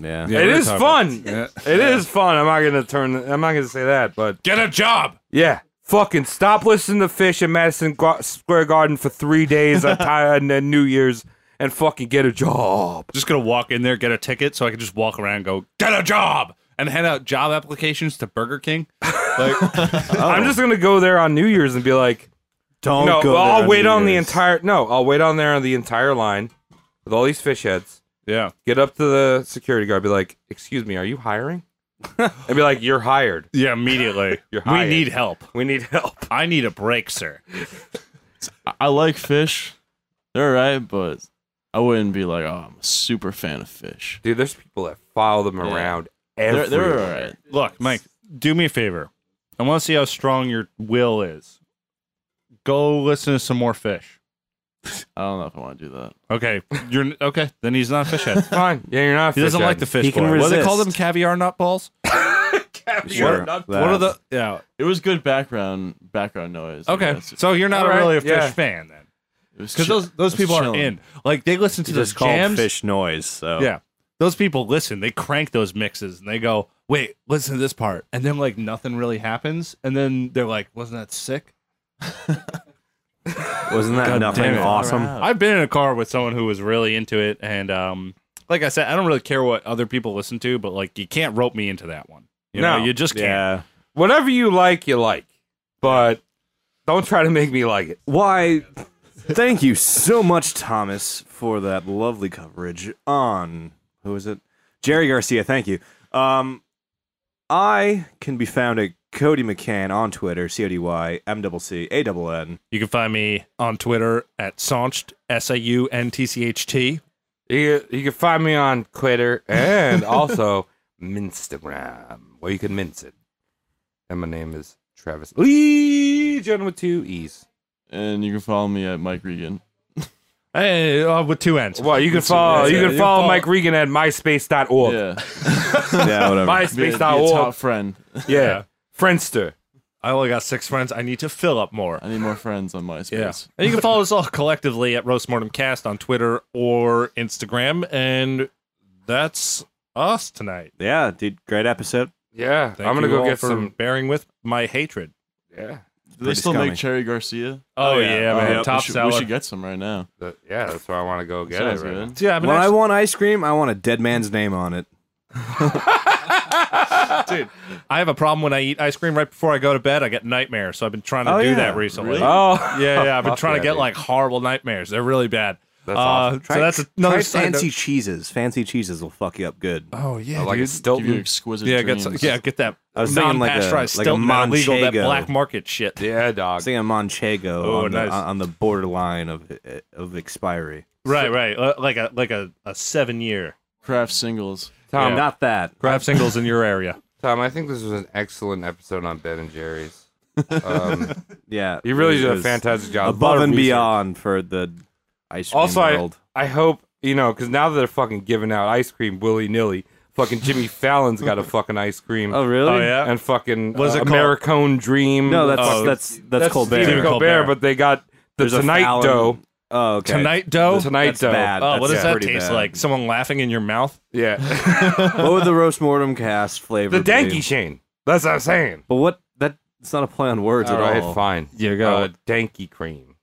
Speaker 8: Yeah.
Speaker 2: it is fun. It is fun. I'm not gonna turn. I'm not gonna say that, but
Speaker 1: Get a job.
Speaker 2: Yeah. Fucking stop listening to Fish at Madison Gu- Square Garden for three days on, ti- on uh, New Year's and fucking get a job.
Speaker 1: Just gonna walk in there, get a ticket, so I can just walk around and go get a job and hand out job applications to Burger King.
Speaker 8: Oh.
Speaker 2: I'm just gonna go there on New Year's and be like,
Speaker 8: Don't
Speaker 2: no,
Speaker 8: go. there
Speaker 2: I'll wait
Speaker 8: New
Speaker 2: on the
Speaker 8: Year's.
Speaker 2: entire. No, I'll wait on there on the entire line with all these fish heads.
Speaker 1: Yeah,
Speaker 2: Get up to the security guard, be like, "Excuse me, are you hiring?" and be like, "You're hired.
Speaker 1: yeah, immediately.
Speaker 2: You're
Speaker 1: we
Speaker 2: hired.
Speaker 1: need help.
Speaker 2: We need help."
Speaker 1: I need a break, sir.
Speaker 5: I, I like fish. They're alright, but I wouldn't be like, oh, I'm a super fan of fish.
Speaker 2: Dude, there's people that follow them
Speaker 5: Yeah.
Speaker 2: around.
Speaker 5: They're,
Speaker 2: Everywhere.
Speaker 5: they're alright.
Speaker 1: Look, Mike, do me a favor. I want to see how strong your will is. Go listen to some more fish.
Speaker 5: I don't know if I want to do that.
Speaker 1: Okay, you're okay. Then he's not a fish head.
Speaker 2: Fine. Yeah, you're not. a
Speaker 1: He
Speaker 2: fish
Speaker 1: doesn't
Speaker 2: head.
Speaker 1: like the fish.
Speaker 12: He can
Speaker 1: boy. What do they call them?
Speaker 12: resist.
Speaker 1: Caviar nut balls.
Speaker 8: Sure.
Speaker 1: What are the? Yeah.
Speaker 5: It was good background background noise. I
Speaker 1: Okay.
Speaker 5: guess.
Speaker 1: So you're not
Speaker 2: All right,
Speaker 1: really a fish
Speaker 2: yeah.
Speaker 1: fan then,
Speaker 5: It was
Speaker 1: because
Speaker 5: chill-
Speaker 1: those those
Speaker 5: it was
Speaker 1: people are
Speaker 5: chilling.
Speaker 1: in. Like they listen to
Speaker 8: It's
Speaker 1: those
Speaker 8: just called
Speaker 1: jams.
Speaker 8: fish noise. So
Speaker 1: Yeah. Those people listen. They crank those mixes and they go, "Wait, listen to this part," and then like nothing really happens, and then they're like, "Wasn't that sick?"
Speaker 8: wasn't that nothing
Speaker 1: damn it.
Speaker 8: awesome?
Speaker 1: I've been in a car with someone who was really into it, and um, like I said, I don't really care what other people listen to, but like you can't rope me into that one. You
Speaker 2: No.
Speaker 1: know, you just can't.
Speaker 8: Yeah.
Speaker 2: whatever you like, you like. But don't try to make me like it.
Speaker 8: Why? Thank you so much, Thomas, for that lovely coverage on who is it? Jerry Garcia. Thank you. Um, I can be found at Cody McCann on Twitter. C O D Y M double C A double N.
Speaker 1: You can find me on Twitter at Saunched S A U N T C H T.
Speaker 2: You, you can find me on Twitter and also Minstagram, where you can mince it. And my name is Travis Legion with two E's.
Speaker 5: And you can follow me at Mike Regan.
Speaker 1: Hey, uh, with two N's.
Speaker 2: Well, you can follow you
Speaker 5: yeah,
Speaker 2: can
Speaker 5: you
Speaker 2: follow
Speaker 5: follow-
Speaker 2: Mike Regan at
Speaker 1: Oh.
Speaker 2: myspace.org.
Speaker 5: Yeah.
Speaker 8: Yeah, whatever.
Speaker 5: Be, a- be a
Speaker 2: Myspace.org.
Speaker 5: top friend.
Speaker 2: Yeah. Friendster.
Speaker 1: I only got six friends. I need to fill up more.
Speaker 5: I need more friends on
Speaker 1: Yeah.
Speaker 5: MySpace.
Speaker 1: And you can follow us all collectively at Roast Mortem Cast on Twitter or Instagram. And that's us tonight.
Speaker 8: yeah, dude. Great episode.
Speaker 2: Yeah.
Speaker 1: Thank
Speaker 2: I'm going to
Speaker 1: you
Speaker 2: go
Speaker 1: all
Speaker 2: get
Speaker 1: for
Speaker 2: some.
Speaker 1: bearing with my hatred.
Speaker 2: Yeah.
Speaker 5: Do they
Speaker 8: Pretty
Speaker 5: still
Speaker 8: scummy.
Speaker 5: make Cherry Garcia? Uh,
Speaker 1: Oh, yeah, man.
Speaker 8: yeah.
Speaker 1: Top
Speaker 5: we, should, we
Speaker 1: seller.
Speaker 5: should get some right now.
Speaker 2: That- yeah, that's where I want to go get
Speaker 5: Sounds
Speaker 2: it right
Speaker 5: good.
Speaker 2: now.
Speaker 1: yeah, I've been
Speaker 8: When I
Speaker 1: actually-
Speaker 8: want ice cream, I want a dead man's name on it.
Speaker 1: I have a problem when I eat ice cream right before I go to bed. I get nightmares. So I've been trying to
Speaker 8: Oh,
Speaker 1: do
Speaker 8: yeah.
Speaker 1: that recently.
Speaker 5: Really?
Speaker 2: Oh.
Speaker 1: Yeah, yeah. I've been
Speaker 2: Fuck
Speaker 1: trying to
Speaker 2: yeah,
Speaker 1: get
Speaker 2: dude.
Speaker 1: like horrible nightmares. They're really bad.
Speaker 2: That's
Speaker 1: uh,
Speaker 2: awesome.
Speaker 1: So that's another
Speaker 8: Try
Speaker 1: side
Speaker 8: fancy
Speaker 1: note.
Speaker 8: cheeses. Fancy cheeses will fuck you up good.
Speaker 1: Oh yeah,
Speaker 2: I like
Speaker 1: dude.
Speaker 2: a
Speaker 5: Give you
Speaker 2: Stilton.
Speaker 5: exquisite
Speaker 1: yeah, get
Speaker 5: dreams.
Speaker 1: some, yeah, get that
Speaker 8: I was thinking like a-
Speaker 1: non-pasteurized
Speaker 8: like a
Speaker 1: Stilton, that illegal, that
Speaker 8: Manchego.
Speaker 1: black market shit.
Speaker 2: Yeah, dog.
Speaker 8: I'm thinking Manchego
Speaker 1: Oh,
Speaker 8: on,
Speaker 1: nice.
Speaker 8: the, on the borderline of of expiry.
Speaker 1: Right, right. Uh, like a like a, a seven year
Speaker 5: Craft singles.
Speaker 2: Tom,
Speaker 8: Not that.
Speaker 1: grab singles in your area.
Speaker 2: Tom, I think this was an excellent episode on Ben and Jerry's. Um,
Speaker 8: Yeah,
Speaker 2: you really
Speaker 8: it
Speaker 2: did a
Speaker 8: was
Speaker 2: fantastic job. A lot
Speaker 8: above
Speaker 2: of
Speaker 8: and
Speaker 2: research.
Speaker 8: beyond for the ice cream
Speaker 2: Also, I,
Speaker 8: world.
Speaker 2: I hope you know because now that they're fucking giving out ice cream willy nilly. Fucking Jimmy Fallon's got a fucking ice cream.
Speaker 8: oh, really?
Speaker 1: Oh, yeah?
Speaker 2: And fucking
Speaker 1: What is
Speaker 2: uh,
Speaker 1: it called?
Speaker 2: Americone Dream.
Speaker 8: No, that's
Speaker 1: Oh,
Speaker 8: that's that's, Colbert.
Speaker 2: Stephen Colbert,
Speaker 1: Colbert.
Speaker 2: but they got the
Speaker 8: There's a
Speaker 2: Tonight
Speaker 8: Fallon-
Speaker 2: Dough.
Speaker 8: Oh, okay.
Speaker 1: Tonight dough.
Speaker 2: The Tonight
Speaker 8: that's
Speaker 2: Dough.
Speaker 8: bad.
Speaker 1: oh,
Speaker 8: That's
Speaker 1: what does that
Speaker 8: pretty
Speaker 1: taste
Speaker 8: bad.
Speaker 1: like? Someone laughing in your mouth?
Speaker 2: Yeah,
Speaker 8: what would the roast mortem cast flavor?
Speaker 2: the
Speaker 8: be?
Speaker 2: Danky Shane. That's what I'm saying.
Speaker 8: But what that it's not a play on words
Speaker 2: All
Speaker 8: at
Speaker 2: right,
Speaker 8: all. Uh,
Speaker 2: fine.
Speaker 1: You
Speaker 2: Uh, Danky cream.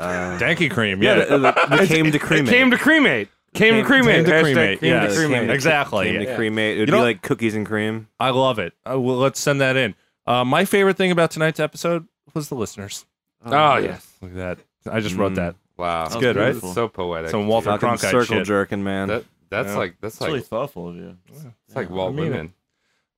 Speaker 1: Danky cream.
Speaker 8: Yeah,
Speaker 1: Yeah.
Speaker 8: the, the, the came to cremate.
Speaker 2: It came to cremate. Came, to cremate.
Speaker 1: Came to
Speaker 2: Hashtag
Speaker 1: cremate.
Speaker 2: Came
Speaker 1: Yes.
Speaker 2: to cremate.
Speaker 1: Exactly.
Speaker 8: Came to
Speaker 1: Yeah.
Speaker 8: cremate. It would
Speaker 1: You
Speaker 8: be
Speaker 1: know-
Speaker 8: like cookies and cream.
Speaker 1: I love it. Uh, well, let's send that in. Uh, my favorite thing about tonight's episode was the listeners.
Speaker 2: Oh yes.
Speaker 1: Look at that. I just wrote
Speaker 8: Mm.
Speaker 1: that.
Speaker 2: Wow. It's
Speaker 5: good, right?
Speaker 2: So poetic.
Speaker 1: Some Walter
Speaker 8: Oh, Fucking
Speaker 1: Cronkite
Speaker 8: circle
Speaker 1: shit.
Speaker 8: jerking, man.
Speaker 2: That, that's
Speaker 1: Yeah.
Speaker 2: like that's
Speaker 5: It's really
Speaker 2: like
Speaker 5: thoughtful of you.
Speaker 2: it's like Walt
Speaker 1: I mean it.
Speaker 2: Whitman.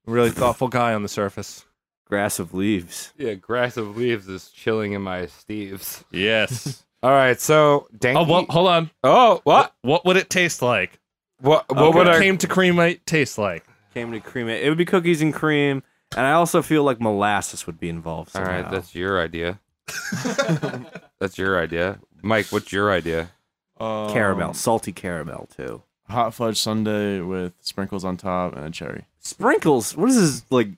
Speaker 1: Really thoughtful guy on the surface.
Speaker 8: Grass of leaves.
Speaker 2: Yeah, grass of leaves is chilling in my steves.
Speaker 1: Yes. Ah!
Speaker 2: All right, so dank.
Speaker 1: Oh, well, hold on.
Speaker 2: oh, what?
Speaker 1: What would it taste like?
Speaker 2: What? What
Speaker 1: What
Speaker 2: would
Speaker 1: would
Speaker 2: I?
Speaker 1: cream to cream might taste like?
Speaker 8: Came to cream it. It would be cookies and cream, and I also feel like molasses would be involved.
Speaker 2: All
Speaker 8: Somehow.
Speaker 2: right, that's your idea. that's your idea, Mike. What's your idea?
Speaker 5: Um,
Speaker 8: caramel, salty caramel too.
Speaker 5: hot fudge sundae with sprinkles on top and a cherry.
Speaker 8: Sprinkles. What is this like?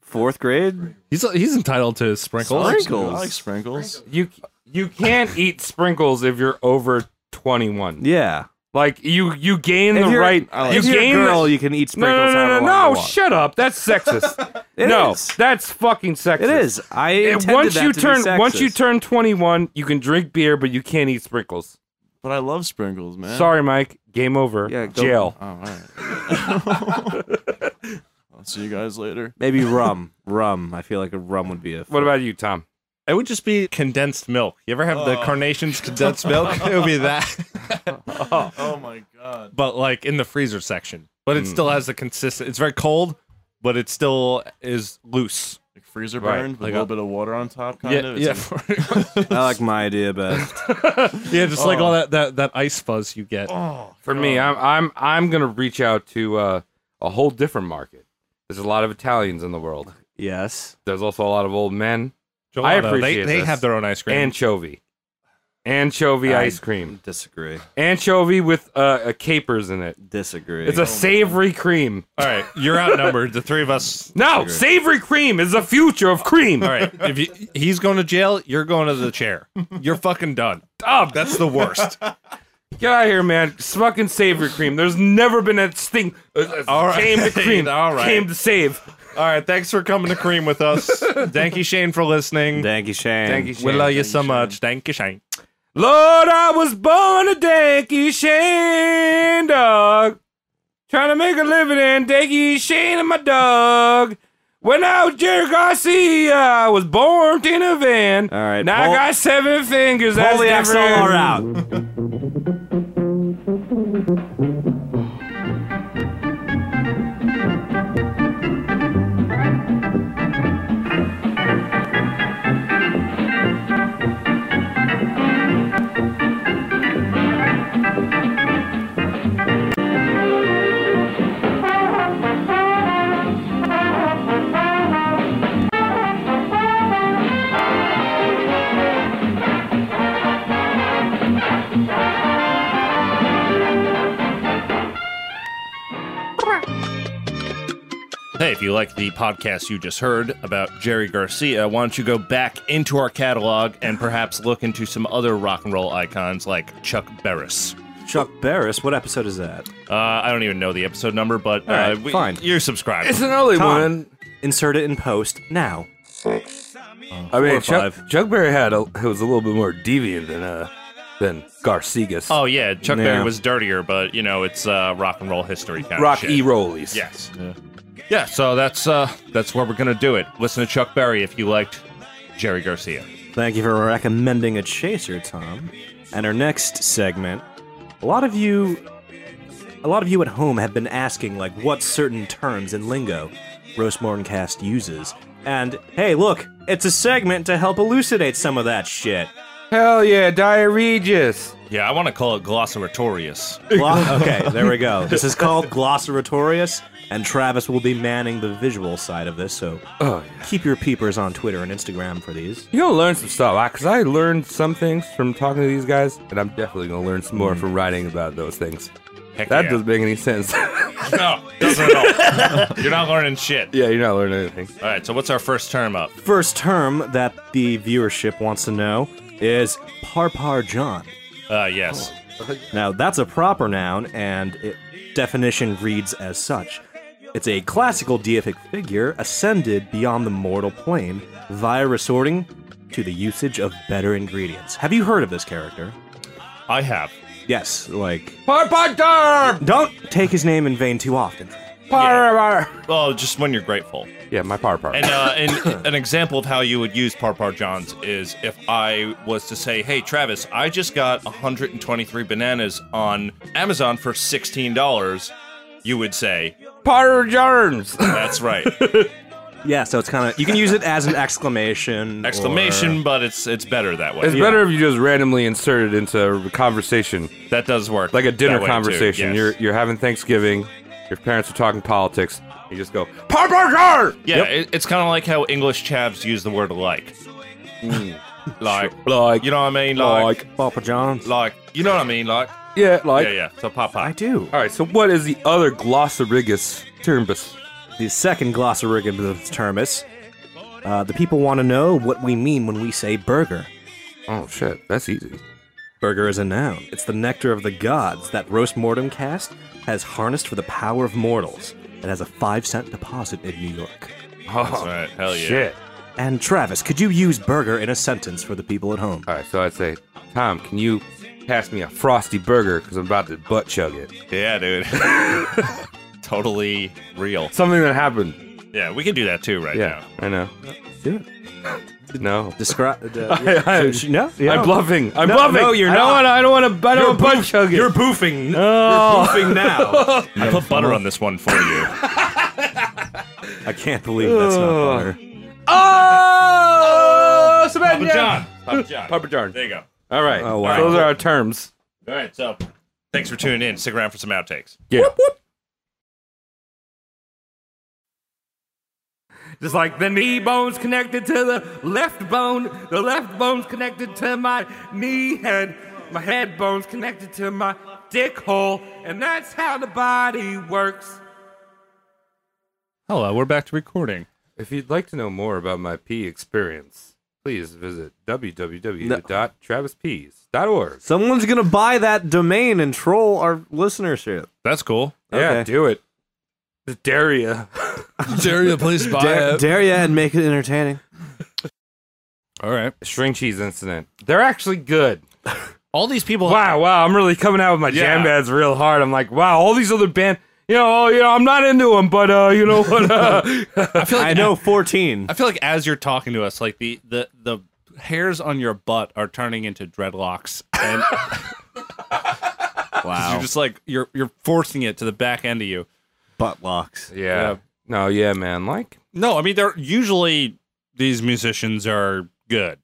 Speaker 8: Fourth grade?
Speaker 1: He's he's entitled to sprinkles.
Speaker 5: I
Speaker 8: Sprinkles.
Speaker 5: like sprinkles.
Speaker 2: You you can't eat sprinkles if you're over twenty one.
Speaker 8: Yeah.
Speaker 2: Like you you gain
Speaker 8: If
Speaker 2: the
Speaker 8: you're-
Speaker 2: right.
Speaker 5: I like
Speaker 8: If
Speaker 2: you
Speaker 8: you're a
Speaker 2: gain
Speaker 8: girl,
Speaker 2: the,
Speaker 8: you can eat
Speaker 2: no no no
Speaker 8: sprinkles. however
Speaker 2: no,
Speaker 8: long you
Speaker 2: no,
Speaker 8: want.
Speaker 2: Shut up. That's sexist.
Speaker 8: It
Speaker 2: no,
Speaker 8: is.
Speaker 2: that's fucking sexist.
Speaker 8: It is. I
Speaker 2: And
Speaker 8: intended
Speaker 2: once
Speaker 8: that
Speaker 2: you
Speaker 8: to
Speaker 2: turn
Speaker 8: be
Speaker 2: once you
Speaker 8: sexist.
Speaker 2: turn 21 you can drink beer but you can't eat sprinkles
Speaker 5: But I love sprinkles, man.
Speaker 2: sorry mike game over
Speaker 8: Yeah, go-
Speaker 2: jail
Speaker 5: Oh, all right. I'll see you guys later.
Speaker 8: maybe rum, rum. I feel like a rum would be a.
Speaker 2: what about you tom
Speaker 1: It would just be condensed milk. You ever have the carnations condensed milk? Oh. It would be that,
Speaker 5: Oh my god.
Speaker 1: but like in the freezer section. But it
Speaker 2: Mm.
Speaker 1: still has the consistent. It's very cold, but it still is loose.
Speaker 5: Like freezer
Speaker 2: Right,
Speaker 5: burned with
Speaker 1: like
Speaker 5: a little
Speaker 1: a-
Speaker 5: bit of water on top, kind of.
Speaker 1: yeah,
Speaker 5: It's like-
Speaker 8: I like my idea best.
Speaker 1: yeah. Just
Speaker 2: Oh.
Speaker 1: like all that, that that ice fuzz you get.
Speaker 2: for me i'm i'm i'm gonna reach out to uh, a whole different market there's a lot of italians in the world
Speaker 8: yes.
Speaker 2: there's also a lot of old men
Speaker 1: Gelato.
Speaker 2: I appreciate
Speaker 1: They, they
Speaker 2: this.
Speaker 1: have their own ice cream.
Speaker 2: anchovy anchovy
Speaker 8: I-
Speaker 2: ice cream
Speaker 8: Disagree.
Speaker 2: anchovy with uh, uh, capers in it
Speaker 8: Disagree. Oh,
Speaker 2: it's a savory cream
Speaker 1: all right, you're outnumbered. The three of us.
Speaker 2: no savory cream is the future of cream
Speaker 1: All right, if you, he's going to jail, you're going to the chair. You're fucking done. Oh, that's the worst.
Speaker 2: Get out of here, man. It's fucking savory cream. There's never been a thing. Uh,
Speaker 1: All right.
Speaker 2: Came to cream.
Speaker 1: All right.
Speaker 2: Came to save.
Speaker 1: All right, thanks for coming to cream with us. Thank you, Shane, for listening.
Speaker 8: Thank you, Shane.
Speaker 2: Thank you,
Speaker 1: we
Speaker 2: Shane.
Speaker 1: love you so much. Thank you, Shane.
Speaker 2: Lord, I was born a Danky Shane dog. Trying to make a living in Danky Shane and my dog. When I was Jerry Garcia, I was born in a van.
Speaker 8: All right,
Speaker 2: Now
Speaker 8: Paul-
Speaker 2: I got seven fingers. That's
Speaker 8: Holy
Speaker 2: different.
Speaker 8: XLR out.
Speaker 1: Hey, if you like the podcast you just heard about Jerry Garcia, why don't you go back into our catalog and perhaps look into some other rock and roll icons like Chuck Berris?
Speaker 8: Chuck Barris. What episode is that?
Speaker 1: Uh, I don't even know the episode number, but uh,
Speaker 8: right,
Speaker 1: we-
Speaker 8: fine.
Speaker 1: you're subscribed.
Speaker 2: It's an early
Speaker 8: Tom.
Speaker 2: one.
Speaker 8: Insert it in post now.
Speaker 2: I mean,
Speaker 8: or
Speaker 2: Chuck,
Speaker 8: five.
Speaker 2: Chuck Berry had a, it was a little bit more deviant than uh, than Garcigas.
Speaker 1: oh yeah, Chuck
Speaker 8: Yeah.
Speaker 1: Berry was dirtier, but you know it's uh, rock and roll history kind
Speaker 2: Rock
Speaker 1: of shit.
Speaker 2: E Rollies.
Speaker 1: Yes. Yeah. So that's uh, that's where we're gonna do it. Listen to Chuck Berry if you liked Jerry Garcia.
Speaker 8: Thank you for recommending a chaser, Tom. And our next segment, a lot of you, a lot of you at home have been asking like what certain terms in lingo Roast Morncast uses. And hey, look, it's a segment to help elucidate some of that shit.
Speaker 2: Hell yeah, diuresis.
Speaker 1: Yeah, I want to call it Glossaratorius.
Speaker 8: Glo- okay, there we go. This is called Glossoratorius, and Travis will be manning the visual side of this. So
Speaker 2: Oh, yeah.
Speaker 8: keep your peepers on Twitter and Instagram for these.
Speaker 2: You're gonna learn some stuff, because I learned some things from talking to these guys, and I'm definitely gonna learn some more from writing about those things.
Speaker 1: Mm. Heck
Speaker 2: That
Speaker 1: yeah.
Speaker 2: doesn't make any sense. yeah,
Speaker 1: No, doesn't at all. You're not learning shit.
Speaker 2: you're not learning anything.
Speaker 1: All right, so what's our first term up?
Speaker 8: First term that the viewership wants to know is Parpar John.
Speaker 1: Uh, yes.
Speaker 8: Now, that's a proper noun, and it definition reads as such. It's a classical deific figure ascended beyond the mortal plane via resorting to the usage of better ingredients. Have you heard of this character?
Speaker 1: I have.
Speaker 8: Yes, like
Speaker 2: Parpatar!
Speaker 8: don't take his name in vain too often.
Speaker 2: Parpar!
Speaker 1: Well, just when you're grateful.
Speaker 2: Yeah, my parpar.
Speaker 1: And, uh, and an example of how you would use Parpar Johns is if I was to say, hey, Travis, I just got 123 bananas on Amazon for $16, you would say,
Speaker 2: Parpajarns!
Speaker 1: Oh, that's right.
Speaker 8: Yeah, so it's kind of you can use it as an exclamation.
Speaker 1: Exclamation, but it's it's better that way.
Speaker 2: It's better if you just randomly insert it into a conversation,
Speaker 1: That does work.
Speaker 2: like a dinner
Speaker 1: that way, too,
Speaker 2: conversation.
Speaker 1: yes.
Speaker 2: You're you're having Thanksgiving, your parents are talking politics. You just go hamburger.
Speaker 1: yeah, it, it's kind of like how English chavs use the word like. like,
Speaker 2: Mm. Like
Speaker 1: you know what I mean? Like,
Speaker 8: like Papa John's.
Speaker 1: like, you know what I mean? Like,
Speaker 2: yeah, like.
Speaker 1: yeah, yeah. So pop
Speaker 8: I
Speaker 1: pop.
Speaker 8: do.
Speaker 2: All right. So what is the other glossarigus termbus?
Speaker 8: The second glossarigum termis. Uh, the people want to know what we mean when we say burger.
Speaker 2: Oh shit, that's easy.
Speaker 8: Burger is a noun. It's the nectar of the gods that roast mortem cast has harnessed for the power of mortals. It has a five cent deposit in New York.
Speaker 2: Oh,
Speaker 1: All right, hell yeah.
Speaker 2: Shit.
Speaker 8: And Travis, could you use burger in a sentence for the people at home?
Speaker 2: All right. So I'd say, Tom, can you pass me a frosty burger because I'm about to butt chug it.
Speaker 1: Yeah, dude. totally real.
Speaker 2: Something that happened.
Speaker 1: Yeah, we can do that too right
Speaker 2: Yeah, I know.
Speaker 8: Do it.
Speaker 2: No.
Speaker 8: Describe.
Speaker 2: I-
Speaker 8: no, yeah.
Speaker 2: I'm bluffing. I'm
Speaker 8: No,
Speaker 2: bluffing.
Speaker 8: no, you're
Speaker 2: I
Speaker 8: not.
Speaker 2: Don't wanna, I don't want to. I don't want to chug it.
Speaker 8: You're boofing.
Speaker 2: Oh.
Speaker 8: You're boofing now.
Speaker 1: now. I put butter on this one for you.
Speaker 8: I can't believe that's not butter.
Speaker 2: Oh, Sebastian.
Speaker 1: Papa John. Papa John.
Speaker 2: Papa John.
Speaker 1: There you go.
Speaker 2: All right.
Speaker 8: Oh, wow.
Speaker 2: Those are our terms.
Speaker 1: All right, so thanks for tuning in. Stick around for some outtakes.
Speaker 2: Yeah. Just like the knee bone's connected to the left bone, the left bone's connected to my knee head, my head bone's connected to my dick hole, and that's how the body works.
Speaker 1: Hello, we're back to recording.
Speaker 2: If you'd like to know more about my pee experience, please visit www.travispees.org.
Speaker 8: Someone's gonna buy that domain and troll our listenership.
Speaker 1: That's cool.
Speaker 2: Yeah,
Speaker 8: Okay.
Speaker 2: do it. The Daria.
Speaker 13: Jerry, please buy
Speaker 8: Dare, dare ya and make it entertaining.
Speaker 1: All right.
Speaker 2: String cheese incident. They're actually good.
Speaker 1: All these people.
Speaker 2: Wow, wow. I'm really coming out with my jam
Speaker 1: Yeah.
Speaker 2: bands real hard. I'm like, wow, all these other band, you know, you know, I'm not into them, but uh, you know what? Uh,
Speaker 1: I feel like
Speaker 8: I know fourteen.
Speaker 1: I feel like as you're talking to us, like the the the hairs on your butt are turning into dreadlocks, and
Speaker 8: Wow.
Speaker 1: you're just like you're you're forcing it to the back end of you.
Speaker 8: butt locks.
Speaker 2: yeah. No, yeah, man. Like,
Speaker 1: No, I mean they're usually these musicians are good.